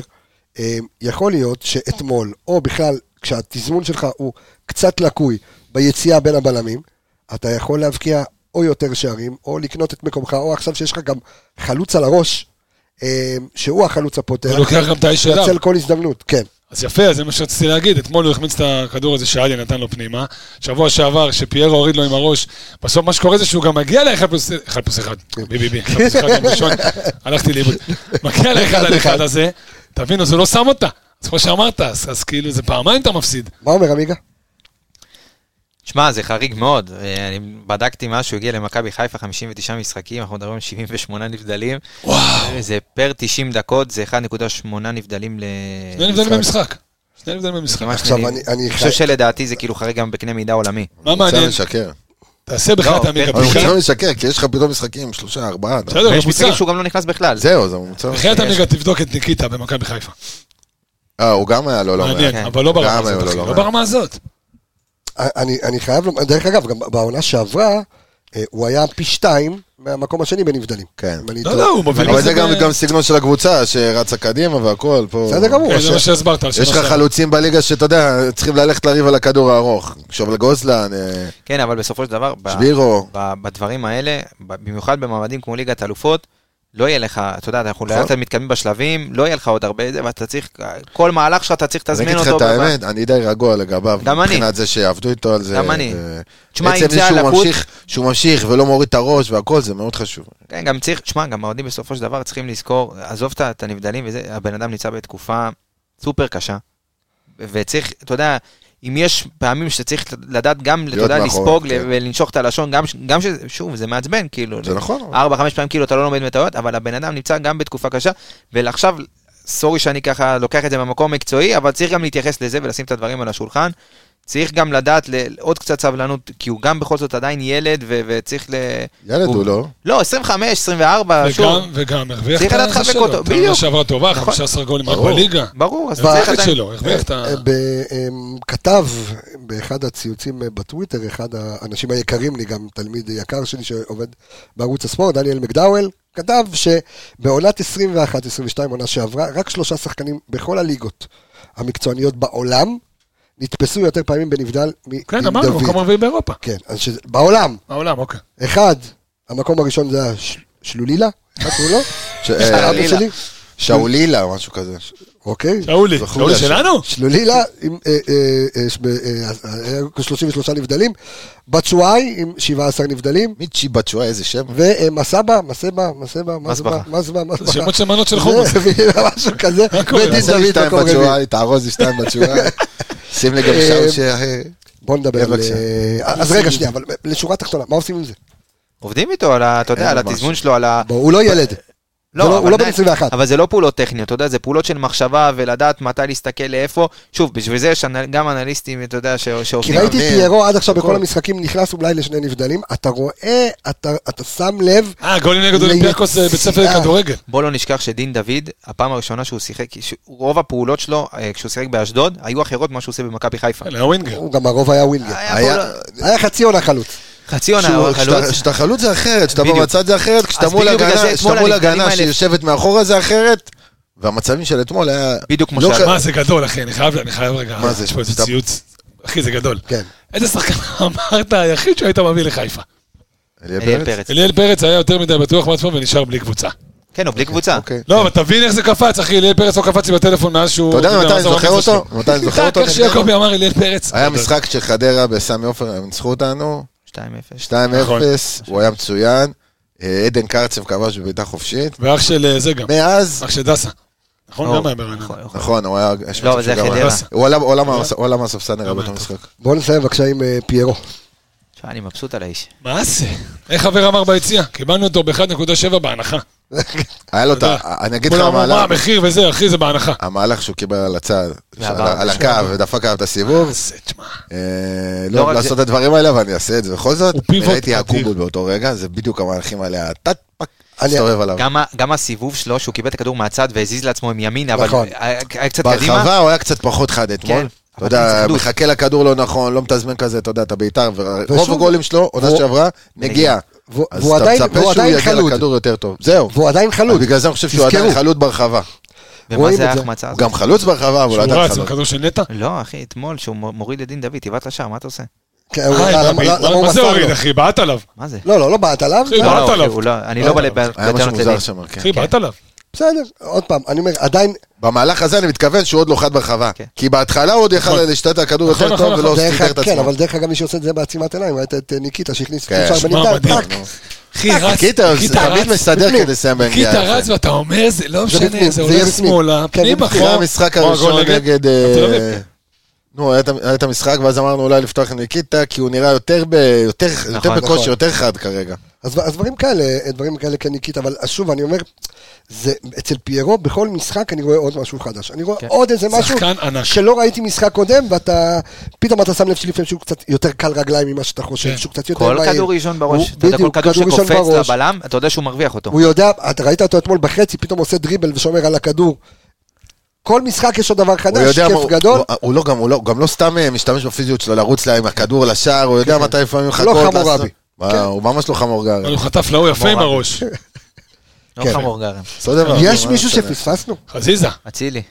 [SPEAKER 1] אה, יכול להיות שאתמול, או בכלל, כשהתזמון שלך הוא קצת לקוי ביציאה בין הבלמים, אתה יכול להבקיע או יותר שערים, או לקנות את מקומך, או עכשיו שיש לך גם חלוץ על הראש, אה, שהוא החלוץ הפותח.
[SPEAKER 6] הוא לוקח גם את האיש אליו.
[SPEAKER 1] נצל כל הזדמנות, כן.
[SPEAKER 6] אז יפה, אז זה מה שרציתי להגיד. אתמול הוא החמיץ את הכדור הזה שאלי נתן לו פנימה. שבוע שעבר, שפיירו הוריד לו עם הראש, בסוף מה שקורה זה שהוא גם מגיע לאחד פלוס אחד פלוס אחד. ביביבי, אחד פלוס אחד יום ראשון. הלכתי לאיבוד. מגיע לאחד על אחד הזה, תבינו, זה לא שם אותה. אז כמו שאמרת, אז אז כאילו זה פעמיים אתה מפסיד.
[SPEAKER 1] מה אומר עמיגה?
[SPEAKER 7] שמע, זה חריג מאוד. אה, אני בדקתי משהו, הגיע למכבי חיפה 59 משחקים, אנחנו מדברים על 78 נבדלים. וואו. זה פר 90 דקות, זה 1.8 נבדלים ל...
[SPEAKER 6] שני נבדלים במשחק. שני נבדלים במשחק.
[SPEAKER 7] כמעט
[SPEAKER 1] עכשיו,
[SPEAKER 7] שני-
[SPEAKER 1] אני- אני
[SPEAKER 7] אני חושב
[SPEAKER 1] חי-
[SPEAKER 7] שלדעתי זה כאילו חריג גם בקנה מידה עולמי.
[SPEAKER 6] מה
[SPEAKER 5] הוא צריך
[SPEAKER 6] מעניין?
[SPEAKER 5] לשקר.
[SPEAKER 6] תעשה בכלל
[SPEAKER 7] לא,
[SPEAKER 6] את עמיגה
[SPEAKER 7] כן,
[SPEAKER 5] אבל הוא
[SPEAKER 7] בדיחה.
[SPEAKER 5] צריך
[SPEAKER 6] בדיקה.
[SPEAKER 5] לשקר, כי יש לך פתאום משחקים, שלושה, ארבעה. אתה-
[SPEAKER 6] בסדר,
[SPEAKER 7] ויש
[SPEAKER 6] ממוצע.
[SPEAKER 7] משחקים שהוא גם לא נכנס בכלל.
[SPEAKER 5] זהו, זה ממוצע.
[SPEAKER 6] בחייאת עמיגה תבדוק את ניקיטה במכבי חיפה.
[SPEAKER 5] אה, הוא גם היה לא לא
[SPEAKER 6] מעניין,
[SPEAKER 5] מעניין.
[SPEAKER 6] אבל לא ברמה
[SPEAKER 5] גם,
[SPEAKER 6] הזאת,
[SPEAKER 5] לא,
[SPEAKER 6] אחי.
[SPEAKER 5] לא,
[SPEAKER 6] לא
[SPEAKER 5] לא.
[SPEAKER 6] ברמה הזאת.
[SPEAKER 1] אני, אני חייב לומר, דרך אגב, גם בעונה שעברה, אה, הוא היה פי שתיים מהמקום השני בנבדלים.
[SPEAKER 5] כן.
[SPEAKER 1] אם אני
[SPEAKER 6] לא,
[SPEAKER 1] טועה.
[SPEAKER 6] לא, הוא מוביל.
[SPEAKER 5] אבל זה גם-
[SPEAKER 6] ב-
[SPEAKER 5] גם סגנון של הקבוצה, שרצה קדימה והכל. פה-
[SPEAKER 1] בסדר גמור.
[SPEAKER 6] כן, זה מה שהסברת. על
[SPEAKER 5] יש
[SPEAKER 6] שנה
[SPEAKER 5] לך
[SPEAKER 6] שעברה.
[SPEAKER 5] חלוצים בליגה שאתה יודע, צריכים ללכת לריב על הכדור הארוך. שוב לגוזלן, אה,
[SPEAKER 7] כן, אבל בסופו של דבר, ב-
[SPEAKER 5] שבירו.
[SPEAKER 7] ב- בדברים האלה, ב- במיוחד במעמדים כמו ליגת אלופות, לא יהיה לך, אתה יודע, אנחנו לאט לאט מתקדמים בשלבים, לא יהיה לך עוד הרבה, זה, ואתה צריך, כל מהלך שלך אתה צריך
[SPEAKER 5] אני
[SPEAKER 7] לתזמן
[SPEAKER 5] אגיד לך
[SPEAKER 7] אותו.
[SPEAKER 5] את
[SPEAKER 7] בזמן.
[SPEAKER 5] האמת, אני די רגוע לגביו.
[SPEAKER 7] גם אני.
[SPEAKER 5] מבחינת זה שיעבדו איתו על זה.
[SPEAKER 7] גם אני.
[SPEAKER 5] ו-
[SPEAKER 7] תשמע,
[SPEAKER 5] עצם
[SPEAKER 7] אם זה
[SPEAKER 5] זה שהוא
[SPEAKER 7] הלקות-
[SPEAKER 5] ממשיך- שהוא ממשיך ולא מוריד את הראש והכל, זה מאוד חשוב.
[SPEAKER 7] כן, גם צריך, תשמע, גם האוהדים בסופו של דבר צריכים לזכור, עזוב את ה- את הנבדלים וזה, הבן אדם נמצא בתקופה סופר קשה, ו- וצריך, אתה יודע, אם יש פעמים שאתה צריך לדעת גם, אתה
[SPEAKER 5] להיות
[SPEAKER 7] יודע,
[SPEAKER 5] מאחורה,
[SPEAKER 7] לספוג
[SPEAKER 5] כן.
[SPEAKER 7] ולנשוך את הלשון, גם ש- גם שזה, שוב, זה מעצבן, כאילו.
[SPEAKER 5] זה נכון, אבל-
[SPEAKER 7] ארבע, חמש פעמים כאילו אתה לא לומד מטעויות, אבל הבן אדם נמצא גם בתקופה קשה, ועכשיו, סורי שאני ככה לוקח את זה מהמקום המקצועי, אבל צריך גם להתייחס לזה ולשים את הדברים על השולחן. צריך גם לדעת ל- עוד קצת סבלנות, כי הוא גם בכל זאת עדיין ילד, ו- וצריך ל...
[SPEAKER 5] ילד הוא לא.
[SPEAKER 7] לא, 25, 24, שוב.
[SPEAKER 6] וגם, וגם הרוויח
[SPEAKER 7] צריך
[SPEAKER 6] את
[SPEAKER 7] לדעת
[SPEAKER 6] הזה
[SPEAKER 7] לחבק
[SPEAKER 6] שלו.
[SPEAKER 7] אותו,
[SPEAKER 6] את העונה
[SPEAKER 7] בדיוק.
[SPEAKER 6] שעברה טובה,
[SPEAKER 7] נכון.
[SPEAKER 6] 15 גולים רק
[SPEAKER 5] ברור. אה,
[SPEAKER 6] בליגה.
[SPEAKER 7] ברור, אז
[SPEAKER 6] הרוויח
[SPEAKER 7] צריך
[SPEAKER 6] את
[SPEAKER 7] עדיין...
[SPEAKER 6] שלו, הרוויח את ה...
[SPEAKER 1] אה, ב- אמ, כתב באחד הציוצים בטוויטר, אחד האנשים היקרים לי, גם תלמיד יקר שלי שעובד בערוץ הספורט, דניאל מקדאוול, כתב שבעונת 21-22, עונה שעברה, רק שלושה שחקנים בכל הליגות המקצועניות בעולם נתפסו יותר פעמים בנבדל מדין דוד.
[SPEAKER 6] כן, אמרנו, מקום רביעי באירופה.
[SPEAKER 1] כן, אז שזה- בעולם,
[SPEAKER 6] העולם, אוקיי.
[SPEAKER 1] אחד, המקום הראשון זה השלולילה, איך קוראים לו?
[SPEAKER 5] ש- אה,
[SPEAKER 1] של אבא שלי,
[SPEAKER 5] שאולילה, משהו כזה.
[SPEAKER 1] אוקיי.
[SPEAKER 6] שאולי,
[SPEAKER 5] זכור
[SPEAKER 6] שאולי
[SPEAKER 5] לי השם.
[SPEAKER 6] שלנו?
[SPEAKER 1] שלולילה עם אה, אה, אה, ש- אה, אה, אה, 33 נבדלים, בצ'ואי עם 17 נבדלים,
[SPEAKER 5] מיצ'י בת שואה, איזה שם.
[SPEAKER 1] ומסבא, מסבא, מסבא, מסבא,
[SPEAKER 7] מסבחה.
[SPEAKER 1] מסבא, מסבא.
[SPEAKER 6] שמות של מנות של חומוס.
[SPEAKER 1] משהו כזה,
[SPEAKER 6] קורה?
[SPEAKER 1] ודין
[SPEAKER 5] תעשה לי
[SPEAKER 1] דוד
[SPEAKER 5] שתיים
[SPEAKER 1] מקום
[SPEAKER 5] בת
[SPEAKER 1] רביעי.
[SPEAKER 5] שואה, תארוז לי שתיים בת שואה. שים לי גם
[SPEAKER 1] אה,
[SPEAKER 5] שאול ש...
[SPEAKER 1] בוא נדבר על...
[SPEAKER 5] בבקשה.
[SPEAKER 1] אה, אז רגע, שנייה, אבל לשורה התחתונה, מה עושים עם זה?
[SPEAKER 7] עובדים איתו, על ה- אתה יודע,
[SPEAKER 5] אין
[SPEAKER 7] על
[SPEAKER 5] לו
[SPEAKER 7] התזמון
[SPEAKER 5] משהו.
[SPEAKER 7] שלו, על ה...
[SPEAKER 1] בוא, הוא לא
[SPEAKER 5] אוקיי.
[SPEAKER 1] ילד. זה לא-
[SPEAKER 7] אבל
[SPEAKER 1] הוא לא בן
[SPEAKER 7] עדיין-
[SPEAKER 1] 21.
[SPEAKER 7] אבל זה לא פעולות טכניות, אתה יודע, זה פעולות של מחשבה ולדעת מתי להסתכל לאיפה. שוב, בשביל זה יש אנ- גם אנליסטים, אתה יודע, ש-
[SPEAKER 1] כי
[SPEAKER 7] שעובדים.
[SPEAKER 1] ראיתי את
[SPEAKER 5] מאמן,
[SPEAKER 1] פיירו עד עכשיו בכל
[SPEAKER 5] הכל.
[SPEAKER 1] המשחקים נכנס אולי לשני נבדלים, אתה רואה, אתה אתה שם לב,
[SPEAKER 6] אה, גולים נגד אולימפיאקוס זה בית ספר
[SPEAKER 5] אה.
[SPEAKER 1] ליציאה.
[SPEAKER 6] לכדורגל.
[SPEAKER 7] בוא לא נשכח שדין דוד, הפעם הראשונה שהוא שיחק, ש- רוב הפעולות שלו, אה, כשהוא שיחק באשדוד, היו אחרות ממה שהוא עושה במכבי חיפה.
[SPEAKER 6] אלה הווינגר.
[SPEAKER 1] הוא גם הרוב היה ווינגר.
[SPEAKER 7] היה
[SPEAKER 5] היה-
[SPEAKER 7] פעולות-
[SPEAKER 1] היה חצי עונה חלוץ.
[SPEAKER 7] חצי עונה,
[SPEAKER 5] שהוא-
[SPEAKER 7] אבל חלוץ.
[SPEAKER 5] כשאתה- כשאתה חלוץ זה אחרת, כשאתה
[SPEAKER 7] בדיוק.
[SPEAKER 5] במצד זה אחרת, כשאתה
[SPEAKER 7] אז
[SPEAKER 5] מול
[SPEAKER 7] בדיוק בגלל זה
[SPEAKER 5] הגנה,
[SPEAKER 7] אתמול
[SPEAKER 5] כשאתה מול
[SPEAKER 7] הנבדלים
[SPEAKER 5] הגנה
[SPEAKER 7] האלה-
[SPEAKER 5] שיושבת מאחורה זה אחרת, והמצבים של אתמול היה...
[SPEAKER 7] בדיוק כמו
[SPEAKER 5] לא
[SPEAKER 7] שהיה.
[SPEAKER 5] ק-
[SPEAKER 6] מה, זה גדול, אחי, אני חייב, אני חייב רגע,
[SPEAKER 5] מה זה?
[SPEAKER 6] יש פה איזה
[SPEAKER 5] סתם.
[SPEAKER 6] ציוץ. אחי, זה גדול.
[SPEAKER 1] כן.
[SPEAKER 6] איזה שחקן אמרת היחיד שהיית מביא לחיפה?
[SPEAKER 7] אליאל אה, פרץ.
[SPEAKER 6] אליאל פרץ היה יותר מדי בטוח בעצמו ונשאר בלי קבוצה.
[SPEAKER 7] כן, הוא בלי קבוצה.
[SPEAKER 5] אוקיי.
[SPEAKER 6] לא, אבל תבין איך זה קפץ, אחי, אליאל פרץ לא קפץ לי בטלפון מאז שהוא...
[SPEAKER 5] אתה יודע מתי
[SPEAKER 6] מה
[SPEAKER 5] אני
[SPEAKER 7] לא
[SPEAKER 6] זה
[SPEAKER 5] זוכר
[SPEAKER 6] הרמיזה
[SPEAKER 5] אותו?
[SPEAKER 6] שלו.
[SPEAKER 5] מתי אני זוכר אותו?
[SPEAKER 6] איך שיעקבי אמר אליאל פרץ.
[SPEAKER 5] היה משחק של חדרה בסמי עופר, הם ניצחו אותנו,
[SPEAKER 7] 2-0.
[SPEAKER 5] 2-0,
[SPEAKER 6] נכון.
[SPEAKER 5] הוא היה מצוין, אה, עדן קרצב כבש בביתה חופשית,
[SPEAKER 6] ואח של אה, זה גם,
[SPEAKER 5] מאז,
[SPEAKER 6] אח של דסה. נכון,
[SPEAKER 7] אור,
[SPEAKER 6] גם היה ברעננה.
[SPEAKER 7] נכון.
[SPEAKER 5] נכון, הוא היה... יש
[SPEAKER 7] לא,
[SPEAKER 5] מצב
[SPEAKER 7] זה
[SPEAKER 5] שהוא גם
[SPEAKER 7] חדרה.
[SPEAKER 5] היה- הוא עלה- הוא עלה מה- הוא עלה מהספסל
[SPEAKER 6] לא,
[SPEAKER 5] נראה באותו משחק.
[SPEAKER 1] בואו נסיים בבקשה עם אה, פיירו.
[SPEAKER 7] תשמע, אני מבסוט על האיש.
[SPEAKER 6] מה זה? איך חבר אמר ביציע? קיבלנו אותו ב-1.7 בהנחה.
[SPEAKER 5] היה לו את ה...
[SPEAKER 6] אתה
[SPEAKER 5] אני אגיד לך
[SPEAKER 6] לא, כולם אמרו,
[SPEAKER 5] מהלך-
[SPEAKER 6] מה המחיר וזה, אחי, זה בהנחה.
[SPEAKER 5] המהלך שהוא קיבל על הצד,
[SPEAKER 7] ועבר.
[SPEAKER 5] על- על הקו, ודפק עליו את הסיבוב,
[SPEAKER 6] מה זה, תשמע.
[SPEAKER 5] אה,
[SPEAKER 7] לא
[SPEAKER 5] לא
[SPEAKER 7] רק
[SPEAKER 5] לעשות את הדברים האלה, אבל אני אעשה את זה בכל זאת.
[SPEAKER 6] הוא פיבוט
[SPEAKER 5] ראיתי
[SPEAKER 6] אדיר.
[SPEAKER 5] הקובול באותו רגע, זה בדיוק המהלכים האלה, הטאט פאק,
[SPEAKER 1] אני-
[SPEAKER 5] הסתובב עליו.
[SPEAKER 7] גם ה- גם הסיבוב שלו, שהוא קיבל את הכדור מהצד והזיז לעצמו עם ימין, אבל
[SPEAKER 1] נכון.
[SPEAKER 7] היה היה קצת קדימה.
[SPEAKER 5] ברחבה הוא היה קצת פחות חד
[SPEAKER 7] כן,
[SPEAKER 5] אתמול. אתה
[SPEAKER 7] אבל זה
[SPEAKER 5] יודע,
[SPEAKER 7] חדות.
[SPEAKER 5] מחכה לכדור לא נכון, לא מתזמן כזה, אתה יודע, אתה בית"ר, ורוב
[SPEAKER 1] ושוב,
[SPEAKER 5] הגולים שלו, עונה
[SPEAKER 1] והוא-
[SPEAKER 5] שעברה, נגיעה.
[SPEAKER 1] והוא-
[SPEAKER 5] אז
[SPEAKER 1] והוא
[SPEAKER 5] אתה
[SPEAKER 1] עדיין-
[SPEAKER 5] מצפה
[SPEAKER 1] והוא
[SPEAKER 5] שהוא
[SPEAKER 1] עדיין
[SPEAKER 5] יגיע
[SPEAKER 1] חלוד.
[SPEAKER 5] לכדור יותר טוב. זהו.
[SPEAKER 1] והוא עדיין חלוד.
[SPEAKER 5] אה, בגלל זה אני חושב שהוא
[SPEAKER 1] תזכרו.
[SPEAKER 5] עדיין חלוד ברחבה.
[SPEAKER 7] ומה
[SPEAKER 1] רואים
[SPEAKER 7] זה
[SPEAKER 1] את
[SPEAKER 7] היה
[SPEAKER 1] זה.
[SPEAKER 7] החמצה
[SPEAKER 5] הוא
[SPEAKER 7] הזאת?
[SPEAKER 5] גם חלוץ ברחבה, אבל הוא
[SPEAKER 6] שהוא
[SPEAKER 5] עדיין
[SPEAKER 6] רץ עם
[SPEAKER 5] חלוד.
[SPEAKER 6] כדור של נטע?
[SPEAKER 7] לא, אחי, אתמול, שהוא מ- מוריד לדין דוד, טבעת לשער, מה אתה עושה?
[SPEAKER 1] כן, הוא-
[SPEAKER 6] אה,
[SPEAKER 1] למה-
[SPEAKER 6] מה-
[SPEAKER 1] למה
[SPEAKER 6] מה
[SPEAKER 1] הוא
[SPEAKER 6] מה זה
[SPEAKER 1] מסר
[SPEAKER 6] הוריד, כן.
[SPEAKER 1] לו?
[SPEAKER 6] אחי? בעט עליו.
[SPEAKER 7] מה זה?
[SPEAKER 1] לא, לא, לא בעט עליו,
[SPEAKER 6] אחי,
[SPEAKER 1] זה-
[SPEAKER 6] בעט
[SPEAKER 7] לא,
[SPEAKER 6] עליו.
[SPEAKER 7] הוא לא- אני לא
[SPEAKER 1] אה,
[SPEAKER 7] בא לבעט-
[SPEAKER 5] היה משהו
[SPEAKER 7] בטענות
[SPEAKER 5] מוזר
[SPEAKER 7] לדין.
[SPEAKER 5] שם, כן.
[SPEAKER 6] אחי, בעט עליו.
[SPEAKER 1] בסדר. עוד פעם, אני אומר, עדיין,
[SPEAKER 5] במהלך הזה אני מתכוון שהוא עוד לא חד ברחבה.
[SPEAKER 7] כן.
[SPEAKER 5] כי בהתחלה הוא עוד יכל
[SPEAKER 6] נכון.
[SPEAKER 5] להשתת הכדור
[SPEAKER 6] נכון,
[SPEAKER 5] יותר
[SPEAKER 6] נכון,
[SPEAKER 5] טוב ולא
[SPEAKER 7] לא
[SPEAKER 6] נכון.
[SPEAKER 1] דרך
[SPEAKER 5] סידר את
[SPEAKER 1] ה- כן,
[SPEAKER 5] עצמו.
[SPEAKER 1] אבל דרך אגב, מי שעושה את זה בעצימת עיניים, ראית את אה, ניקיטה שהכניס
[SPEAKER 5] כן,
[SPEAKER 1] חושר
[SPEAKER 6] שמע,
[SPEAKER 1] בניתן,
[SPEAKER 6] מדהים.
[SPEAKER 1] טאק,
[SPEAKER 7] לא.
[SPEAKER 6] אחי, רץ,
[SPEAKER 5] קיטה זה
[SPEAKER 6] קיטה
[SPEAKER 5] תמיד
[SPEAKER 6] רץ,
[SPEAKER 5] מסדר כדי לסיים בנגיעה.
[SPEAKER 6] קיטה רץ, ואתה אומר, זה לא
[SPEAKER 1] זה
[SPEAKER 6] משנה,
[SPEAKER 1] בפנים,
[SPEAKER 6] זה
[SPEAKER 1] זה
[SPEAKER 6] הולך
[SPEAKER 1] יהיה בפנים.
[SPEAKER 6] שמאלה,
[SPEAKER 1] כן,
[SPEAKER 6] פנימה,
[SPEAKER 1] בפנים.
[SPEAKER 5] תראה
[SPEAKER 6] אחורה.
[SPEAKER 5] המשחק
[SPEAKER 6] כמו
[SPEAKER 5] הראשון
[SPEAKER 6] הגול
[SPEAKER 5] נגד...
[SPEAKER 6] תל
[SPEAKER 5] אה,
[SPEAKER 6] אביב, כן.
[SPEAKER 5] נו, היה את- היה את המשחק, ואז אמרנו אולי לפתוח עם ניקיטה, כי הוא נראה יותר ב- יותר- יותר
[SPEAKER 7] נכון.
[SPEAKER 5] בקושי, יותר חד כרגע.
[SPEAKER 1] אז אז דברים כאלה, אה, דברים כאלה כן ניקיטה, אבל אז שוב, אני אומר, זה אצל פיירו, בכל משחק אני רואה עוד משהו חדש. אני רואה עוד איזה משהו
[SPEAKER 6] כן. שחקן ענק.
[SPEAKER 1] שלא ראיתי משחק קודם, ואתה, פתאום אתה שם לב שלפעמים שהוא קצת יותר קל רגליים ממה שאתה חושב,
[SPEAKER 6] כן.
[SPEAKER 1] שהוא קצת יותר
[SPEAKER 7] כל
[SPEAKER 1] מהיר.
[SPEAKER 7] כדור ראשון
[SPEAKER 1] הוא-
[SPEAKER 7] בראש, אתה יודע, כל
[SPEAKER 1] בדיוק,
[SPEAKER 7] כדור
[SPEAKER 1] ראשון
[SPEAKER 7] שקופץ
[SPEAKER 1] בראש.
[SPEAKER 7] לבלם, אתה יודע שהוא מרוויח אותו.
[SPEAKER 1] הוא יודע, אתה ראית אותו אתמול בחצי, פתאום עושה דריבל ושומר על הכדור. כל משחק יש לו דבר
[SPEAKER 5] הוא
[SPEAKER 1] חדש,
[SPEAKER 5] יודע מה,
[SPEAKER 1] כיף
[SPEAKER 5] הוא-
[SPEAKER 1] גדול.
[SPEAKER 5] הוא- הוא לא גם- הוא לא- גם לא סתם אה, משתמש בפיזיות שלו לרוץ לה עם הכדור לשער, הוא
[SPEAKER 1] כן.
[SPEAKER 5] יודע מתי לפעמים לחכות.
[SPEAKER 1] חמורבי.
[SPEAKER 5] לעשות- מה,
[SPEAKER 1] לא כן.
[SPEAKER 5] הוא ממש לא
[SPEAKER 6] אבל
[SPEAKER 5] חמורגרי.
[SPEAKER 6] הוא חטף להוא יפה עם
[SPEAKER 7] מורן.
[SPEAKER 6] הראש.
[SPEAKER 7] לא
[SPEAKER 1] כן.
[SPEAKER 7] חמור גרם.
[SPEAKER 5] אותו דבר,
[SPEAKER 1] יש
[SPEAKER 5] מה
[SPEAKER 1] מישהו
[SPEAKER 5] משנה?
[SPEAKER 1] שפספסנו?
[SPEAKER 5] אה,
[SPEAKER 6] חזיזה.
[SPEAKER 7] אצילי.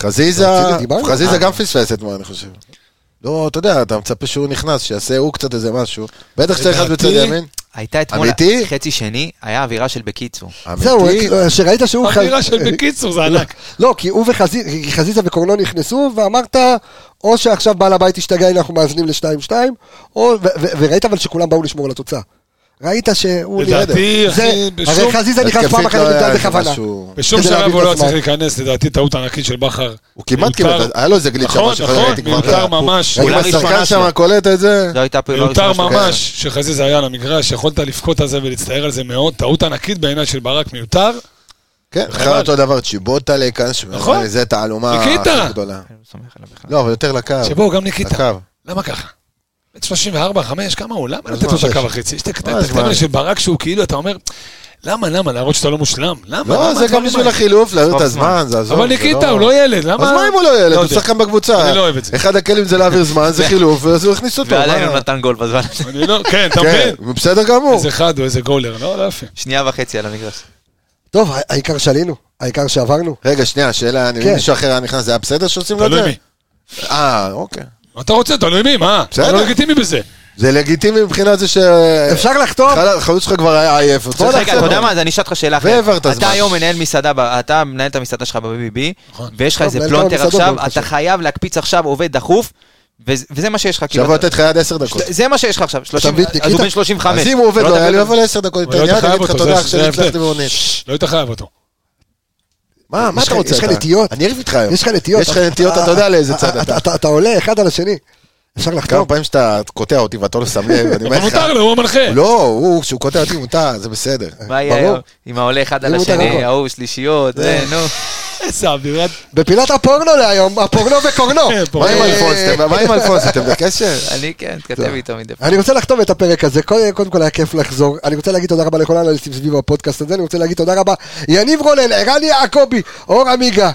[SPEAKER 5] חזיזה,
[SPEAKER 1] רציתי, דיברנו. אה.
[SPEAKER 5] חזיזה גם פספס אתמול, אני חושב. לא, אתה יודע, אתה מצפה שהוא נכנס, שיעשה הוא קצת איזה משהו. בטח שזה אחד בצד
[SPEAKER 6] לדעתי-
[SPEAKER 5] ימין.
[SPEAKER 7] הייתה אתמול,
[SPEAKER 5] אמיתי?
[SPEAKER 7] חצי שני, היה אווירה של בקיצור.
[SPEAKER 1] זהו, אה, לא,
[SPEAKER 5] אמיתי.
[SPEAKER 1] שראית שהוא... חז-
[SPEAKER 6] אווירה של בקיצור, זה ענק.
[SPEAKER 1] לא, כי הוא וחזיזה חזיזה וקורנו נכנסו, ואמרת, או שעכשיו בעל הבית השתגע, הנה אנחנו מאזנים ל-2-2, או- ו- ו- וראית אבל שכולם באו לשמור על התוצאה. ראית שהוא
[SPEAKER 6] לדעתי,
[SPEAKER 1] נראה...
[SPEAKER 6] אחי,
[SPEAKER 1] זה-
[SPEAKER 6] בשום-
[SPEAKER 1] הרי חזיזה נכנס פעם אחת
[SPEAKER 5] התקפית לא היה
[SPEAKER 1] לביתה
[SPEAKER 5] איזה
[SPEAKER 1] בכוונה.
[SPEAKER 5] משהו-
[SPEAKER 6] בשום
[SPEAKER 1] כדי
[SPEAKER 6] שלב
[SPEAKER 1] להעביר
[SPEAKER 6] הוא
[SPEAKER 1] את
[SPEAKER 6] לא
[SPEAKER 1] הזמן.
[SPEAKER 6] צריך להיכנס, לדעתי, טעות ענקית של בכר.
[SPEAKER 5] הוא כמעט
[SPEAKER 6] מיותר-
[SPEAKER 5] כמעט, היה לו איזה גליץ'
[SPEAKER 6] נכון,
[SPEAKER 5] שם
[SPEAKER 6] נכון,
[SPEAKER 5] שראיתי כבר.
[SPEAKER 6] מיותר ממש.
[SPEAKER 5] אם
[SPEAKER 7] אולי
[SPEAKER 5] השחקן
[SPEAKER 7] ראשונה
[SPEAKER 5] שם
[SPEAKER 7] שלו.
[SPEAKER 5] קולט את זה,
[SPEAKER 7] זו הייתה פעולה
[SPEAKER 6] מיותר
[SPEAKER 7] ראשונה שלו.
[SPEAKER 6] ממש שחזיזה היה על המגרש, יכולת לבכות על זה ולהצטער על זה מאוד. טעות ענקית בעיניי של ברק מיותר.
[SPEAKER 5] כן, בכלל אותו דבר, צ'יבוטה להיכנס,
[SPEAKER 6] נכון.
[SPEAKER 5] זה תעלומה
[SPEAKER 6] ניקיטה.
[SPEAKER 5] הכי גדולה.
[SPEAKER 7] אני לא סומך עליו בכלל.
[SPEAKER 5] לא, אבל יותר לקו.
[SPEAKER 6] שבו גם ניקיטה.
[SPEAKER 5] לקו.
[SPEAKER 6] למה ככה? בן 34, 5, כמה הוא? למה לתת
[SPEAKER 5] מה,
[SPEAKER 6] לו את הקו
[SPEAKER 5] שש?
[SPEAKER 6] החצי? יש את
[SPEAKER 5] מה,
[SPEAKER 6] הקטעים
[SPEAKER 5] זמן?
[SPEAKER 6] האלה של ברק שהוא כאילו, אתה אומר, למה, למה, להראות שאתה לא מושלם? למה?
[SPEAKER 5] לא,
[SPEAKER 6] למה
[SPEAKER 5] זה גם
[SPEAKER 6] הדברים
[SPEAKER 5] בשביל
[SPEAKER 6] האלה?
[SPEAKER 5] החילוף, להעביר את
[SPEAKER 7] סחוב
[SPEAKER 5] הזמן, זה עזוב.
[SPEAKER 6] אבל
[SPEAKER 5] זה
[SPEAKER 6] ניקיטה, הוא לא ילד, למה?
[SPEAKER 5] אז מה אם הוא לא ילד?
[SPEAKER 6] לא
[SPEAKER 5] הוא
[SPEAKER 6] יודע.
[SPEAKER 5] שחקן בקבוצה.
[SPEAKER 6] אני לא אוהב את זה.
[SPEAKER 5] אחד הכלים זה להעביר זמן, זה חילוף, אז הוא הכניס אותו.
[SPEAKER 7] ועדיין הוא
[SPEAKER 5] מה?
[SPEAKER 7] נתן גול בזמן הזה.
[SPEAKER 6] אני לא, כן, אתה
[SPEAKER 5] כן,
[SPEAKER 6] מבין?
[SPEAKER 5] הוא בסדר גמור.
[SPEAKER 6] איזה חד הוא, איזה גולר, לא, לא יפה.
[SPEAKER 7] שנייה וחצי על המגרש.
[SPEAKER 1] טוב, העיקר שעלינו, העיקר שעברנו.
[SPEAKER 5] רגע, שנייה, השאלה, אני-
[SPEAKER 1] כן.
[SPEAKER 5] אם מישהו אחר היה נכנס, זה היה בסדר שעושים לו את
[SPEAKER 6] תלוי
[SPEAKER 5] זה?
[SPEAKER 6] מי.
[SPEAKER 5] אה, אוקיי.
[SPEAKER 6] מה אתה רוצה? תלוי מי, מה?
[SPEAKER 5] בסדר.
[SPEAKER 6] אתה לא לגיטימי בזה.
[SPEAKER 5] זה לגיטימי מבחינת זה ש...
[SPEAKER 1] אפשר לחתום?
[SPEAKER 5] חל- החלוץ שלך כבר היה עייף. הוא צריך
[SPEAKER 7] רגע,
[SPEAKER 5] לחזור.
[SPEAKER 7] אתה יודע מה, אז אני אשאל אותך שאלה אחרת.
[SPEAKER 5] והעברת זמן.
[SPEAKER 7] אתה היום מנהל מסעדה, ב- אתה מנהל את המסעדה שלך ב-BBB,
[SPEAKER 6] נכון.
[SPEAKER 7] ויש לך
[SPEAKER 1] טוב,
[SPEAKER 7] איזה
[SPEAKER 1] מנהל כמה
[SPEAKER 7] פלונטר
[SPEAKER 1] מסעדות
[SPEAKER 7] עכשיו,
[SPEAKER 1] ברוך
[SPEAKER 7] אתה
[SPEAKER 1] השם.
[SPEAKER 7] חייב להקפיץ עכשיו עובד דחוף, וזה וזה מה שיש לך. כאילו,
[SPEAKER 5] עכשיו הוא
[SPEAKER 7] אתה-
[SPEAKER 5] לתת לך עד עשר דקות.
[SPEAKER 7] זה מה שיש לך עכשיו, 30,
[SPEAKER 1] מבין,
[SPEAKER 7] אז הוא
[SPEAKER 1] ניקיטה?
[SPEAKER 7] בן 35.
[SPEAKER 5] אז אם הוא עובד,
[SPEAKER 7] לא
[SPEAKER 5] לא
[SPEAKER 7] תביא
[SPEAKER 5] היה לי
[SPEAKER 7] אותו.
[SPEAKER 5] אבל עשר דקות
[SPEAKER 6] אבל
[SPEAKER 5] יותר,
[SPEAKER 6] לא
[SPEAKER 5] אני
[SPEAKER 6] היית חייב
[SPEAKER 5] אגיד לך
[SPEAKER 6] אותו,
[SPEAKER 5] תודה
[SPEAKER 6] זה-
[SPEAKER 5] אח
[SPEAKER 6] זה
[SPEAKER 5] שלי,
[SPEAKER 6] ההבדל.
[SPEAKER 5] הצלחתי בעונש.
[SPEAKER 6] ששש, לא היית חייב אותו.
[SPEAKER 5] מה, מה
[SPEAKER 1] יש
[SPEAKER 5] אתה
[SPEAKER 1] לך-
[SPEAKER 5] רוצה?
[SPEAKER 1] יש לך
[SPEAKER 5] אתה?
[SPEAKER 1] נטיות.
[SPEAKER 5] אני אריב איתך היום.
[SPEAKER 1] יש לך נטיות.
[SPEAKER 5] יש לך נטיות, אתה יודע לאיזה צד
[SPEAKER 1] אתה-
[SPEAKER 5] אתה.
[SPEAKER 1] אתה- אתה עולה אחד על השני. אפשר לחתום?
[SPEAKER 5] כמה פעמים שאתה קוטע אותי ואתה לא שם לב, אני
[SPEAKER 6] אבל
[SPEAKER 5] אומר לך...
[SPEAKER 6] מותר לו, הוא המנחה.
[SPEAKER 5] לא, הוא, כשהוא קוטע אותי מותר, זה בסדר.
[SPEAKER 7] מה יהיה
[SPEAKER 1] ברור.
[SPEAKER 7] היום? עם העולה אחד על
[SPEAKER 1] אם הוא תראה
[SPEAKER 7] השני,
[SPEAKER 1] הכל.
[SPEAKER 7] ההוא שלישיות, זה, נו.
[SPEAKER 6] איזה אווירה.
[SPEAKER 1] בפינת הפורנו להיום, הפורנו וקורנו.
[SPEAKER 6] כן, פורנו.
[SPEAKER 5] מה עם
[SPEAKER 1] אה,
[SPEAKER 5] אלפונס? אתם- מה עם אלפונס? אתם בקשר?
[SPEAKER 7] אני כן, מתכתב איתו מדי פעם.
[SPEAKER 1] אני רוצה לחתום את הפרק הזה, קודם קודם כל היה כיף לחזור, אני רוצה להגיד תודה רבה לכל האנליסטים סביב הפודקאסט הזה, אני רוצה להגיד תודה רבה יניב רונן, ערן יעקבי, אור עמיגה,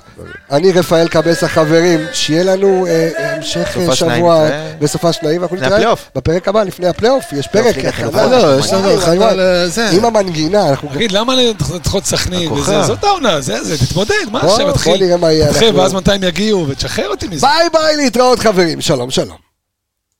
[SPEAKER 1] אני רפאל קבסה חברים, שיהיה לנו אה, המשך אה,
[SPEAKER 7] סופה שניים
[SPEAKER 1] שבוע
[SPEAKER 7] נתראה.
[SPEAKER 1] וסופה שניים, ואנחנו
[SPEAKER 7] לפני
[SPEAKER 1] נתראה
[SPEAKER 7] הפלייאוף.
[SPEAKER 1] בפרק הבא, לפני הפלייאוף, יש פרק, אה,
[SPEAKER 7] ליגת
[SPEAKER 1] הכנה.
[SPEAKER 7] אלופות.
[SPEAKER 5] לא, יש לנו
[SPEAKER 1] וואי,
[SPEAKER 5] הכנה
[SPEAKER 1] וואי.
[SPEAKER 5] לזה.
[SPEAKER 1] עם המנגינה, אנחנו
[SPEAKER 6] תגיד, למה לדחות סכנין?
[SPEAKER 5] הכוכב.
[SPEAKER 6] וזה- זאת העונה, זה, זה, תתמודד, מה
[SPEAKER 1] בוא-
[SPEAKER 6] עכשיו,
[SPEAKER 1] בוא
[SPEAKER 6] תתחיל.
[SPEAKER 1] נראה מה יהיה,
[SPEAKER 6] תתחיל,
[SPEAKER 1] אנחנו- לא-
[SPEAKER 6] ואז מתי הם יגיעו, ותשחרר אותי מזה.
[SPEAKER 1] ביי ביי להתראות חברים, שלום שלום.